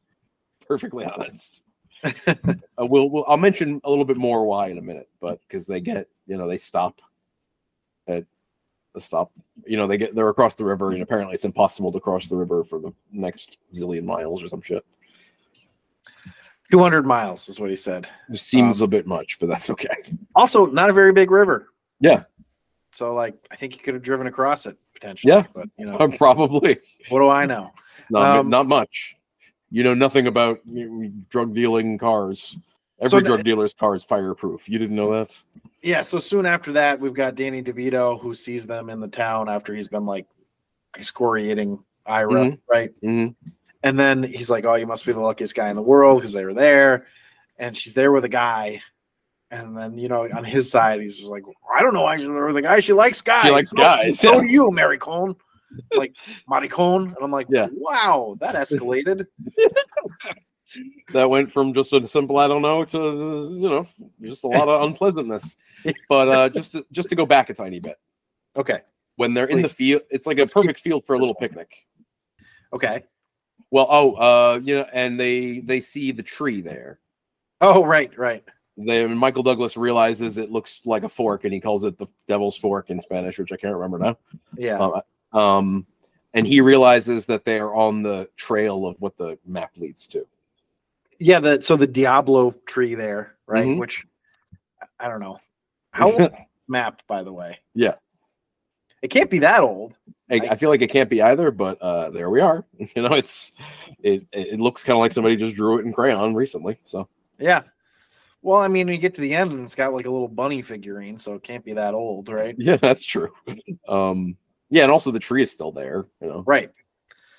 Speaker 4: Perfectly honest. uh, we'll, we'll. I'll mention a little bit more why in a minute, but because they get, you know, they stop at the stop. You know, they get they're across the river, and apparently it's impossible to cross the river for the next zillion miles or some shit.
Speaker 3: two hundred miles is what he said.
Speaker 4: It seems
Speaker 3: Um,
Speaker 4: a bit much, but
Speaker 3: (laughs)
Speaker 4: that's (laughs) okay.
Speaker 3: Also, not a very big river.
Speaker 4: Yeah.
Speaker 3: So like I think you could have driven across it potentially.
Speaker 4: Yeah.
Speaker 3: But you know,
Speaker 4: Probably
Speaker 3: what do I know?
Speaker 4: not,
Speaker 3: Um,
Speaker 4: not much. You know nothing about you know, drug dealing cars. Every
Speaker 3: the-
Speaker 4: drug dealer's car is fireproof. You didn't know that?
Speaker 3: Yeah, so soon after that, we've got Danny DeVito who sees them in the town after he's been like excoriating Ira,
Speaker 4: Mhm.
Speaker 3: right?
Speaker 4: Mhm.
Speaker 3: And then he's like, "Oh, you must be the luckiest guy in the world because they were there." And she's there with a guy, and then you know, on his side, he's just like, "I don't know why she's there with a guy. She likes guys.
Speaker 4: likes
Speaker 3: So-
Speaker 4: guys,
Speaker 3: So
Speaker 4: yeah."
Speaker 3: do you, Mary Cone? Like Marty Cone?" And I'm like,
Speaker 4: Yeah.
Speaker 3: wow, that escalated."
Speaker 4: That went from just a simple I don't know to you know just a
Speaker 3: (laughs)
Speaker 4: lot of unpleasantness. But uh, just to, just to go back a tiny bit,
Speaker 3: okay,
Speaker 4: when they're in the field, it's like a
Speaker 3: Let's keep
Speaker 4: perfect field for a
Speaker 3: this
Speaker 4: little
Speaker 3: one.
Speaker 4: picnic.
Speaker 3: okay.
Speaker 4: Well, oh, uh, you know, and they they see the tree there.
Speaker 3: Oh, right, right.
Speaker 4: Then Michael Douglas realizes it looks like a fork, and he calls it the Devil's Fork in Spanish, which I can't remember now.
Speaker 3: Yeah.
Speaker 4: Um, um, and he realizes that they're on the trail of what the map leads to.
Speaker 3: Yeah, the so the Diablo tree there, right?
Speaker 4: Mhm.
Speaker 3: Which I- I don't know. How old is this map, by the way?
Speaker 4: Yeah.
Speaker 3: It can't be that old.
Speaker 4: I, I feel like it can't be either, but uh, there we are. (laughs) You know, it's it it looks kind of like somebody just drew it in crayon recently. So
Speaker 3: Yeah. Well, I mean, you get to the end and it's got like a little bunny figurine, so it can't be that old, right?
Speaker 4: yeah, (laughs) that's true. Um, yeah, and also the tree is still there. You know,
Speaker 3: Right.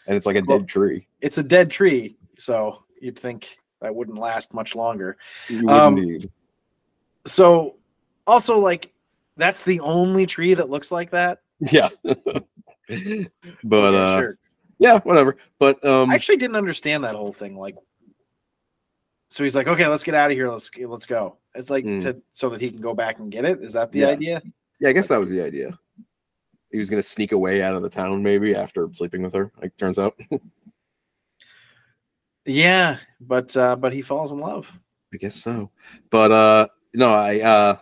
Speaker 4: and it's like a
Speaker 3: Well-
Speaker 4: dead tree.
Speaker 3: It's a dead tree, so you'd think that wouldn't last much longer.
Speaker 4: You
Speaker 3: Um,
Speaker 4: would need. (laughs)
Speaker 3: So also like that's the only tree that looks like that. (laughs)
Speaker 4: Yeah. but
Speaker 3: Yeah,
Speaker 4: uh,
Speaker 3: sure.
Speaker 4: yeah, whatever. But um,
Speaker 3: I actually didn't understand that whole thing. Like, so he's like, "Okay, let's get out of here. Let's let's go." It's like
Speaker 4: Mm.
Speaker 3: to, so that he can go back and get it. Is that the
Speaker 4: Yeah.
Speaker 3: idea?
Speaker 4: yeah, I guess that was the idea. He was gonna sneak away out of the town maybe after sleeping with her. Like turns out
Speaker 3: Yeah, but uh, but he falls in love.
Speaker 4: I guess so. But uh no, I uh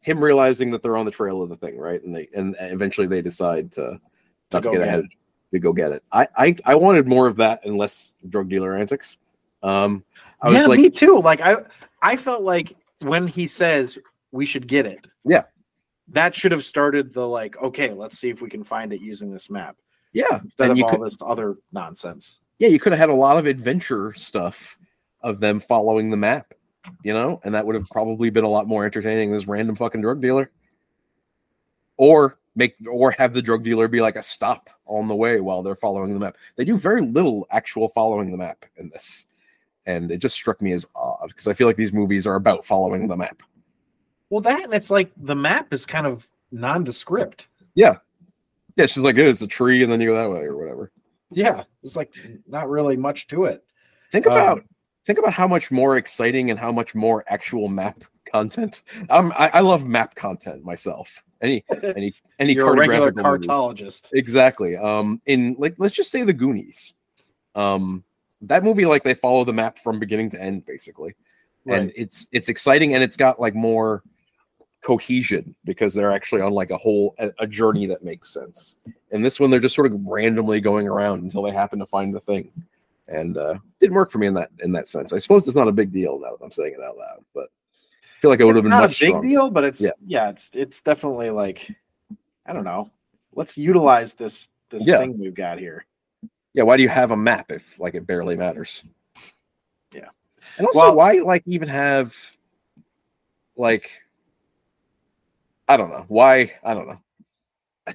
Speaker 4: him realizing that they're on the trail of the thing, right? And they and eventually they decide to not to
Speaker 3: go
Speaker 4: get
Speaker 3: get
Speaker 4: ahead to go get it. I, I I wanted more of that and less drug dealer antics. Um I was
Speaker 3: yeah,
Speaker 4: like
Speaker 3: me too. Like I I felt like when he says we should get it.
Speaker 4: Yeah.
Speaker 3: That should have started the like, okay, let's see if we can find it using this map
Speaker 4: yeah,
Speaker 3: instead
Speaker 4: and
Speaker 3: of
Speaker 4: you
Speaker 3: all
Speaker 4: could,
Speaker 3: this other nonsense.
Speaker 4: yeah, you could have had a lot of adventure stuff of them following the map, you know, and that would have probably been a lot more entertaining than this random fucking drug dealer. Or make or have the drug dealer be like a stop on the way while they're following the map. They do very little actual following the map in this. And it just struck me as odd because I feel like these movies are about following the map.
Speaker 3: Well, that and it's like the map is kind of nondescript.
Speaker 4: Yeah, she's like, "Eh, it's a tree, and then you go that way or whatever.
Speaker 3: Yeah, it's like not really much to it.
Speaker 4: Think
Speaker 3: Um,
Speaker 4: about think about how much more exciting and how much more actual map content. Um, I, I love map content myself.
Speaker 3: (laughs)
Speaker 4: Any any any
Speaker 3: You're a regular
Speaker 4: cartographical movies.
Speaker 3: cartologist.
Speaker 4: Exactly. Um, in like let's just say the Goonies. Um, that movie like they follow the map from beginning to end basically, and
Speaker 3: Right.
Speaker 4: it's it's exciting and it's got like more cohesion because they're actually on like a whole a, a journey that makes sense. And this one they're just sort of randomly going around until they happen to find the thing. And uh didn't work for me in that in that sense. I suppose it's not a big deal now that I'm saying it out loud, but I feel like it would have
Speaker 3: It's
Speaker 4: been
Speaker 3: not a big
Speaker 4: much stronger.
Speaker 3: deal, but it's yeah.
Speaker 4: Yeah.
Speaker 3: it's it's definitely like I don't know. Let's utilize this this
Speaker 4: Yeah.
Speaker 3: thing we've got here.
Speaker 4: Yeah, why do you have a map if like it barely matters?
Speaker 3: Yeah.
Speaker 4: And also
Speaker 3: Well-
Speaker 4: why like even have like I don't know. Why I don't know.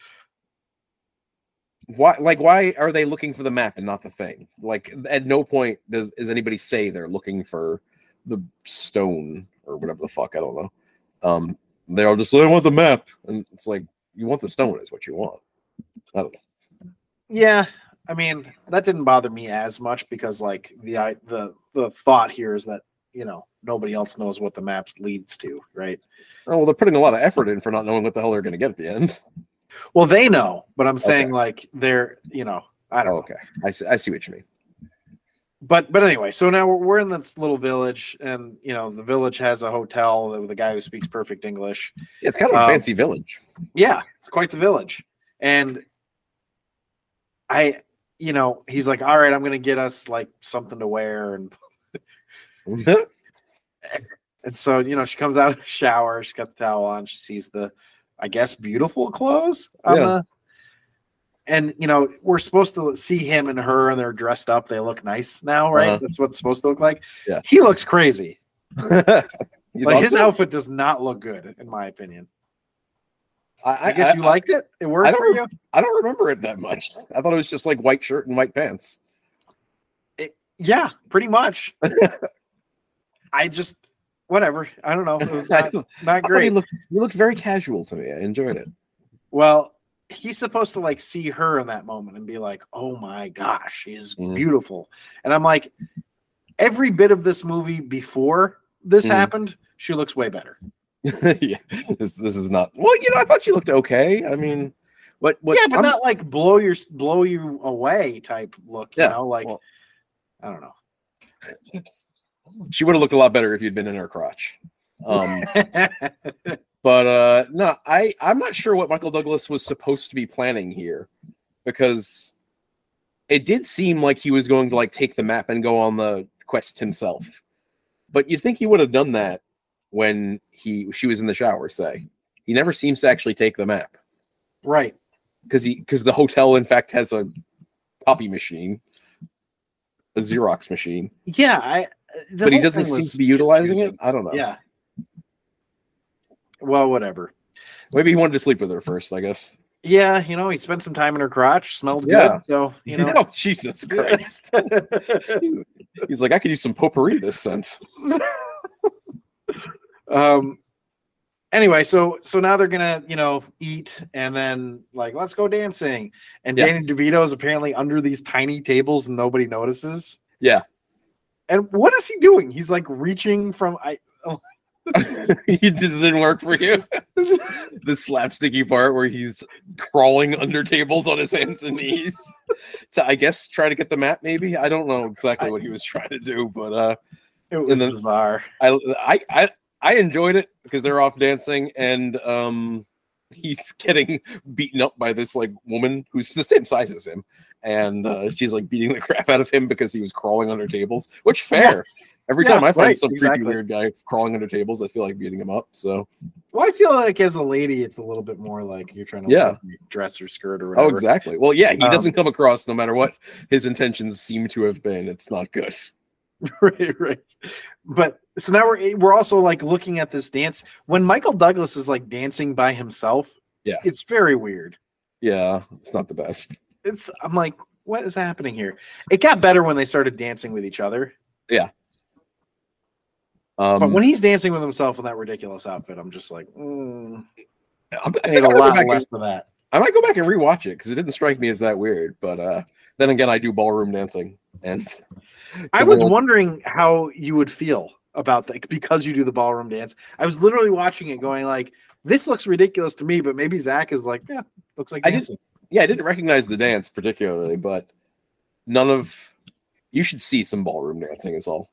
Speaker 4: (laughs) why like why are they looking for the map and not the thing? Like at no point does is anybody say they're looking for the stone or whatever the fuck, I don't know. Um they're all just I want the map and it's like you want the stone is what you want. I don't know.
Speaker 3: Yeah, I mean that didn't bother me as much because like the I the the thought here is that you know nobody else knows what the maps leads to, right?
Speaker 4: Oh, well, they're putting a lot of effort in for not knowing what the hell they're going to get at the end.
Speaker 3: Well, they know, but I'm saying like they're you know I don't know.
Speaker 4: okay. I see, I see what you mean.
Speaker 3: but but anyway, so now we're, we're in this little village, and you know the village has a hotel with a guy who speaks perfect English.
Speaker 4: Yeah, it's kind of a
Speaker 3: Um,
Speaker 4: fancy village. (laughs)
Speaker 3: Yeah, it's quite the village, and I, you know, he's like, "All right, I'm gonna get us like something to wear," and and so you know she comes out of the shower, she's got the towel on, she sees the, I guess, beautiful clothes on
Speaker 4: Yeah.
Speaker 3: the And you know, we're supposed to see him and her, and they're dressed up. They look nice now, right?
Speaker 4: Uh-huh.
Speaker 3: That's what it's supposed to look like.
Speaker 4: Yeah.
Speaker 3: He looks crazy.
Speaker 4: You
Speaker 3: like
Speaker 4: thought
Speaker 3: his
Speaker 4: so?
Speaker 3: outfit does not look good, in my opinion.
Speaker 4: I,
Speaker 3: I, guess you liked it. It worked
Speaker 4: I don't
Speaker 3: for you.
Speaker 4: I don't remember it that much. I thought it was just like white shirt and white pants. (laughs)
Speaker 3: Yeah, pretty much. I just whatever. I don't know. It
Speaker 4: (laughs)
Speaker 3: was
Speaker 4: I
Speaker 3: not,
Speaker 4: thought
Speaker 3: not
Speaker 4: He
Speaker 3: great.
Speaker 4: looked, he looked very casual to me. I enjoyed it.
Speaker 3: Well, he's supposed to like see her in that moment and be like, "Oh my gosh, she's
Speaker 4: Mm.
Speaker 3: beautiful." And I'm like, every bit of this movie before this
Speaker 4: Mm.
Speaker 3: happened, she looks way better.
Speaker 4: (laughs) yeah, this, this is not. Well, you know, I thought she looked okay. I mean, what? what
Speaker 3: yeah, but
Speaker 4: I'm-
Speaker 3: not like blow your blow you away type look. You
Speaker 4: Yeah,
Speaker 3: know, like
Speaker 4: well-
Speaker 3: I don't know.
Speaker 4: She would have looked a lot better if you'd been in her crotch. Um, but uh, no, I I'm not sure what Michael Douglas was supposed to be planning here, because it did seem like he was going to like take the map and go on the quest himself. But you'd think he would have done that when he she was in the shower. Say he never seems to actually take the map.
Speaker 3: (laughs) right.
Speaker 4: because he because the hotel in fact has a copy machine a xerox machine
Speaker 3: Yeah. I. the
Speaker 4: but he
Speaker 3: whole
Speaker 4: doesn't
Speaker 3: thing
Speaker 4: seem
Speaker 3: was
Speaker 4: to be utilizing it
Speaker 3: confusing.
Speaker 4: i don't know
Speaker 3: Yeah. Well, whatever.
Speaker 4: maybe he wanted to sleep with her first i guess
Speaker 3: Yeah, you know, he spent some time in her crotch, smelled
Speaker 4: (laughs) Yeah.
Speaker 3: good. So, you know,
Speaker 4: oh jesus christ he's like i could use some potpourri this scent (laughs)
Speaker 3: um anyway so so now they're gonna you know eat and then like let's go dancing and
Speaker 4: Yeah.
Speaker 3: danny devito is apparently under these tiny tables and nobody notices
Speaker 4: Yeah.
Speaker 3: and what is he doing he's like reaching from i
Speaker 4: it just didn't work for you the slapsticky part where he's crawling under tables on his hands and knees to i guess try to get the map maybe i don't know exactly what he was trying to do but uh
Speaker 3: it was
Speaker 4: then-
Speaker 3: bizarre
Speaker 4: I I I, I enjoyed it because they're off dancing and um he's (laughs) getting beaten up by this like woman who's the same size as him
Speaker 3: (laughs)
Speaker 4: and uh, she's like beating the crap out of him because he was crawling under tables which fair every
Speaker 3: Yeah,
Speaker 4: time i find
Speaker 3: right,
Speaker 4: some
Speaker 3: exactly.
Speaker 4: creepy weird guy crawling under tables i feel like beating him up so
Speaker 3: well i feel like as a lady it's a little bit more like you're trying to
Speaker 4: Yeah.
Speaker 3: like, dress or skirt or
Speaker 4: oh
Speaker 3: whatever
Speaker 4: exactly well yeah he
Speaker 3: Um,
Speaker 4: doesn't come across no matter what his intentions seem to have been it's not good
Speaker 3: (laughs) right, right. But so now we're we're also like looking at this dance when Michael Douglas is like dancing by himself.
Speaker 4: Yeah.
Speaker 3: it's very weird.
Speaker 4: yeah it's not the best
Speaker 3: It's I'm like, what is happening here? It got better when they started dancing with each other,
Speaker 4: um
Speaker 3: but when he's dancing with himself in that ridiculous outfit, I'm just like, mm,
Speaker 4: I'm-
Speaker 3: I
Speaker 4: I
Speaker 3: need
Speaker 4: think
Speaker 3: a
Speaker 4: I'm gonna go back
Speaker 3: lot
Speaker 4: and
Speaker 3: less of that.
Speaker 4: I might go back and rewatch it because it didn't strike me as that weird. But uh, then again, I do ballroom dancing, and
Speaker 3: (laughs) I was
Speaker 4: Well-
Speaker 3: wondering how you would feel about that because you do the ballroom dance. I was literally watching it, going like, this looks ridiculous to me, but maybe Zach is like, yeah, looks like
Speaker 4: I didn't-
Speaker 3: dancing. (laughs)
Speaker 4: yeah, I didn't recognize the dance particularly. But none of you should see some ballroom dancing is all.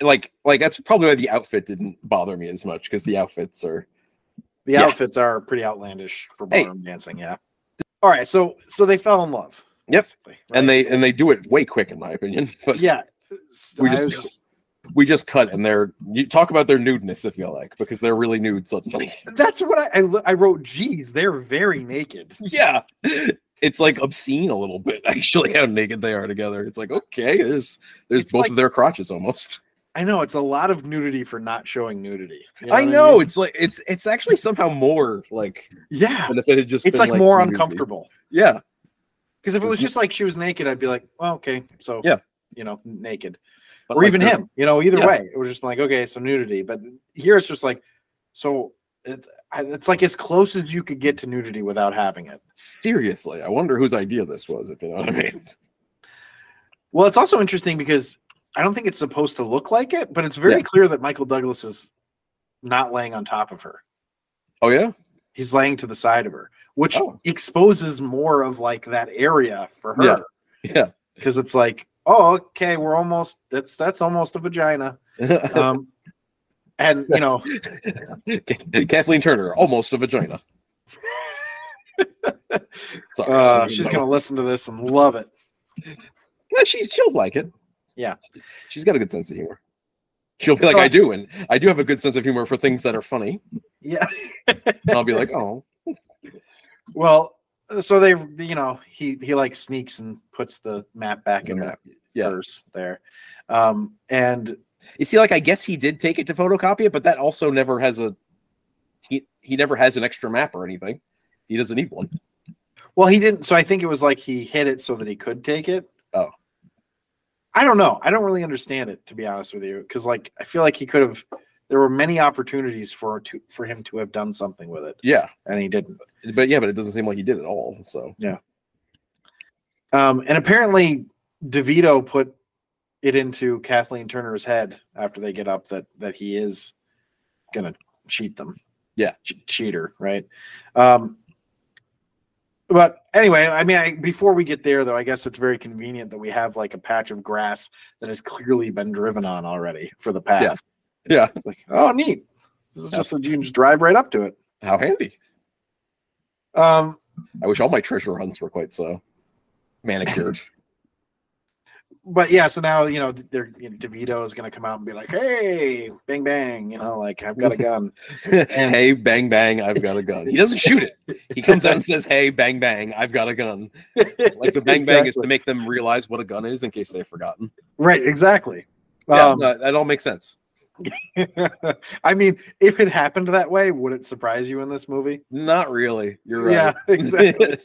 Speaker 4: like, like that's probably why the outfit didn't bother me as much because the outfits are
Speaker 3: The
Speaker 4: Yeah.
Speaker 3: outfits are pretty outlandish for
Speaker 4: Hey.
Speaker 3: ballroom dancing. Yeah. All right. So so they fell in love.
Speaker 4: Yep.
Speaker 3: basically,
Speaker 4: and
Speaker 3: right?
Speaker 4: they and they do it way quick in my opinion. (laughs) But
Speaker 3: yeah.
Speaker 4: we
Speaker 3: I
Speaker 4: just,
Speaker 3: was
Speaker 4: we just cut and they're you talk about their nudeness if you like because they're really nude suddenly.
Speaker 3: that's what I I, lo- I wrote. Geez, they're very naked.
Speaker 4: yeah it's like obscene a little bit (laughs) actually how naked they are together it's like okay there's there's
Speaker 3: It's
Speaker 4: both
Speaker 3: like-
Speaker 4: of their crotches almost
Speaker 3: I know it's a lot of nudity for not showing nudity. (laughs) you
Speaker 4: i
Speaker 3: what
Speaker 4: know
Speaker 3: mean?
Speaker 4: it's like it's it's actually somehow more like
Speaker 3: Yeah.
Speaker 4: than if it had just
Speaker 3: It's
Speaker 4: been,
Speaker 3: like, more
Speaker 4: nudity.
Speaker 3: uncomfortable.
Speaker 4: yeah
Speaker 3: Because if it
Speaker 4: It's
Speaker 3: was
Speaker 4: n-
Speaker 3: just like she was naked, I'd be like, well, okay, so
Speaker 4: Yeah.
Speaker 3: you know, naked.
Speaker 4: but
Speaker 3: or
Speaker 4: like
Speaker 3: even
Speaker 4: they're-
Speaker 3: him. You know, either
Speaker 4: Yeah.
Speaker 3: way, we're just like, okay, so nudity. But here it's just like, so it, I- it's like as close as you could get to nudity without having it.
Speaker 4: seriously i wonder whose idea this was if you know what (laughs) i mean
Speaker 3: Well, it's also interesting because I don't think it's supposed to look like it, but it's very
Speaker 4: Yeah.
Speaker 3: clear that Michael Douglas is not laying on top of her.
Speaker 4: oh yeah
Speaker 3: He's laying to the side of her, which
Speaker 4: Oh.
Speaker 3: exposes more of like that area for
Speaker 4: Yeah.
Speaker 3: her because it's like, oh, okay, we're almost that's that's almost a vagina.
Speaker 4: yeah
Speaker 3: Um, and you know,
Speaker 4: (laughs) kathleen turner almost a (laughs) vagina Sorry, I
Speaker 3: uh,
Speaker 4: didn't
Speaker 3: she's
Speaker 4: know.
Speaker 3: gonna listen to this and love it.
Speaker 4: Yeah, she's she'll like it.
Speaker 3: Yeah.
Speaker 4: she's got a good sense of humor. She'll be like,
Speaker 3: So-
Speaker 4: I do, and I do have a good sense of humor for things that are funny.
Speaker 3: Yeah.
Speaker 4: And I'll be like, oh,
Speaker 3: Well, so they, you know, he he like sneaks and puts the map back in her
Speaker 4: yeah.
Speaker 3: purse there, um, and
Speaker 4: You see, like I guess he did take it to photocopy it, but that also never has a he he never has an extra map or anything. He doesn't need one.
Speaker 3: Well, he didn't. So I think it was like he hid it so that he could take it.
Speaker 4: Oh.
Speaker 3: I don't know. I don't really understand it to be honest with you, because like I feel like he could have. There were many opportunities for to for him to have done something with it,
Speaker 4: Yeah.
Speaker 3: and he didn't.
Speaker 4: But yeah, but it doesn't seem like he did at all. So
Speaker 3: Um, and apparently, DeVito put it into Kathleen Turner's head after they get up that that he is gonna cheat them.
Speaker 4: Yeah.
Speaker 3: Che- cheater, right? Um, but anyway, I mean, I, before we get there, though, I guess it's very convenient that we have like a patch of grass that has clearly been driven on already for the path.
Speaker 4: Yeah.
Speaker 3: Like, oh, neat. This is just you can just drive right up to it.
Speaker 4: how handy.
Speaker 3: Um,
Speaker 4: I wish all my treasure hunts were quite so manicured.
Speaker 3: but yeah, so now you know they're you know, DeVito is gonna come out and be like, "Hey, bang bang," you know, like I've got a
Speaker 4: (laughs)
Speaker 3: gun.
Speaker 4: hey, bang bang, I've got a gun. He doesn't shoot it. He comes out and says, "Hey, bang bang, I've got a gun." Like the bang bang is to
Speaker 3: Exactly.
Speaker 4: make them realize what a gun is in case they've forgotten.
Speaker 3: right, exactly.
Speaker 4: Yeah,
Speaker 3: Um,
Speaker 4: no, that all makes sense.
Speaker 3: (laughs) I mean, if it happened that way, would it surprise you in this movie?
Speaker 4: Not really. You're right. (laughs)
Speaker 3: Yeah, (laughs) exactly.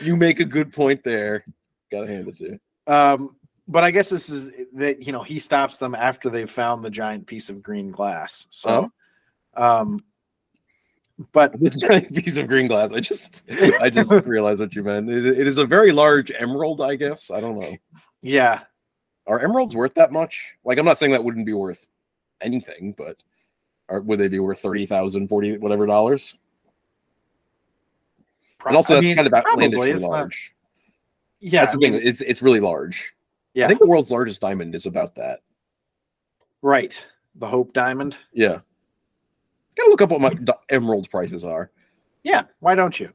Speaker 4: you make a good point there. Gotta hand it to you.
Speaker 3: um, but I guess this is that you know he stops them after they've found the giant piece of green glass. So,
Speaker 4: Oh.
Speaker 3: um, but
Speaker 4: This giant piece of green glass. I just, I
Speaker 3: (laughs)
Speaker 4: just realized what you meant. It, it is a very large emerald, I guess. I don't know.
Speaker 3: yeah,
Speaker 4: Are emeralds worth that much? Like, I'm not saying that wouldn't be worth anything, but are, would they be worth 30,000, 40, whatever dollars?
Speaker 3: pro-
Speaker 4: And also,
Speaker 3: I
Speaker 4: that's
Speaker 3: mean,
Speaker 4: kind of
Speaker 3: probably,
Speaker 4: outlandishly
Speaker 3: it's not-
Speaker 4: large.
Speaker 3: yeah,
Speaker 4: that's
Speaker 3: I
Speaker 4: the
Speaker 3: mean,
Speaker 4: thing. It's, it's really large.
Speaker 3: Yeah.
Speaker 4: I think the world's largest diamond is about that.
Speaker 3: right. The Hope Diamond.
Speaker 4: Yeah. Gotta look up what my d- emerald prices are.
Speaker 3: Yeah, why don't you?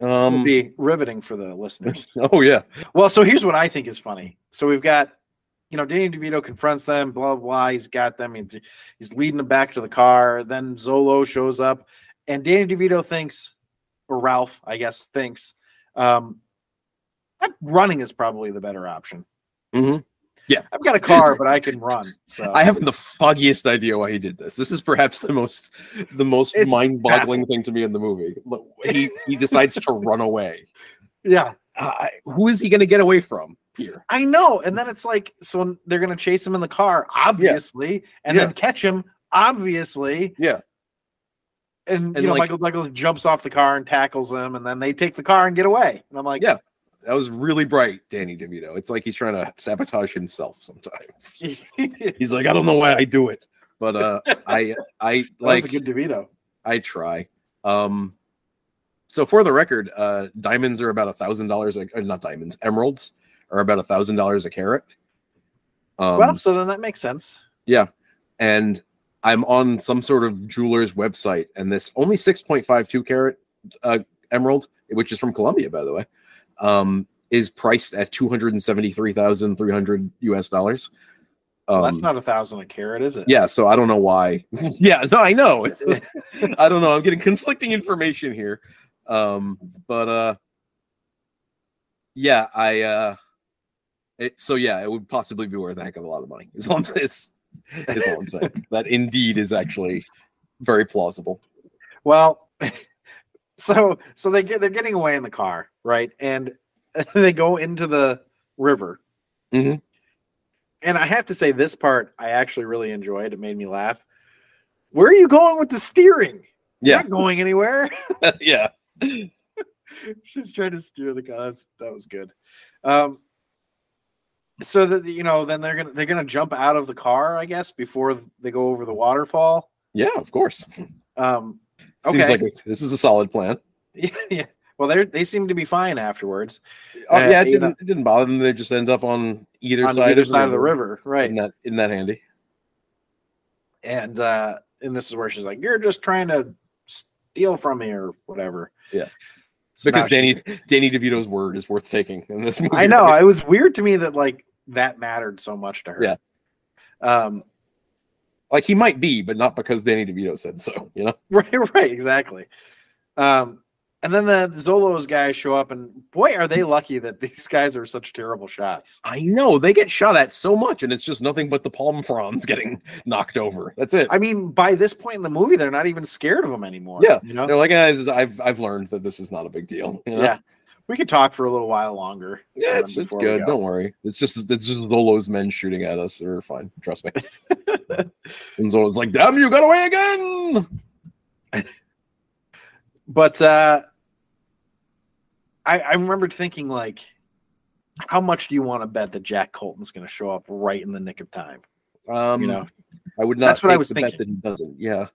Speaker 3: It'll
Speaker 4: Um,
Speaker 3: be riveting for the listeners.
Speaker 4: oh yeah,
Speaker 3: well, so here's what I think is funny. So we've got, you know, Danny DeVito confronts them, blah blah. He's got them. He, he's leading them back to the car. Then Zolo shows up, and Danny DeVito thinks, or Ralph, I guess, thinks, um, "I'm- running is probably the better option.
Speaker 4: Mhm. Yeah.
Speaker 3: I've got a car, but I can run. So
Speaker 4: (laughs) I have the foggiest idea why he did this. This is perhaps the most, the most
Speaker 3: It's
Speaker 4: mind-boggling thing to me in the movie. Look, He (laughs) he decides to run away.
Speaker 3: yeah,
Speaker 4: Uh, I who is he going to get away from here?
Speaker 3: I know. And then it's like, so they're gonna chase him in the car, obviously, and then catch him, obviously.
Speaker 4: Yeah.
Speaker 3: And, you
Speaker 4: And,
Speaker 3: know,
Speaker 4: like-
Speaker 3: Michael Douglas jumps off the car and tackles them, and then they take the car and get away. And I'm like,
Speaker 4: Yeah. That was really bright, Danny DeVito. It's like he's trying to sabotage himself sometimes.
Speaker 3: (laughs) that
Speaker 4: He's like, I don't know why I do it, but uh, I
Speaker 3: (laughs)
Speaker 4: I
Speaker 3: was
Speaker 4: like
Speaker 3: a good DeVito.
Speaker 4: I try. Um, so for the record, uh, diamonds are about a thousand dollars. Not diamonds, emeralds are about a thousand dollars a carat. Um,
Speaker 3: well, so then that makes sense.
Speaker 4: and I'm on some sort of jeweler's website, and this only six point five two carat uh, emerald, which is from Colombia, by the way, um, is priced at two hundred and seventy three thousand three hundred U.S. dollars.
Speaker 3: Well,
Speaker 4: Um,
Speaker 3: that's not a thousand a carat, is it?
Speaker 4: yeah, so I don't know why. (laughs) yeah, no,
Speaker 3: (laughs)
Speaker 4: I know. It's, I don't know. I'm getting conflicting information here. Um, but uh yeah, I uh it so yeah, it would possibly be worth a heck of a lot of money. Is all I'm, is, is all
Speaker 3: (laughs)
Speaker 4: I'm saying. that indeed is actually very plausible. (laughs)
Speaker 3: Well, (laughs) so so they get they're getting away in the car, right? And (laughs) they go into the river.
Speaker 4: Mhm.
Speaker 3: And I have to say, this part I actually really enjoyed. It made me laugh. Where are you going with the steering? You're
Speaker 4: Yeah,
Speaker 3: not going anywhere. (laughs)
Speaker 4: yeah.
Speaker 3: She's trying to steer the car. That's, that was good. Um, so that you know, then they're gonna they're gonna jump out of the car, I guess, before they go over the waterfall.
Speaker 4: Yeah, of course.
Speaker 3: Um,
Speaker 4: Seems
Speaker 3: Okay.
Speaker 4: like it's- this is a solid plan.
Speaker 3: (laughs) yeah, yeah. Well, they they seem to be fine afterwards.
Speaker 4: Oh,
Speaker 3: Uh,
Speaker 4: yeah, it
Speaker 3: you know-
Speaker 4: didn't, it didn't bother them. They just end up on either
Speaker 3: on
Speaker 4: side
Speaker 3: either side of the river,
Speaker 4: Isn't
Speaker 3: right?
Speaker 4: that isn't that handy?
Speaker 3: And uh, and this is where she's like, "You're just trying to steal from me or whatever."
Speaker 4: Yeah.
Speaker 3: So now
Speaker 4: because
Speaker 3: she's-
Speaker 4: Danny (laughs) Danny DeVito's word is worth taking in this movie.
Speaker 3: I know it was weird to me that like that mattered so much to her.
Speaker 4: Yeah.
Speaker 3: Um. (laughs)
Speaker 4: like he might be, but not because Danny DeVito said so. You know,
Speaker 3: Right. Right. Exactly. Um. And then the Zolo's guys show up, and boy, are they lucky that these guys are such terrible shots.
Speaker 4: I know they get shot at so much, and it's just nothing but the palm fronds getting (laughs) knocked over. That's it.
Speaker 3: I mean, by this point in the movie, they're not even scared of them anymore.
Speaker 4: Yeah.
Speaker 3: you know,
Speaker 4: They're like, guys, I've I've learned that this is not a big deal. you know?
Speaker 3: yeah. We could talk for a little while longer.
Speaker 4: yeah,
Speaker 3: um,
Speaker 4: it's, it's
Speaker 3: before we
Speaker 4: good.
Speaker 3: go.
Speaker 4: Don't worry. It's just it's just Zolo's men shooting at us. They're fine. Trust me. (laughs) and Zolo's like, damn, you got away again.
Speaker 3: But uh, I, I remember thinking like, how much do you want to bet that Jack Colton's going to show up right in the nick of time?
Speaker 4: Um,
Speaker 3: you know,
Speaker 4: I would not.
Speaker 3: That's what I
Speaker 4: take
Speaker 3: was
Speaker 4: the bet
Speaker 3: thinking.
Speaker 4: That he doesn't. Yeah.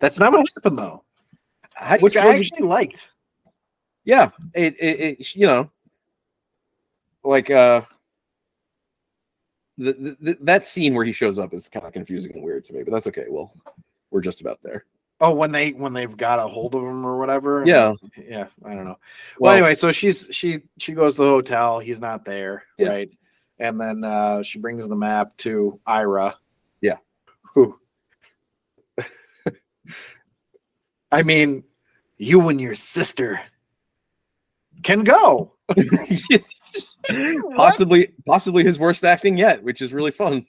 Speaker 3: that's not what happened though,
Speaker 4: I-
Speaker 3: which I
Speaker 4: was-
Speaker 3: actually liked.
Speaker 4: yeah it, it it you know like uh the, the, the- that scene where he shows up is kind of confusing and weird to me but that's okay well we're just about there
Speaker 3: Oh, when they when they've got a hold of him or whatever.
Speaker 4: yeah
Speaker 3: yeah. I don't know. Well,
Speaker 4: well,
Speaker 3: anyway, so she's she she goes to the hotel. He's not there,
Speaker 4: Yeah.
Speaker 3: right? And then uh, she brings the map to Ira.
Speaker 4: Yeah.
Speaker 3: Who? (laughs) I mean, you and your sister can go.
Speaker 4: (laughs) possibly possibly his worst acting yet which is really fun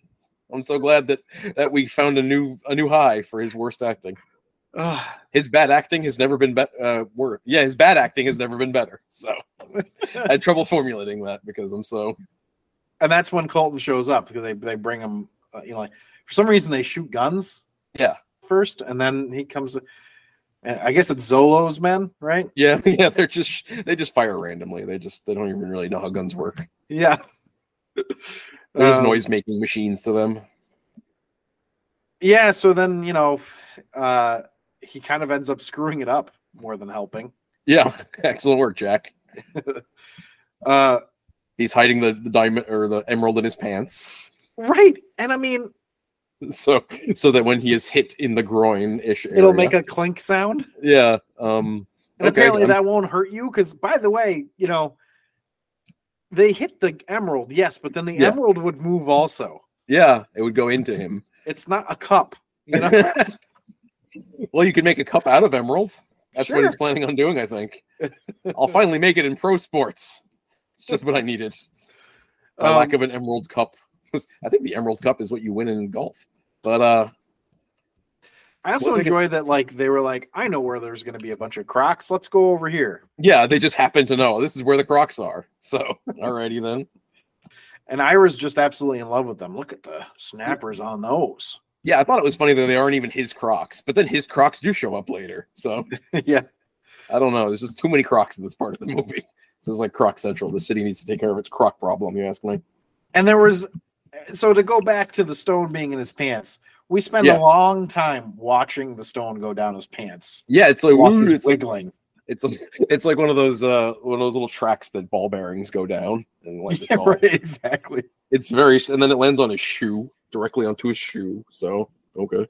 Speaker 4: i'm so glad that that we found a new a new high for his worst acting
Speaker 3: Ugh.
Speaker 4: his bad acting has never been better uh worse yeah his bad acting has never been better so (laughs) i had trouble formulating that because i'm so
Speaker 3: and that's when Colton shows up because they they bring him. Uh, you know, like for some reason they shoot guns
Speaker 4: yeah
Speaker 3: first, and then he comes. And I guess it's Zolo's men, right?
Speaker 4: Yeah, (laughs) yeah, they're just they just fire randomly. They just they don't even really know how guns work.
Speaker 3: Yeah.
Speaker 4: They're just
Speaker 3: Um,
Speaker 4: noise making machines to them.
Speaker 3: yeah so then you know uh he kind of ends up screwing it up more than helping
Speaker 4: Yeah, (laughs) excellent work, Jack.
Speaker 3: uh
Speaker 4: He's hiding the, the diamond or the emerald in his pants, (laughs)
Speaker 3: right and i mean
Speaker 4: so so that when he is hit in the groin ish,
Speaker 3: it'll make a clink sound
Speaker 4: yeah. Um,
Speaker 3: and
Speaker 4: Okay,
Speaker 3: apparently
Speaker 4: I'm-
Speaker 3: that won't hurt you because by the way you know they hit the emerald yes but then the
Speaker 4: Yeah.
Speaker 3: emerald would move also
Speaker 4: yeah, it would go into him.
Speaker 3: it's not a cup you
Speaker 4: (laughs)
Speaker 3: know
Speaker 4: well, you could make a cup out of emeralds. That's what he's
Speaker 3: Sure.
Speaker 4: planning on doing,
Speaker 3: (laughs)
Speaker 4: I think. I'll finally make it in pro sports. It's just what I needed. My lack
Speaker 3: Um,
Speaker 4: of an emerald cup. (laughs) I think the emerald cup is what you win in golf. But uh
Speaker 3: i also
Speaker 4: Was it-
Speaker 3: enjoy that like they were like i know where there's going to be a bunch of crocs let's go over here
Speaker 4: yeah, they just happen to know this is where the Crocs are. So
Speaker 3: (laughs)
Speaker 4: alrighty then.
Speaker 3: and ira's just absolutely in love with them look at the snappers on those
Speaker 4: Yeah, I thought it was funny that they aren't even his Crocs, but then his Crocs do show up later. So
Speaker 3: (laughs) yeah
Speaker 4: I don't know. There's just too many Crocs in this part of the movie. This is like Croc Central. The city needs to take care of its Croc problem. You ask me.
Speaker 3: And there was so to go back to the stone being in his pants. We spend
Speaker 4: Yeah.
Speaker 3: a long time watching the stone go down his pants.
Speaker 4: Yeah, it's like,
Speaker 3: while
Speaker 4: "Woo,"
Speaker 3: he's
Speaker 4: it's like
Speaker 3: wiggling.
Speaker 4: It's (laughs) it's like one of those uh one of those little tracks that ball bearings go down and like
Speaker 3: (laughs)
Speaker 4: it's,
Speaker 3: Yeah,
Speaker 4: all,
Speaker 3: right, exactly.
Speaker 4: it's very and then it lands on his shoe directly onto his shoe. So okay,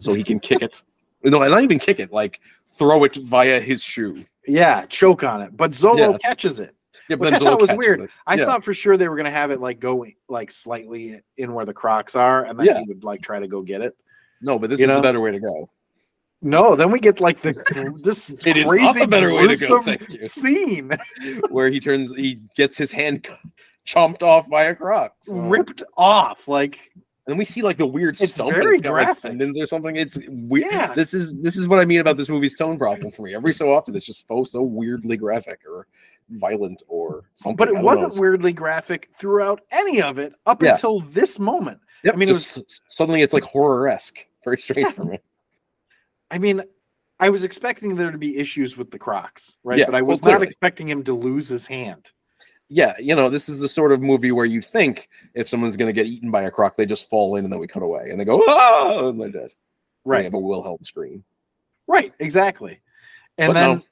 Speaker 4: so
Speaker 3: (laughs)
Speaker 4: he can kick it. No, not even kick it. Like throw it via his shoe.
Speaker 3: Yeah, choke on it. But Zolo
Speaker 4: Yeah.
Speaker 3: catches it.
Speaker 4: Yeah, but
Speaker 3: Which
Speaker 4: then
Speaker 3: I thought
Speaker 4: Zolo
Speaker 3: was
Speaker 4: catches
Speaker 3: weird.
Speaker 4: it.
Speaker 3: I
Speaker 4: Yeah.
Speaker 3: thought for sure they were gonna have it like go like slightly in where the crocs are, and then
Speaker 4: Yeah.
Speaker 3: he would like try to go get it.
Speaker 4: no, but this
Speaker 3: you
Speaker 4: is
Speaker 3: know?
Speaker 4: the better way to go.
Speaker 3: No, then we get like
Speaker 4: (laughs)
Speaker 3: the this is
Speaker 4: It is
Speaker 3: crazy
Speaker 4: not the better way to go.
Speaker 3: gruesome
Speaker 4: Thank you.
Speaker 3: scene (laughs)
Speaker 4: Where he turns, he gets his hand (laughs) chomped off by a croc. so-
Speaker 3: ripped off. Like
Speaker 4: And we see like the weird
Speaker 3: It's
Speaker 4: stump.
Speaker 3: very
Speaker 4: that's got, like,
Speaker 3: graphic.
Speaker 4: tendons or something. It's weird.
Speaker 3: Yeah.
Speaker 4: This is this is what I mean about this movie's tone problem for me. Every so often, it's just so so weirdly graphic or violent or something.
Speaker 3: but
Speaker 4: I
Speaker 3: it
Speaker 4: don't
Speaker 3: wasn't
Speaker 4: know.
Speaker 3: weirdly graphic throughout any of it up
Speaker 4: Yeah.
Speaker 3: until this moment.
Speaker 4: Yep,
Speaker 3: I mean, it
Speaker 4: just s- suddenly it's like horror esque. Very strange for me.
Speaker 3: I mean, I was expecting there to be issues with the Crocs, right?
Speaker 4: Yeah,
Speaker 3: but I
Speaker 4: well,
Speaker 3: was not
Speaker 4: clearly.
Speaker 3: expecting him to lose his hand.
Speaker 4: Yeah, you know, this is the sort of movie where you think if someone's going to get eaten by a croc, they just fall in and then we cut away and they go ah, and they're dead. They have a Wilhelm scream.
Speaker 3: Right. Exactly. And
Speaker 4: But
Speaker 3: then,
Speaker 4: no.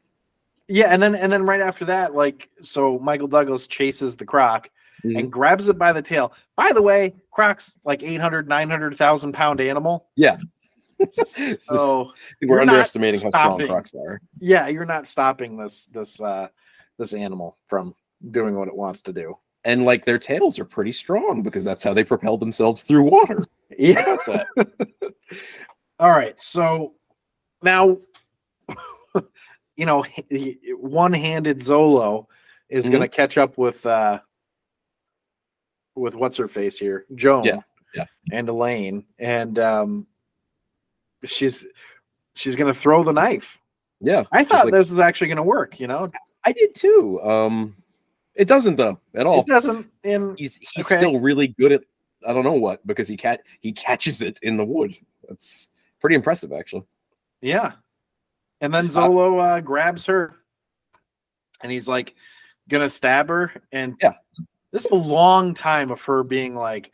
Speaker 3: yeah, and then and then right after that, like, so Michael Douglas chases the Croc
Speaker 4: Mm-hmm.
Speaker 3: and grabs it by the tail. By the way, Croc's like 800, 900,000 pound animal.
Speaker 4: Yeah.
Speaker 3: (laughs)
Speaker 4: (laughs)
Speaker 3: so
Speaker 4: We're
Speaker 3: You're not
Speaker 4: underestimating how
Speaker 3: stopping.
Speaker 4: strong crocs are.
Speaker 3: yeah, you're not stopping this this uh this animal from doing what it wants to do. (laughs)
Speaker 4: And like their tails are pretty strong because that's how they propel themselves
Speaker 3: (laughs)
Speaker 4: through water.
Speaker 3: Yeah.
Speaker 4: How about that?
Speaker 3: All right. So now (laughs) you know, one-handed Zolo is
Speaker 4: Mm-hmm.
Speaker 3: going to catch up with uh with what's her face here, Joan,
Speaker 4: Yeah, yeah.
Speaker 3: and Elaine, and um, she's she's going to throw the knife.
Speaker 4: Yeah,
Speaker 3: I
Speaker 4: It's
Speaker 3: thought
Speaker 4: like-
Speaker 3: this was actually going to work. You know,
Speaker 4: I did too. Um, it doesn't though at all.
Speaker 3: it doesn't. And
Speaker 4: He's he's
Speaker 3: Okay.
Speaker 4: still really good at I don't know what because he cat he catches it in the wood. That's pretty impressive actually.
Speaker 3: Yeah. And then Zolo uh, grabs her and he's like gonna stab her. And
Speaker 4: Yeah.
Speaker 3: this is a long time of her being like,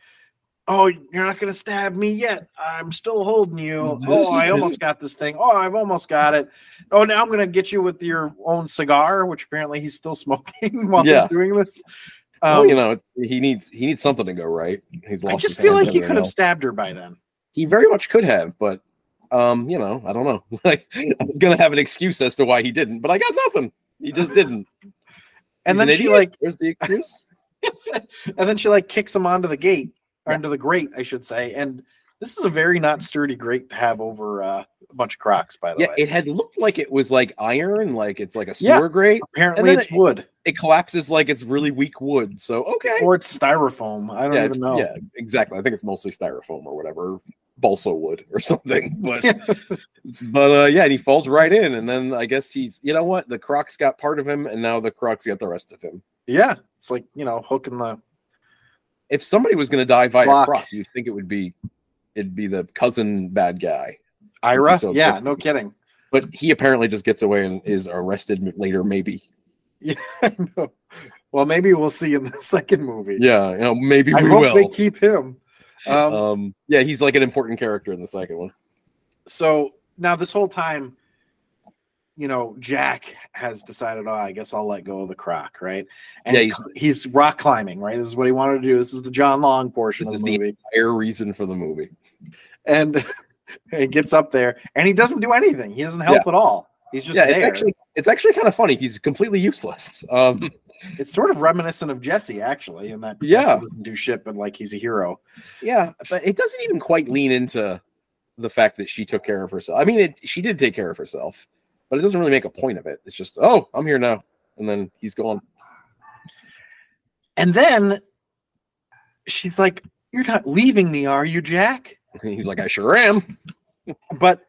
Speaker 3: Oh, you're not gonna stab me yet. I'm still holding you.
Speaker 4: This
Speaker 3: Oh, I
Speaker 4: is-
Speaker 3: almost got this thing. Oh, I've almost got it. Oh, now I'm gonna get you with your own cigar, which apparently he's still (laughs) smoking while
Speaker 4: Yeah.
Speaker 3: he's doing this.
Speaker 4: Oh,
Speaker 3: Um,
Speaker 4: you know, it's, he needs he needs something to go right. He's lost.
Speaker 3: I just
Speaker 4: his
Speaker 3: feel
Speaker 4: hand
Speaker 3: like
Speaker 4: and
Speaker 3: he
Speaker 4: everything
Speaker 3: could have
Speaker 4: else.
Speaker 3: stabbed her by then.
Speaker 4: He very much could have, but um, you know, I don't know. (laughs) Like, I'm gonna have an excuse as to why he didn't, but I got nothing. He just didn't.
Speaker 3: (laughs) And
Speaker 4: He's an
Speaker 3: then she
Speaker 4: idiot.
Speaker 3: like
Speaker 4: where's the
Speaker 3: (laughs)
Speaker 4: excuse?
Speaker 3: and then she like kicks him onto the gate or
Speaker 4: Yeah.
Speaker 3: into the grate, I should say. And this is a very not sturdy grate to have over uh, a bunch of Crocs, by the
Speaker 4: yeah,
Speaker 3: way.
Speaker 4: it had looked like it was like iron, like it's like a
Speaker 3: Yeah.
Speaker 4: sewer grate.
Speaker 3: Apparently,
Speaker 4: and then
Speaker 3: it's wood
Speaker 4: It collapses like it's really weak wood. So okay,
Speaker 3: or it's styrofoam. I don't
Speaker 4: yeah,
Speaker 3: even
Speaker 4: it's-
Speaker 3: know.
Speaker 4: yeah, exactly. I think it's mostly styrofoam or whatever, balsa wood or (laughs) something. But but uh, yeah, and he falls right in, and then I guess he's you know what the Crocs got part of him, and now the Crocs got the rest of him.
Speaker 3: Yeah, it's like you know, hooking the
Speaker 4: If somebody was going to die via
Speaker 3: Block.
Speaker 4: Croc, you'd think it would be it'd be the cousin bad guy,
Speaker 3: Ira.
Speaker 4: so
Speaker 3: yeah,
Speaker 4: obsessed
Speaker 3: no
Speaker 4: with it.
Speaker 3: kidding. (laughs)
Speaker 4: but he apparently just gets away and is arrested m- later, maybe.
Speaker 3: I know. Well, maybe we'll see in the (laughs) second movie.
Speaker 4: Yeah, you know, maybe
Speaker 3: I
Speaker 4: we
Speaker 3: hope they
Speaker 4: will.
Speaker 3: keep him. Um,
Speaker 4: um, yeah, he's like an important character in the second one.
Speaker 3: so now this whole time you know jack has decided oh i guess i'll let go of the croc right and
Speaker 4: Yeah,
Speaker 3: he
Speaker 4: he's-
Speaker 3: cl- he's, rock climbing right this is what he wanted to do this is the john long portion of
Speaker 4: This is
Speaker 3: the
Speaker 4: the-
Speaker 3: movie
Speaker 4: Fair reason for the movie.
Speaker 3: and (laughs) he gets up there and he doesn't do anything he doesn't help at all he's just
Speaker 4: yeah,
Speaker 3: there Hmm.
Speaker 4: it's actually it's actually kind of funny. He's completely useless. Um,
Speaker 3: it's sort of reminiscent of jesse actually in that
Speaker 4: Yeah.
Speaker 3: Jesse doesn't do shit but like he's a hero
Speaker 4: Yeah, but it doesn't even quite lean into the fact that she took care of herself. I mean, it, she did take care of herself, but it doesn't really make a point of it. It's just, oh, I'm here now, and then he's gone. (laughs)
Speaker 3: and then she's like you're not leaving me are you jack
Speaker 4: And he's like, I sure am.
Speaker 3: but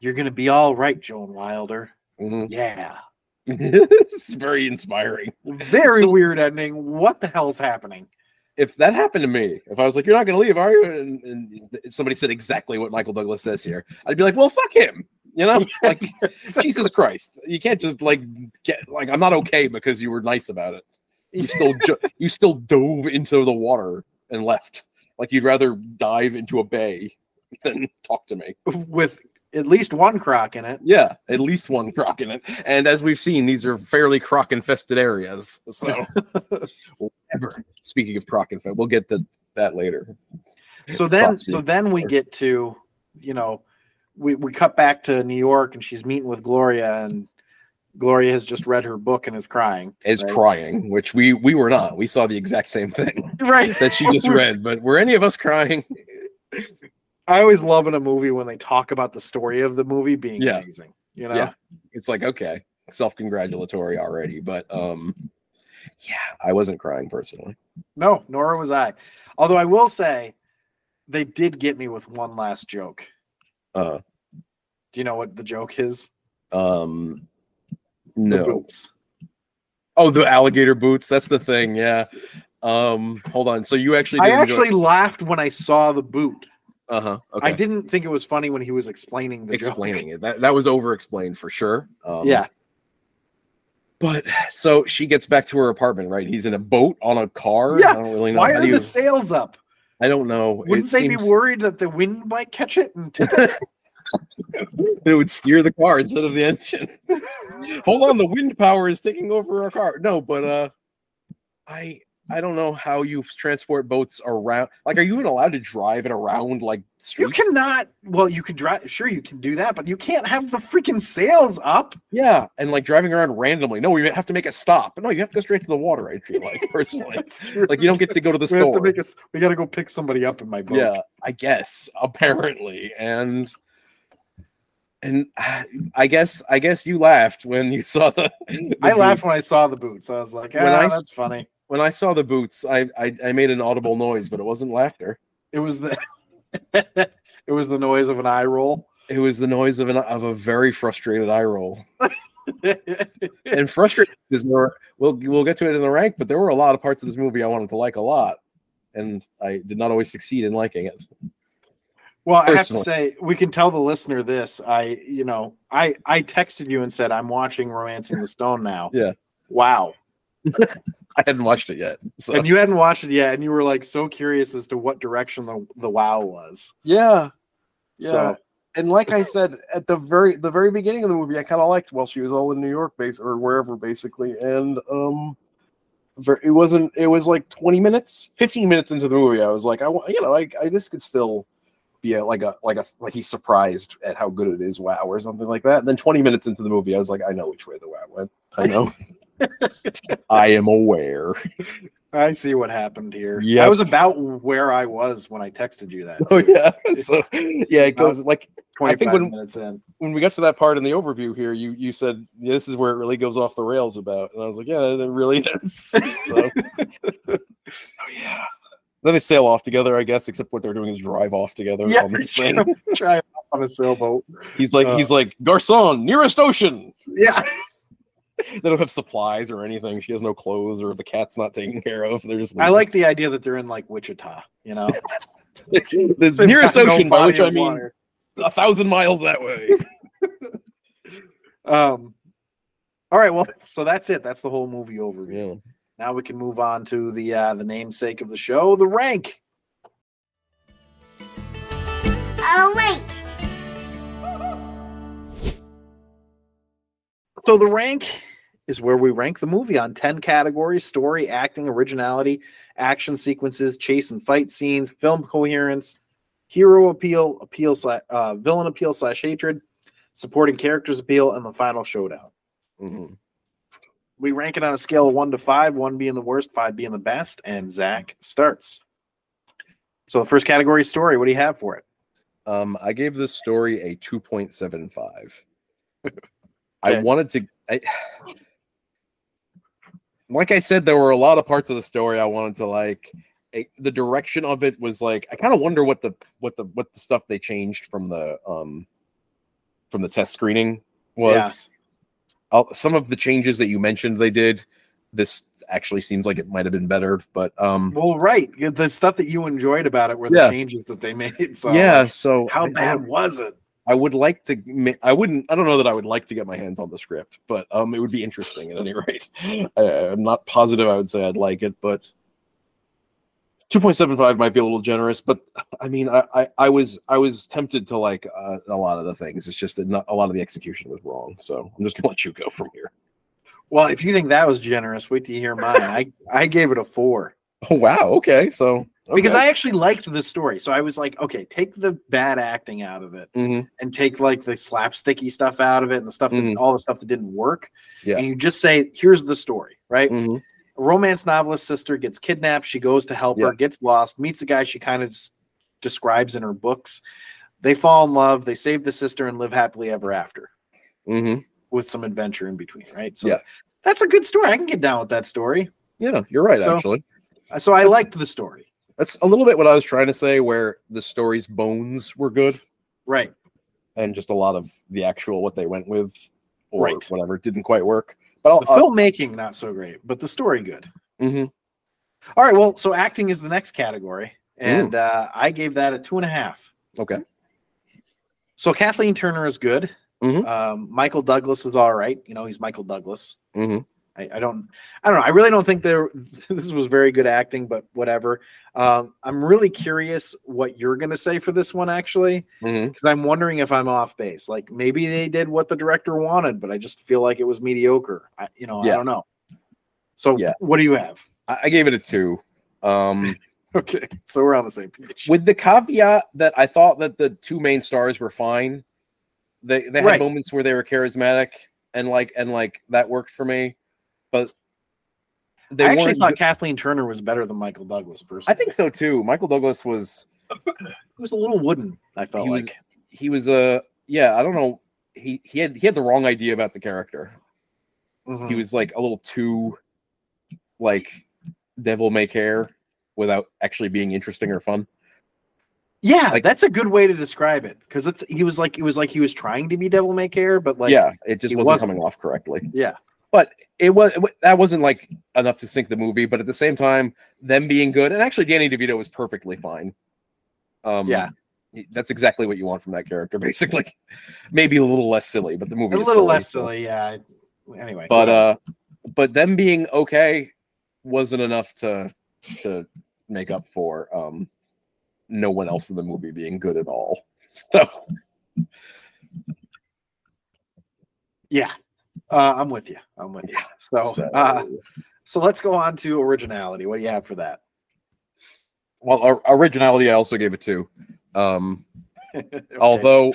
Speaker 3: you're gonna be all right joan wilder
Speaker 4: (laughs) Mhm.
Speaker 3: Yeah.
Speaker 4: it's very inspiring.
Speaker 3: Very
Speaker 4: So-
Speaker 3: weird ending. What the hell's happening? (laughs)
Speaker 4: If that happened to me, if I was like, "You're not going to leave, are you?" and, and somebody said exactly what Michael Douglas says here, I'd be like, "Well, fuck him,"
Speaker 3: (laughs)
Speaker 4: you know? Like, Jesus Christ, you can't just like get like I'm not okay because you were nice about it. You still ju- you still dove into the water and left. Like you'd rather dive into a bay than talk to me.
Speaker 3: With at least one croc in it.
Speaker 4: Yeah, at least one croc in it. And as we've seen, these are fairly croc infested areas. So whatever. Speaking of croc infested, we'll get to that later.
Speaker 3: So then
Speaker 4: Foxy.
Speaker 3: so then we get to, you know, we, we cut back to New York and she's meeting with Gloria and Gloria has just read her book and is
Speaker 4: (laughs)
Speaker 3: crying.
Speaker 4: Is
Speaker 3: Right.
Speaker 4: crying, which we we were not. We saw the exact same thing
Speaker 3: Right.
Speaker 4: that she just read. But were any of us crying?
Speaker 3: I always love in a movie when they talk about the story of the movie being
Speaker 4: Yeah.
Speaker 3: amazing. You know?
Speaker 4: Yeah. it's like okay self-congratulatory already but um yeah i wasn't crying personally
Speaker 3: No, nor was I. Although I will say they did get me with one last joke.
Speaker 4: uh
Speaker 3: Do you know what the joke is?
Speaker 4: um
Speaker 3: The
Speaker 4: no
Speaker 3: boots.
Speaker 4: oh the alligator boots that's the thing yeah um hold on so you actually
Speaker 3: I
Speaker 4: did enjoy-
Speaker 3: actually laughed when I saw the boot.
Speaker 4: uh-huh okay
Speaker 3: I didn't think it was funny when he was explaining the
Speaker 4: explaining it that, that was over explained for sure um
Speaker 3: joke. (laughs) Yeah,
Speaker 4: but so she gets back to her apartment right he's in a boat on a car
Speaker 3: Yeah,
Speaker 4: i don't really know
Speaker 3: why
Speaker 4: how
Speaker 3: are
Speaker 4: do you-
Speaker 3: the sails up?
Speaker 4: i don't know It
Speaker 3: Wouldn't they
Speaker 4: seems-
Speaker 3: be worried that the wind might catch it and tip
Speaker 4: (laughs)
Speaker 3: it?
Speaker 4: it would steer the car instead of the engine. (laughs) Hold on, the wind power is taking over our car. No, but uh I I don't know how you transport boats around. Like, are you even allowed to drive it around like
Speaker 3: You
Speaker 4: streets?
Speaker 3: cannot. Well, you can drive. Sure, you can do that, but you can't have the freaking sails up. (laughs)
Speaker 4: yeah, and like driving around randomly. No, you have to make a stop. No, you have to go straight to the water. I feel like personally, like you don't get to go to the
Speaker 3: (laughs) We have to
Speaker 4: store.
Speaker 3: make us. We got to go pick somebody up in my boat.
Speaker 4: yeah, I guess apparently, and And (sighs) uh, I guess I guess you laughed when you saw the. the
Speaker 3: I laughed
Speaker 4: boots.
Speaker 3: when I saw the boots. I was like,
Speaker 4: When
Speaker 3: ah,
Speaker 4: I s-
Speaker 3: that's funny.
Speaker 4: when I saw the boots. I, I I made an audible noise, but it wasn't laughter.
Speaker 3: It was the (laughs) it was the noise of an eye roll. (laughs)
Speaker 4: It was the noise of an of a very frustrated eye (laughs) roll. and frustrated because there were, we'll we'll get to it in the rank, but there were a lot of parts of this movie I wanted to like a lot, and I did not always succeed in liking it.
Speaker 3: Well, I
Speaker 4: Personally.
Speaker 3: have to say, we can tell the listener this. I, you know, I I texted you and said I'm watching *Romancing the
Speaker 5: (laughs)
Speaker 3: Stone* now.
Speaker 4: Yeah.
Speaker 3: Wow.
Speaker 4: I hadn't watched it yet. So
Speaker 3: And you hadn't watched it yet, and you were like so curious as to what direction the the wow was.
Speaker 4: yeah,
Speaker 3: Yeah.
Speaker 5: and like I said at the very the very beginning of the movie, I kind of liked. Well, she was all in New York, base or wherever, basically, and um, ver- it wasn't. It was like twenty minutes, fifteen minutes into the movie, I was like, I want, you know, I, I this could still be a, like a like a like he's surprised at how good it is, wow, or something like that. And then twenty minutes into the movie, I was like, I know which way the wow went. I know. I am aware. (laughs)
Speaker 3: I see what happened here. Yeah. I
Speaker 4: Yep.
Speaker 3: was about where I was when I texted
Speaker 5: (laughs)
Speaker 3: you that.
Speaker 4: Oh yeah.
Speaker 5: So yeah, it goes like I
Speaker 3: Twenty
Speaker 5: think
Speaker 3: five
Speaker 5: when-
Speaker 3: minutes in.
Speaker 5: when we got to that part in the overview here, you you said this is where it really goes off the rails about, and I was like, yeah, it really is.
Speaker 3: (laughs)
Speaker 5: so, (laughs) so, yeah. Then they sail off together, I guess. Except what they're doing is drive off together
Speaker 3: Yeah,
Speaker 5: on
Speaker 3: (laughs)
Speaker 5: this
Speaker 3: sure.
Speaker 5: thing.
Speaker 3: Try on a sailboat.
Speaker 5: He's like,
Speaker 3: Uh.
Speaker 5: he's like, garçon, nearest ocean.
Speaker 3: Yeah.
Speaker 5: They don't have supplies or anything. She has no clothes, or the cat's not taken care of. They're just.
Speaker 3: I like the idea that they're in like Wichita, you know.
Speaker 5: leaving. the (laughs)
Speaker 3: They've
Speaker 5: nearest
Speaker 3: got no
Speaker 5: ocean, by
Speaker 3: body
Speaker 5: which
Speaker 3: of
Speaker 5: I mean
Speaker 3: water.
Speaker 5: a thousand miles that
Speaker 3: (laughs)
Speaker 5: way.
Speaker 3: Um, all right, well, (laughs) so that's it. That's the whole movie overview.
Speaker 5: yeah.
Speaker 3: Now we can move on to the uh, the namesake of the show, the rank.
Speaker 2: Oh, wait.
Speaker 3: So the rank is where we rank the movie on ten categories: story, acting, originality, action sequences, chase and fight scenes, film coherence, hero appeal, appeal slash uh, villain appeal slash hatred, supporting characters appeal, and the final showdown. Mm-hmm.
Speaker 4: Mhm.
Speaker 3: We rank it on a scale of one to five, one being the worst, five being the best, and Zach starts. So the first category is story. What do you have for it?
Speaker 4: Um, I gave this story a 2.75.
Speaker 3: (laughs)
Speaker 4: I
Speaker 3: Okay.
Speaker 4: wanted to I like I said, there were a lot of parts of the story I wanted to like I- the direction of it was like I kind of wonder what the what the what the stuff they changed from the um from the test screening was. Uh, some of the changes that you mentioned they did, this actually seems like it might have been better, but um
Speaker 3: Well, right, the stuff that you enjoyed about it were the
Speaker 4: Yeah.
Speaker 3: changes that they (laughs) made. So
Speaker 4: yeah, so I-
Speaker 3: how
Speaker 4: I
Speaker 3: bad was it?
Speaker 4: I would like to. ma- I wouldn't. I don't know that I would like to get my hands on the script, but um, it would be
Speaker 3: (laughs)
Speaker 4: interesting at any rate. I, I'm not positive. I would say I'd like it, but 2.75 might be a little generous. But I mean, I I, I was I was tempted to like uh, a lot of the things. It's just that not a lot of the execution was wrong. So I'm just gonna let you go from here.
Speaker 3: Well, if you think that was generous, wait till you hear mine.
Speaker 4: (laughs)
Speaker 3: I I gave it a four
Speaker 4: Oh wow. Okay. So
Speaker 3: because I actually liked the story. So I was like, okay, take the bad acting out of it
Speaker 4: Mhm.
Speaker 3: and take like the slapsticky stuff out of it and the stuff that
Speaker 4: Mhm.
Speaker 3: all the stuff that didn't work.
Speaker 4: Yeah.
Speaker 3: And you just say, here's the story, right?
Speaker 4: Mhm.
Speaker 3: a romance novelist sister gets kidnapped. She goes to help her,
Speaker 4: Yeah.
Speaker 3: gets lost, meets a guy she kind of s- describes in her books. They fall in love, they save the sister, and live happily ever after
Speaker 4: Mhm.
Speaker 3: with some adventure in between, right?
Speaker 4: Yeah.
Speaker 3: that's a good story. I can get down with that story.
Speaker 4: yeah, you're right.
Speaker 3: So-
Speaker 4: actually,
Speaker 3: Uh, So I liked the story,
Speaker 4: that's a little bit what I was trying to say. Where the story's bones were good.
Speaker 3: right?
Speaker 4: and just a lot of the actual what they went with or
Speaker 3: Right.
Speaker 4: whatever didn't quite work. But I'll, uh,
Speaker 3: The filmmaking, not so great, but the story, good.
Speaker 4: Mhm.
Speaker 3: Mm-hmm, All right, well, so acting is the next category, and uh, I gave that a two and a half.
Speaker 4: okay.
Speaker 3: So Kathleen Turner is good.
Speaker 4: Mhm.
Speaker 3: Um, Michael Douglas is all right. You know, he's Michael Douglas.
Speaker 4: Mhm.
Speaker 3: I, I don't I don't know. I really don't think there (laughs) this was very good acting, but whatever. Um, I'm really curious what you're gonna say for this one actually,
Speaker 4: Mhm.
Speaker 3: because I'm wondering if I'm off base. Like maybe they did what the director wanted, but I just feel like it was mediocre. I, you know, I
Speaker 4: Yeah.
Speaker 3: don't know. So
Speaker 4: Yeah.
Speaker 3: what do you have?
Speaker 4: I, I gave it a two. Um,
Speaker 3: (laughs) Okay, so we're on the same page.
Speaker 4: with the caveat that I thought that the two main stars were fine. They they had
Speaker 3: Right.
Speaker 4: moments where they were charismatic and like and like that worked for me, but they
Speaker 3: I actually
Speaker 4: weren't
Speaker 3: thought
Speaker 4: good-
Speaker 3: Kathleen Turner was better than Michael Douglas personally.
Speaker 4: I think so too. Michael Douglas was
Speaker 3: it was a little wooden, I felt
Speaker 4: He was-
Speaker 3: like.
Speaker 4: he was a yeah. I don't know. he he had he had the wrong idea about the character.
Speaker 3: Mhm.
Speaker 4: He was like a little too like devil may care without actually being interesting or fun.
Speaker 3: yeah,
Speaker 4: like-
Speaker 3: that's a good way to describe it because it's he was like it was like he was trying to be Devil May Care, but like
Speaker 4: yeah, it just
Speaker 3: he
Speaker 4: wasn't,
Speaker 3: wasn't.
Speaker 4: coming off correctly.
Speaker 3: yeah,
Speaker 4: It was it wa- that wasn't like enough to sink the movie, but at the same time, them being good and actually Danny DeVito was perfectly fine. Um,
Speaker 3: Yeah.
Speaker 4: he- that's exactly what you want from that character, (laughs) basically. Maybe a little less silly, but the movie
Speaker 3: a
Speaker 4: is
Speaker 3: little
Speaker 4: silly,
Speaker 3: less
Speaker 4: so-
Speaker 3: silly. Yeah. Anyway,
Speaker 4: but uh but them being okay wasn't enough to to make up for um no one else in the movie being good at all (laughs) so
Speaker 3: yeah, uh, I'm with you. I'm with you. So,
Speaker 4: so-
Speaker 3: uh, so let's go on to originality. What do you have for that? (laughs)
Speaker 4: well or- originality i also gave it to um
Speaker 3: Okay.
Speaker 4: although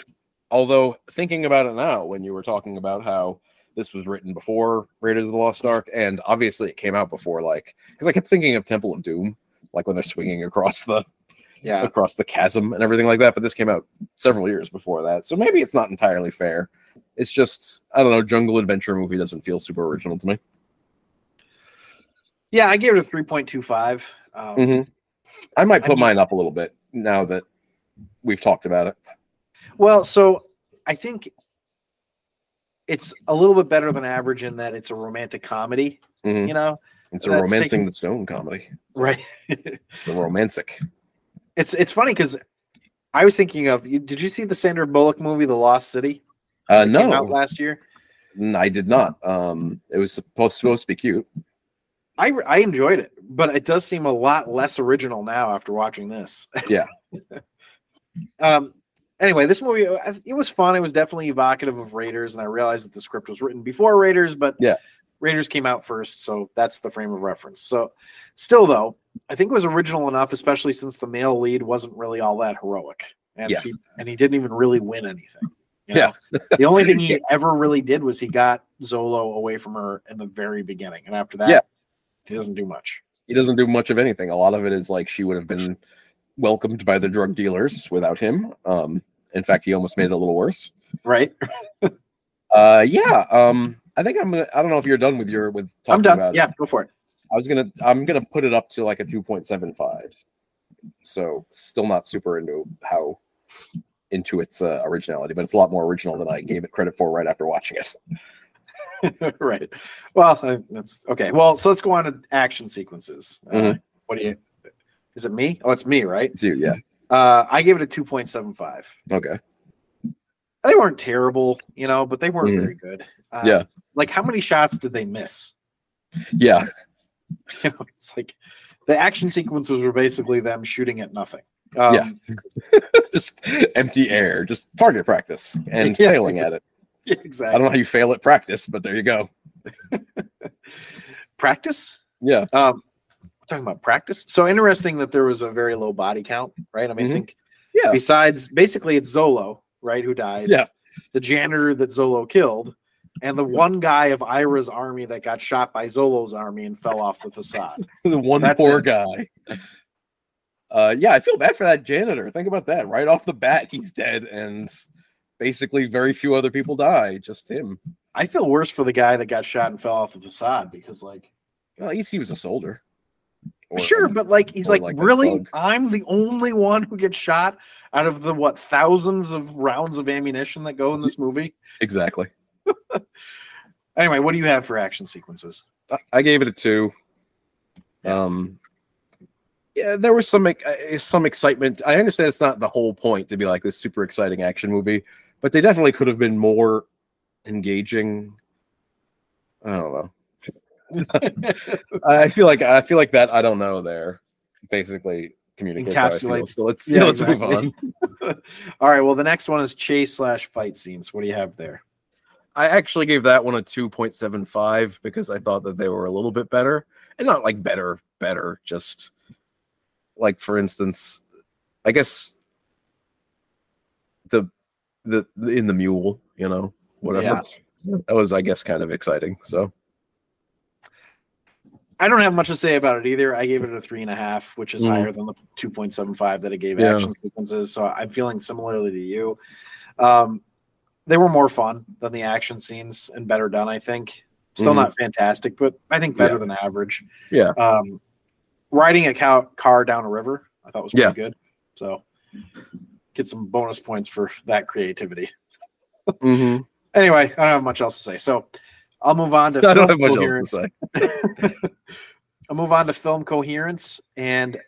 Speaker 4: although thinking about it now when you were talking about how this was written before raiders of the lost ark and obviously it came out before like because i kept thinking of temple of doom like when they're swinging across the
Speaker 3: yeah,
Speaker 4: across the chasm and everything like that. But this came out several years before that, so maybe it's not entirely fair. It's just I don't know. Jungle adventure movie doesn't feel super original to me.
Speaker 3: yeah, I gave it a three point two five. Um,
Speaker 4: I might put
Speaker 3: I mean-
Speaker 4: mine up a little bit now that we've talked about it.
Speaker 3: Well, so I think it's a little bit better than average in that it's a romantic comedy.
Speaker 4: Mhm.
Speaker 3: You know,
Speaker 4: It's a
Speaker 3: That's
Speaker 4: romancing
Speaker 3: taking-
Speaker 4: the stone comedy.
Speaker 3: right? (laughs)
Speaker 4: It's a romantic.
Speaker 3: it's it's funny because I was thinking of. you- Did you see the Sandra Bullock movie, The Lost City?
Speaker 4: Uh,
Speaker 3: that came out
Speaker 4: no,
Speaker 3: last year.
Speaker 4: n- I did not. Um, it was supposed supposed to be cute.
Speaker 3: I re- I enjoyed it, but it does seem a lot less original now after watching this.
Speaker 4: Yeah.
Speaker 3: um. Anyway, this movie uh, I- it was fun. It was definitely evocative of Raiders, and I realized that the script was written before Raiders, but
Speaker 4: Yeah.
Speaker 3: Raiders came out first, so that's the frame of reference. So, still though, I think it was original enough, especially since the male lead wasn't really all that heroic, and
Speaker 4: Yeah.
Speaker 3: he and he didn't even really win anything. you
Speaker 4: Yeah.
Speaker 3: know? the only thing
Speaker 4: (laughs) Yeah.
Speaker 3: he ever really did was he got Zolo away from her in the very beginning, and after that,
Speaker 4: Yeah.
Speaker 3: he doesn't do much.
Speaker 4: He doesn't do much of anything. A lot of it is like she would have been welcomed by the drug dealers without him. Um, in fact, he almost made it a little worse.
Speaker 3: Right?
Speaker 4: Uh, yeah. Um, I think I'm gonna. I don't know if you're done with your with talking
Speaker 3: I'm done.
Speaker 4: about.
Speaker 3: yeah,
Speaker 4: It.
Speaker 3: go for it.
Speaker 4: I was gonna. I'm gonna put it up to like a two point seven five. So still not super into how into its uh, originality, but it's a lot more original than I gave it credit for right after watching it.
Speaker 3: (laughs) right. Well, uh, that's okay. Well, so let's go on to action sequences. Uh,
Speaker 4: Mhm.
Speaker 3: What do you? Is it me? Oh, it's me, right?
Speaker 4: Dude, yeah.
Speaker 3: Uh, I gave it a two point seven five.
Speaker 4: Okay.
Speaker 3: They weren't terrible, you know, but they weren't
Speaker 4: Mhm.
Speaker 3: very good. Uh,
Speaker 4: Yeah.
Speaker 3: Like, how many shots did they miss? (laughs)
Speaker 4: Yeah. (laughs)
Speaker 3: You know, it's like the action sequences were basically them shooting at nothing. Um, (laughs)
Speaker 4: Yeah. just empty air. Just target practice and
Speaker 3: (laughs) Yeah,
Speaker 4: failing at it.
Speaker 3: yeah,
Speaker 4: I
Speaker 3: Exactly.
Speaker 4: don't know how you fail at practice, but there you go.
Speaker 3: Practice.
Speaker 4: Yeah.
Speaker 3: Um, we're talking about practice. So interesting that there was a very low body count, right? I mean,
Speaker 4: Mhm.
Speaker 3: I think
Speaker 4: Yeah.
Speaker 3: Besides, basically, it's Zolo, right, who dies.
Speaker 4: Yeah.
Speaker 3: The janitor that Zolo killed, and the one guy of Ira's army that got shot by Zolo's army and fell off the facade.
Speaker 4: (laughs) the one
Speaker 3: That's
Speaker 4: poor
Speaker 3: it.
Speaker 4: guy. Uh, yeah, I feel bad for that janitor. Think about that. Right off the bat, he's dead, and basically, very few other people die. Just him.
Speaker 3: I feel worse for the guy that got shot and fell off the facade because, like,
Speaker 4: Well, at least he was a soldier. Or-
Speaker 3: sure, but like, he's
Speaker 4: or
Speaker 3: like,
Speaker 4: like a
Speaker 3: really?
Speaker 4: bug.
Speaker 3: I'm the only one who gets shot out of the what thousands of rounds of ammunition that go in this movie.
Speaker 4: exactly.
Speaker 3: Anyway, what do you have for action sequences?
Speaker 4: I- I gave it a two.
Speaker 3: Yeah.
Speaker 4: Um, yeah, there was some ex- uh, some excitement. I understand it's not the whole point to be like this super exciting action movie, but they definitely could have been more engaging. I
Speaker 3: (laughs)
Speaker 4: don't know. I feel like I feel like that. I don't know. There, basically communicates. how I feel.
Speaker 3: Encapsulates-
Speaker 4: So let's
Speaker 3: yeah,
Speaker 4: (laughs) let's move
Speaker 3: exactly. (laughs)
Speaker 4: on.
Speaker 3: All right. Well, the next one is chase slash fight scenes. What do you have there?
Speaker 4: I actually gave that one a 2.75 because I thought that they were a little bit better. And not like better, better, just like for instance, I guess the the, the in the mule, you know, whatever. (laughs) That was I guess kind of exciting. So
Speaker 3: I don't have much to say about it either. I gave it a three and a half, which is
Speaker 4: Mm.
Speaker 3: higher than the 2.75 that it gave
Speaker 4: Yeah.
Speaker 3: action sequences. So I'm feeling similarly to you. Um, they were more fun than the action scenes and better done. I think still
Speaker 4: Mhm.
Speaker 3: not fantastic, but I think better than average.
Speaker 4: Yeah.
Speaker 3: Um, riding a cow- car down a river, I thought was pretty good. So get some bonus points for that creativity.
Speaker 4: Mhm.
Speaker 3: Anyway, I don't have much else to say. So I'll move on to
Speaker 4: (laughs) I don't
Speaker 3: film
Speaker 4: have much else
Speaker 3: coherence.
Speaker 4: to say.
Speaker 3: I'll move on to film coherence. And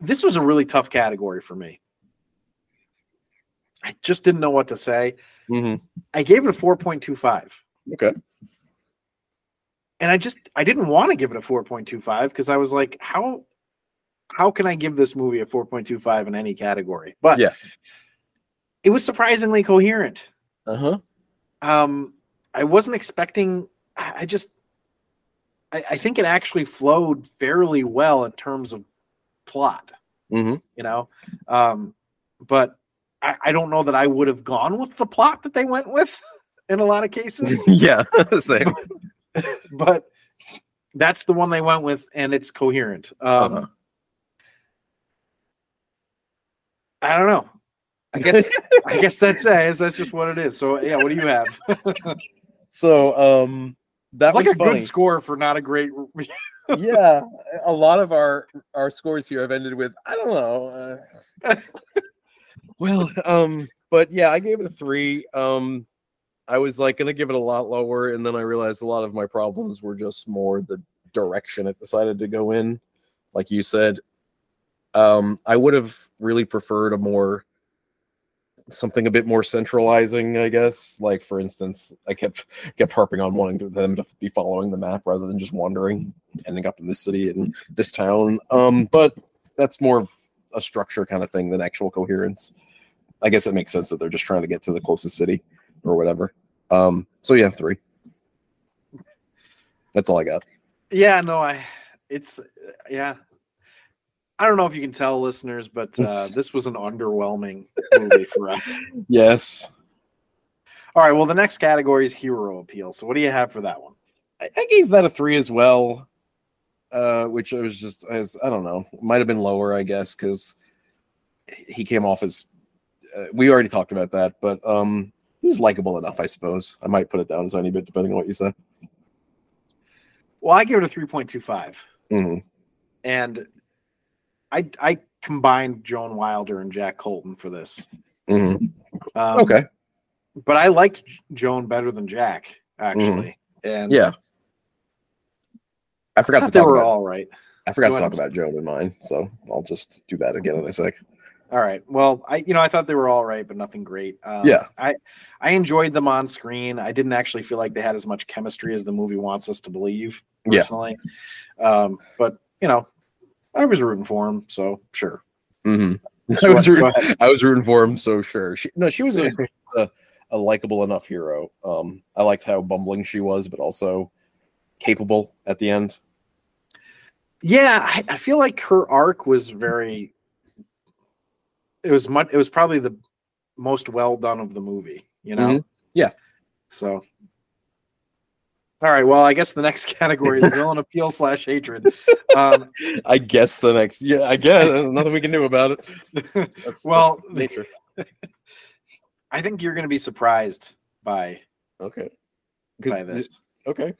Speaker 3: this was a really tough category for me. I just didn't know what to say.
Speaker 4: Mhm.
Speaker 3: I gave it a 4.25.
Speaker 6: Okay.
Speaker 3: And I just I didn't want to give it a 4.25 because I was like, how how can I give this movie a 4.25 in any category? But
Speaker 4: Yeah.
Speaker 3: it was surprisingly coherent.
Speaker 6: Uh
Speaker 3: Uh-huh.
Speaker 6: huh.
Speaker 3: Um I wasn't expecting I I just I, I think it actually flowed fairly well in terms of plot
Speaker 4: Mhm.
Speaker 3: you know um but I, I don't know that i would have gone with the plot that they went with (laughs) in a lot of cases
Speaker 4: (laughs) (laughs) Yeah, same.
Speaker 3: but that's the one they went with and it's coherent um
Speaker 4: Uh-huh.
Speaker 3: i don't know i guess i guess that's it that's just what it is so yeah what do you have
Speaker 4: So um that
Speaker 3: like
Speaker 4: was
Speaker 3: a
Speaker 4: funny.
Speaker 3: good score for not a great
Speaker 4: yeah, a lot of our our scores here have ended with I don't know. uh, well, um, but yeah, I gave it a three. Um, I was like gonna give it a lot lower, and then I realized a lot of my problems were just more the direction it decided to go in. Like you said, um, I would have really preferred a more something a bit more centralizing, I guess. Like for instance, I kept kept harping on wanting to- them to be following the map rather than just wandering, ending up in this city and this town. Um, but that's more of a structure kind of thing than actual coherence. I guess it makes sense that they're just trying to get to the closest city or whatever. Um, so yeah, three. That's all I got.
Speaker 3: yeah no i it's yeah i don't know if you can tell listeners but
Speaker 4: (laughs)
Speaker 3: uh, this was an underwhelming movie for us (laughs)
Speaker 4: Yes,
Speaker 3: All right. Well, the next category is hero appeal. So, what do you have for that one?
Speaker 4: I, I gave that a three as well, uh, which I was just as I don't know, might have been lower, I guess, because he came off as. Uh, we already talked about that, but um, he was likable enough, I suppose. I might put it down a tiny bit depending on what you say.
Speaker 3: Well, I give it a three point two five,
Speaker 4: hmm
Speaker 3: and I I combined Joan Wilder and Jack Colton for this.
Speaker 4: hmm
Speaker 3: Um,
Speaker 4: Okay.
Speaker 3: but I liked J- Joan better than Jack actually, and
Speaker 4: Mm-hmm. Yeah. I
Speaker 3: I
Speaker 4: forgot to
Speaker 3: thought they
Speaker 4: talk
Speaker 3: were
Speaker 4: about.
Speaker 3: all right.
Speaker 4: I forgot
Speaker 3: go
Speaker 4: to
Speaker 3: ahead,
Speaker 4: talk about Joan in mine, so I'll just do that again in a sec.
Speaker 3: All right. Well, I you know I thought they were all right, but nothing great. Um,
Speaker 4: Yeah.
Speaker 3: I I enjoyed them on screen. I didn't actually feel like they had as much chemistry as the movie wants us to believe.
Speaker 4: Yeah.
Speaker 3: Personally, um, but you know, I was rooting for him, so sure.
Speaker 4: hmm (laughs) I
Speaker 3: So
Speaker 4: was
Speaker 3: go
Speaker 4: rooting,
Speaker 3: ahead.
Speaker 4: I was rooting for him, so sure. She, no, she was (laughs) a, a, a likable enough hero. Um, I liked how bumbling she was, but also capable at the end.
Speaker 3: Yeah, I, I feel like her arc was very. It was much. It was probably the most well done of the movie. You know.
Speaker 4: Mhm. Yeah.
Speaker 3: So. All right. Well, I guess the next (laughs) category
Speaker 4: (laughs)
Speaker 3: is villain appeal slash hatred. Um,
Speaker 4: I guess the next, yeah, I guess (laughs) there's nothing we can do about it. That's-
Speaker 3: Well,
Speaker 4: that's nature.
Speaker 3: I think you're going to be surprised by
Speaker 4: Okay. 'Cause
Speaker 3: by
Speaker 4: the-
Speaker 3: this.
Speaker 4: Okay.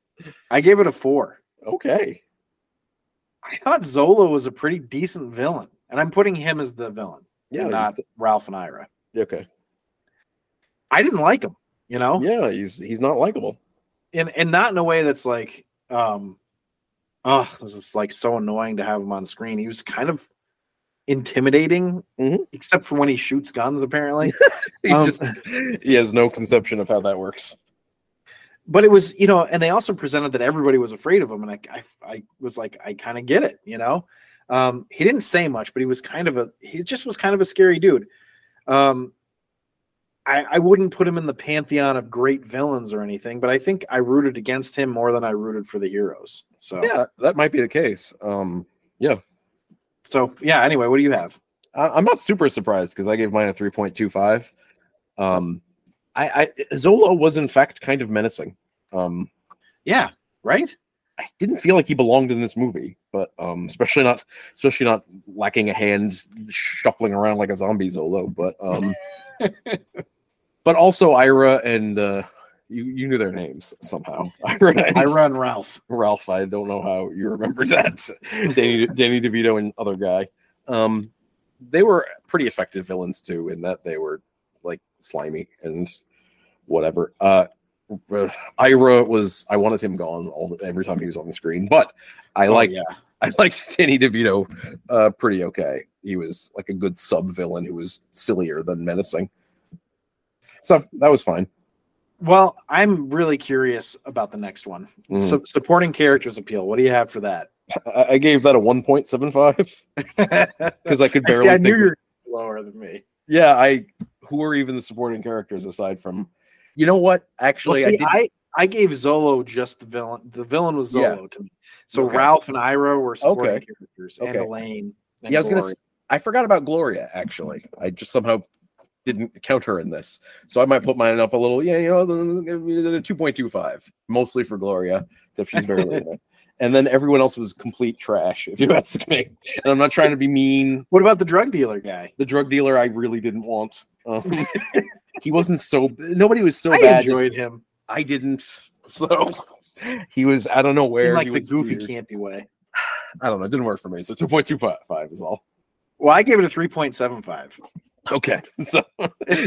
Speaker 4: (laughs)
Speaker 3: I gave it a four.
Speaker 4: Okay.
Speaker 3: I thought Zola was a pretty decent villain, and I'm putting him as the villain,
Speaker 4: Yeah.
Speaker 3: not Ralph and Ira.
Speaker 4: he's- okay.
Speaker 3: I didn't like him. You know.
Speaker 4: Yeah, he's he's not likable.
Speaker 3: and and not in a way that's like um oh this is like so annoying to have him on screen he was kind of intimidating
Speaker 4: Mhm.
Speaker 3: except for when he shoots guns
Speaker 4: (laughs)
Speaker 3: apparently
Speaker 4: He
Speaker 3: Um,
Speaker 4: just he has no conception of how that works.
Speaker 3: but it was you know and they also presented that everybody was afraid of him and i i, I was like i kind of get it you know um he didn't say much but he was kind of a he just was kind of a scary dude um I, I wouldn't put him in the pantheon of great villains or anything, but I think I rooted against him more than I rooted for the heroes. So
Speaker 4: Yeah, that might be the case. Um,
Speaker 3: So yeah. Anyway, what do you have?
Speaker 4: I, I'm not super surprised because I gave mine a 3.25. Um, I, I Zola was in fact kind of menacing. Um,
Speaker 3: Yeah.
Speaker 4: (laughs)
Speaker 3: Right.
Speaker 4: I didn't feel like he belonged in this movie, but um, especially not especially not lacking a hand shuffling around like a zombie Zolo. But um, But also Ira and uh, you you knew their names somehow. (laughs) Ira, and
Speaker 3: I run Ralph.
Speaker 4: Ralph. I don't know how you remember (laughs) that. Danny Danny DeVito and other guy. Um, they were pretty effective villains too, in that they were like slimy and whatever. Uh, uh, Ira was I wanted him gone all the, every time he was on the screen, but I
Speaker 3: Oh,
Speaker 4: liked
Speaker 3: yeah.
Speaker 4: (laughs) I liked Danny DeVito uh, pretty okay. He was like a good sub villain who was sillier than menacing. So that was fine.
Speaker 3: Well, I'm really curious about the next one.
Speaker 4: Mm.
Speaker 3: Sup- supporting characters appeal. What do you have for that?
Speaker 4: I, I gave that a 1.75
Speaker 3: (laughs)
Speaker 4: because I could
Speaker 3: I,
Speaker 4: barely.
Speaker 3: see, I knew
Speaker 4: think
Speaker 3: you're lower than me.
Speaker 4: yeah, I who are even the supporting characters aside from you know what?
Speaker 3: Well,
Speaker 4: Actually,
Speaker 3: see,
Speaker 4: I, did,
Speaker 3: I, I gave Zolo just the villain. The villain was
Speaker 4: Yeah.
Speaker 3: Zolo to me. So
Speaker 4: Okay.
Speaker 3: Ralph and Ira were supporting
Speaker 4: Okay.
Speaker 3: characters, and
Speaker 4: Okay.
Speaker 3: Elaine. And
Speaker 4: yeah, I was gonna
Speaker 3: Glory.
Speaker 4: s- I forgot about Gloria actually. I just somehow didn't count her in this, so I might put mine up a little. Yeah, you know, two point two five, mostly for Gloria, except she's
Speaker 3: (laughs)
Speaker 4: barely in it. And then everyone else was complete trash, if you ask me. And I'm not trying to be mean.
Speaker 3: What about the drug dealer guy?
Speaker 4: The drug dealer, I really didn't want. Um, he wasn't so. Nobody was so
Speaker 3: I
Speaker 4: bad. just-
Speaker 3: enjoyed him
Speaker 4: I didn't. So he was. I don't know where.
Speaker 3: in like
Speaker 4: he
Speaker 3: the
Speaker 4: was
Speaker 3: goofy
Speaker 4: weird.
Speaker 3: campy way.
Speaker 4: I don't know. It didn't work for me. So two point two five is all.
Speaker 3: Well, I gave it a three point seven five.
Speaker 4: Okay, (laughs) so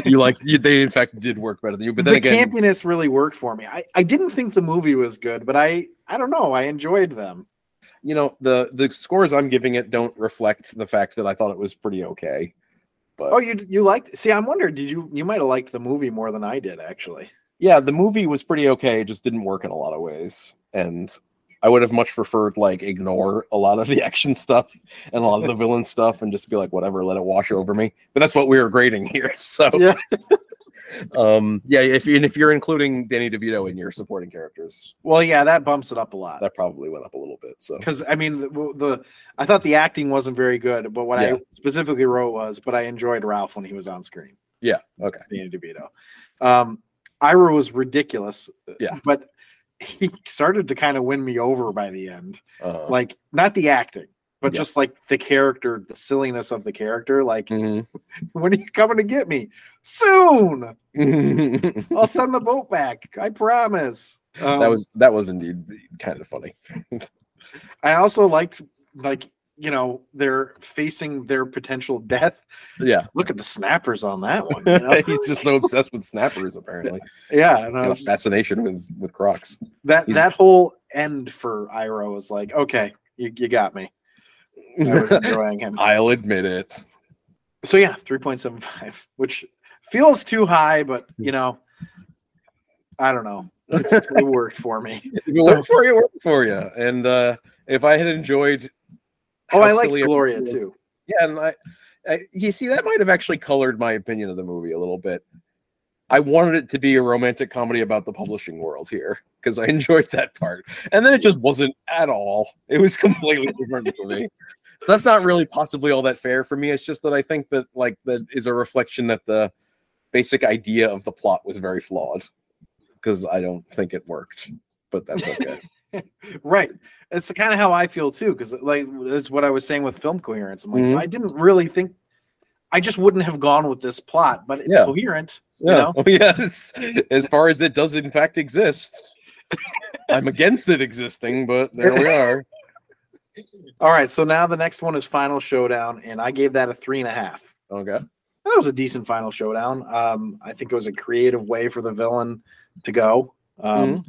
Speaker 4: you like you, they in fact did work better than you, but then
Speaker 3: the
Speaker 4: again,
Speaker 3: campiness really worked for me. I, I didn't think the movie was good, but I I don't know. I enjoyed them.
Speaker 4: you know the the scores I'm giving it don't reflect the fact that I thought it was pretty okay. But
Speaker 3: Oh, you you liked? See, I'm wondering. Did you you might have liked the movie more than I did actually?
Speaker 4: yeah, the movie was pretty okay. It just didn't work in a lot of ways, and I would have much preferred like ignore a lot of the (laughs) action stuff and a lot of the (laughs) villain stuff, and just be like whatever, let it wash over me. But that's what we were grading here, (laughs) so
Speaker 3: Yeah.
Speaker 4: um, yeah. If and if you're including Danny DeVito in your supporting characters,
Speaker 3: Well, yeah, that bumps it up a lot.
Speaker 4: that probably went up a little bit. So
Speaker 3: Because I mean, the, w- the I thought the acting wasn't very good, but what
Speaker 4: Yeah.
Speaker 3: I specifically wrote was, but I enjoyed Ralph when he was on screen.
Speaker 4: yeah, okay.
Speaker 3: Danny DeVito. Um, Ira was ridiculous.
Speaker 4: Yeah.
Speaker 3: but he started to kind of win me over by the end.
Speaker 4: Uh,
Speaker 3: Like not the acting, but
Speaker 4: Yeah.
Speaker 3: just like the character, the silliness of the character. Like,
Speaker 4: Mhm.
Speaker 3: when are you coming to get me? Soon. I'll send the boat back. I promise. Um,
Speaker 4: (laughs) that was that was indeed kind of funny.
Speaker 3: I also liked like you know they're facing their potential death.
Speaker 4: (laughs) Yeah,
Speaker 3: Look at the snappers on that one. You know?
Speaker 4: (laughs) he's just so obsessed with snappers. Apparently,
Speaker 3: (laughs) yeah, and I
Speaker 4: Got a
Speaker 3: was just-
Speaker 4: fascination with with Crocs.
Speaker 3: that
Speaker 4: he's-
Speaker 3: that whole end for Iro was like, okay, you, you got me. I
Speaker 4: (laughs)
Speaker 3: was enjoying him.
Speaker 4: I'll admit it.
Speaker 3: So yeah, three point seven five, which feels too high, but
Speaker 4: Hmm.
Speaker 3: you know, I don't know.
Speaker 4: (laughs)
Speaker 3: It's, it worked for me.
Speaker 4: It worked for you. it worked for you. And uh, if I had enjoyed,
Speaker 3: Oh,
Speaker 4: how
Speaker 3: I like
Speaker 4: silly it
Speaker 3: Gloria
Speaker 4: was-
Speaker 3: too.
Speaker 4: Yeah, and I, I, you see, that might have actually colored my opinion of the movie a little bit. I wanted it to be a romantic comedy about the publishing world here because I enjoyed that part, and then it just wasn't at all. It was completely different for me. So that's not really possibly all that fair for me. It's just that I think that like that is a reflection that the basic idea of the plot was very flawed because I don't think it worked. But that's okay.
Speaker 3: Right. It's kind of how I feel too, because like that's what I was saying with film coherence. I'm like,
Speaker 4: Mhm.
Speaker 3: I didn't really think, I just wouldn't have gone with this plot, but it's
Speaker 4: Yeah.
Speaker 3: coherent.
Speaker 4: Yeah.
Speaker 3: know?
Speaker 4: Oh, yes. As far as it does in fact exist, I'm against it existing, but there we are.
Speaker 3: All right. So now the next one is Final Showdown, and I gave that a three and a half.
Speaker 4: Okay.
Speaker 3: That was a decent Final Showdown. Um, I think it was a creative way for the villain to go. Um,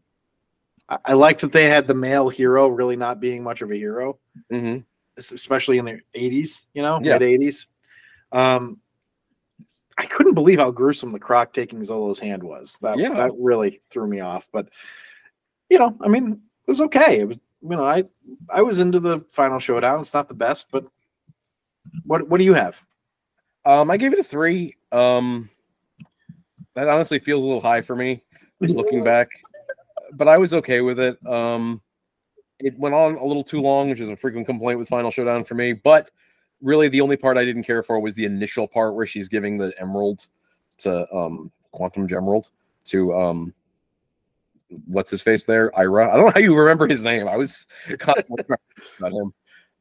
Speaker 3: I, I liked that they had the male hero really not being much of a hero.
Speaker 4: Mhm.
Speaker 3: es- especially in the 80s, you know,
Speaker 4: Yeah.
Speaker 3: mid 80s. Um, I couldn't believe how gruesome the croc taking Zolo's hand was. That
Speaker 4: Yeah.
Speaker 3: that really threw me off. But you know, I mean, it was okay. It was you know, I I was into the final showdown. It's not the best, but what what do you have?
Speaker 4: Um, I gave it a three. Um, that honestly feels a little high for me looking back, but I was okay with it. Um, it went on a little too long, which is a frequent complaint with Final Showdown for me. But really, the only part I didn't care for was the initial part where she's giving the emerald to um, Quantum Gemerald to um, what's his face there, Ira. I don't know how you remember his name. I was (laughs) constantly about him.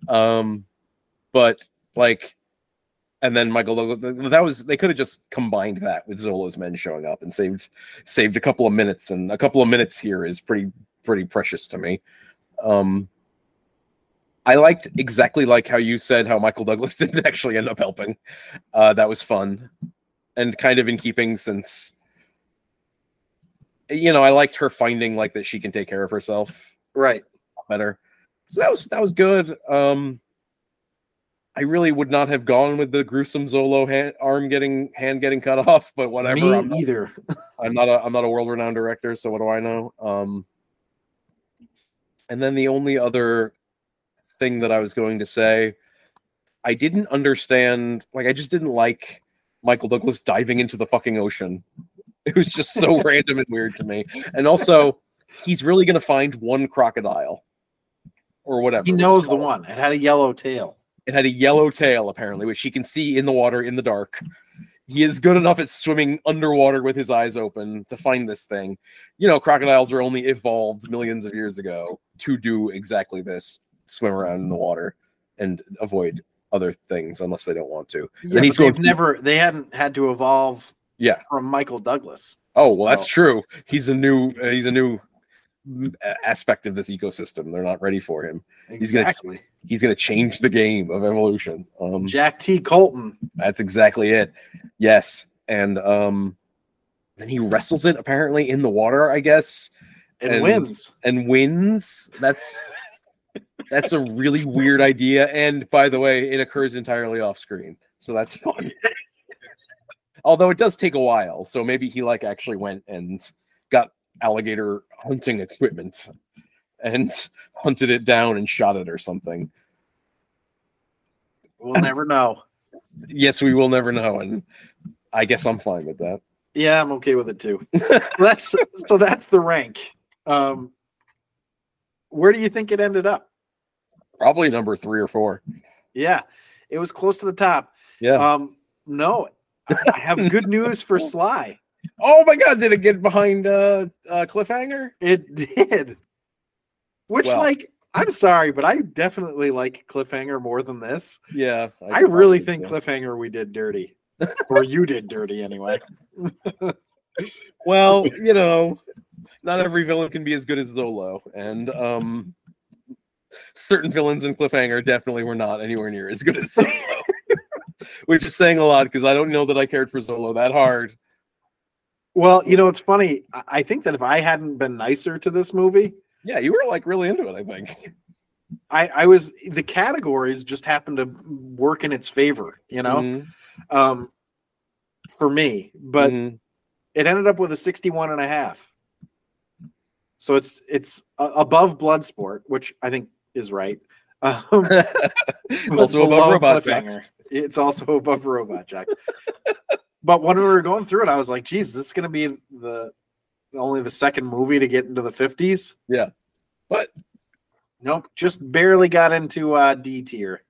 Speaker 4: Um, but like and then Michael Douglas. That was they could have just combined that with Zolo's men showing up and saved saved a couple of minutes. And a couple of minutes here is pretty pretty precious to me. Um, I liked exactly like how you said how Michael Douglas (laughs) didn't actually end up helping. Uh, that was fun, and kind of in keeping since you know I liked her finding like that she can take care of herself
Speaker 3: Right.
Speaker 4: better. So that was that was good. Um I really would not have gone with the gruesome Zolo hand, arm getting hand getting cut (laughs) off, but whatever.
Speaker 3: Me
Speaker 4: I'm, not,
Speaker 3: either.
Speaker 4: I'm not a I'm not a world renowned director, so what do I know? Um And then the only other thing that I was going to say, I didn't understand like I just didn't like Michael Douglas diving into the fucking ocean. (laughs) It was
Speaker 3: (laughs)
Speaker 4: just so random and weird to me. And also, he's really going to find one crocodile or whatever.
Speaker 3: He
Speaker 4: It's
Speaker 3: knows the
Speaker 4: called-
Speaker 3: one. It had a yellow tail.
Speaker 4: It had a yellow tail, apparently, which he can see in the water in the dark. He is good enough at swimming underwater with his eyes open to find this thing. You know, crocodiles are only evolved millions of years ago to do exactly this swim around in the water and avoid other things unless they don't want to.
Speaker 3: Yeah,
Speaker 4: he's
Speaker 3: but they've
Speaker 4: going-
Speaker 3: never. They hadn't had to evolve.
Speaker 4: Yeah.
Speaker 3: From Michael Douglas.
Speaker 4: Oh well, that's
Speaker 3: So-
Speaker 4: true. He's a new uh, he's a new mm, a- aspect of this ecosystem. They're not ready for him. He's gonna-
Speaker 3: Exactly.
Speaker 4: He's going to change the game of evolution. Um,
Speaker 3: Jack T. Colton.
Speaker 4: that's exactly it. Yes, and um, then he wrestles it apparently in the water, I guess,
Speaker 3: It
Speaker 4: And-
Speaker 3: wins.
Speaker 4: and wins. That's that's a really weird idea. And by the way, it occurs entirely off screen, so that's (laughs) fun. Although it does take a while, so maybe he like actually went and got alligator hunting equipment and (laughs) hunted it down and shot it or something.
Speaker 3: We'll never know.
Speaker 4: Yes, we will never know, and I guess I'm fine with that.
Speaker 3: Yeah, I'm okay with it
Speaker 4: (laughs)
Speaker 3: too. that's so that's the rank. Um where do you think it ended up?
Speaker 4: Probably number three or four.
Speaker 3: Yeah. It was close to the top.
Speaker 4: Yeah.
Speaker 3: Um no. I I have good news
Speaker 4: (laughs)
Speaker 3: for Sly.
Speaker 4: oh my god, did it get behind uh, uh cliffhanger?
Speaker 3: It did. Which
Speaker 4: Well.
Speaker 3: like I'm sorry, but I definitely like Cliffhanger more than this.
Speaker 4: Yeah.
Speaker 3: I, really think
Speaker 4: cliffhanger.
Speaker 3: Cliffhanger we did
Speaker 4: (laughs)
Speaker 3: dirty. or you did dirty anyway.
Speaker 4: Well, you know, not every villain can be as good as Zolo, and um, certain villains in Cliffhanger definitely were not anywhere near as good as Zolo, (laughs) which is saying a lot because I don't know that I cared for Zolo that hard.
Speaker 3: Well, you know, it's funny. I- I think that if I hadn't been nicer to this movie,
Speaker 4: Yeah, you were like really into it, I think.
Speaker 3: I, I was the categories just happened to work in its favor, you know,
Speaker 4: Mhm,
Speaker 3: um, for me. But
Speaker 4: mhm.
Speaker 3: it ended up with a 61 and a half. So it's it's a- above Bloodsport, which I think is right. (laughs) Um,
Speaker 4: it's
Speaker 3: but
Speaker 4: also
Speaker 3: below
Speaker 4: about robot
Speaker 3: Cliffhanger.
Speaker 4: facts.
Speaker 3: It's also (laughs) above Robot Jacks. but when we were going through it, I was like, "Geez, this is going to be the only the second movie to get into the 50s."
Speaker 4: Yeah. But-
Speaker 3: nope, just barely got into uh, D
Speaker 4: (laughs)
Speaker 3: tier,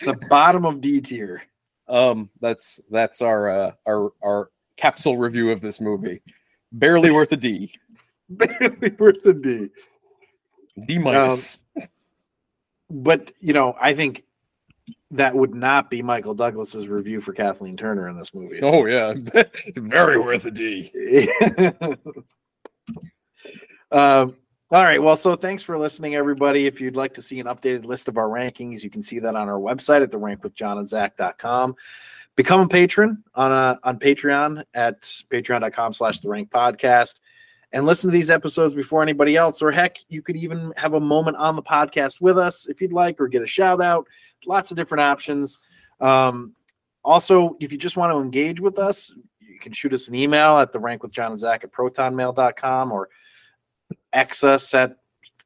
Speaker 3: the bottom of D tier. (laughs)
Speaker 4: um that's that's our uh, our our capsule review of this movie barely worth a d
Speaker 3: Barely worth a D.
Speaker 4: d minus
Speaker 3: But you know, I think that would not be Michael Douglas's review for Kathleen Turner in this movie.
Speaker 4: oh yeah (laughs) very worth a d
Speaker 3: (laughs) Um, all right. Well, so thanks for listening, everybody. If you'd like to see an updated list of our rankings, you can see that on our website at therankwithjohnandzach.com. Become a patron on uh, on Patreon at patreon.com slash the rank podcast and listen to these episodes before anybody else. Or heck, you could even have a moment on the podcast with us if you'd like, or get a shout out. Lots of different options. Um, also, if you just want to engage with us, you can shoot us an email at the rank with John and Zach at protonmail.com or X us at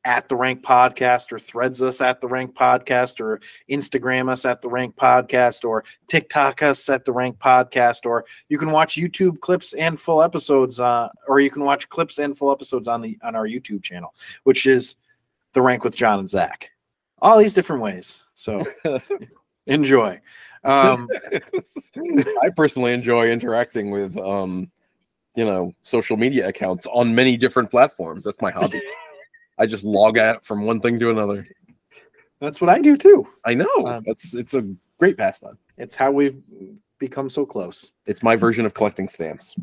Speaker 3: at the rank podcast or threads us at the rank podcast or Instagram us at the rank podcast or TikTok us at the rank podcast or you can watch YouTube clips and full episodes uh, or you can watch clips and full episodes on the on our YouTube channel, which is the rank with John and Zach. All these different ways. So enjoy. Um,
Speaker 4: (laughs) i personally enjoy interacting with um you know social media accounts on many different platforms that's my (laughs) hobby i just log out from one thing to another
Speaker 3: that's what I do too.
Speaker 4: i know
Speaker 3: Um,
Speaker 4: that's it's a great pastime
Speaker 3: It's how we've become so close. (laughs)
Speaker 7: It's
Speaker 4: (laughs)
Speaker 7: my version of collecting stamps.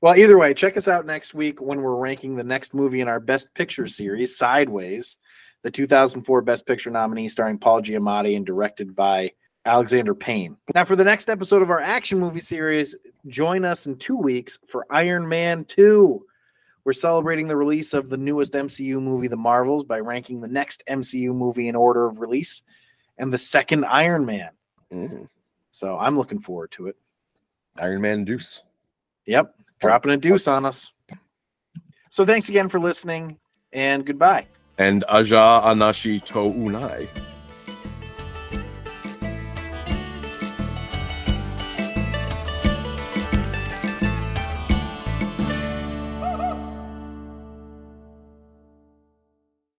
Speaker 3: well, either way, check us out next week when we're ranking the next movie in our Best Picture series, Sideways, the 2004 Best Picture nominee starring Paul Giamatti and directed by Alexander Payne. Now, for the next episode of our action movie series, join us in two weeks for Iron Man 2. We're celebrating the release of the newest MCU movie, The Marvels, by ranking the next MCU movie in order of release and the second Iron Man.
Speaker 4: Mm-hmm.
Speaker 7: Mhm.
Speaker 3: So I'm looking forward to it.
Speaker 7: Iron Man Deuce.
Speaker 3: Yep. Dropping a deuce on us. So thanks again for listening and goodbye.
Speaker 7: And Aja Anashi To Unai.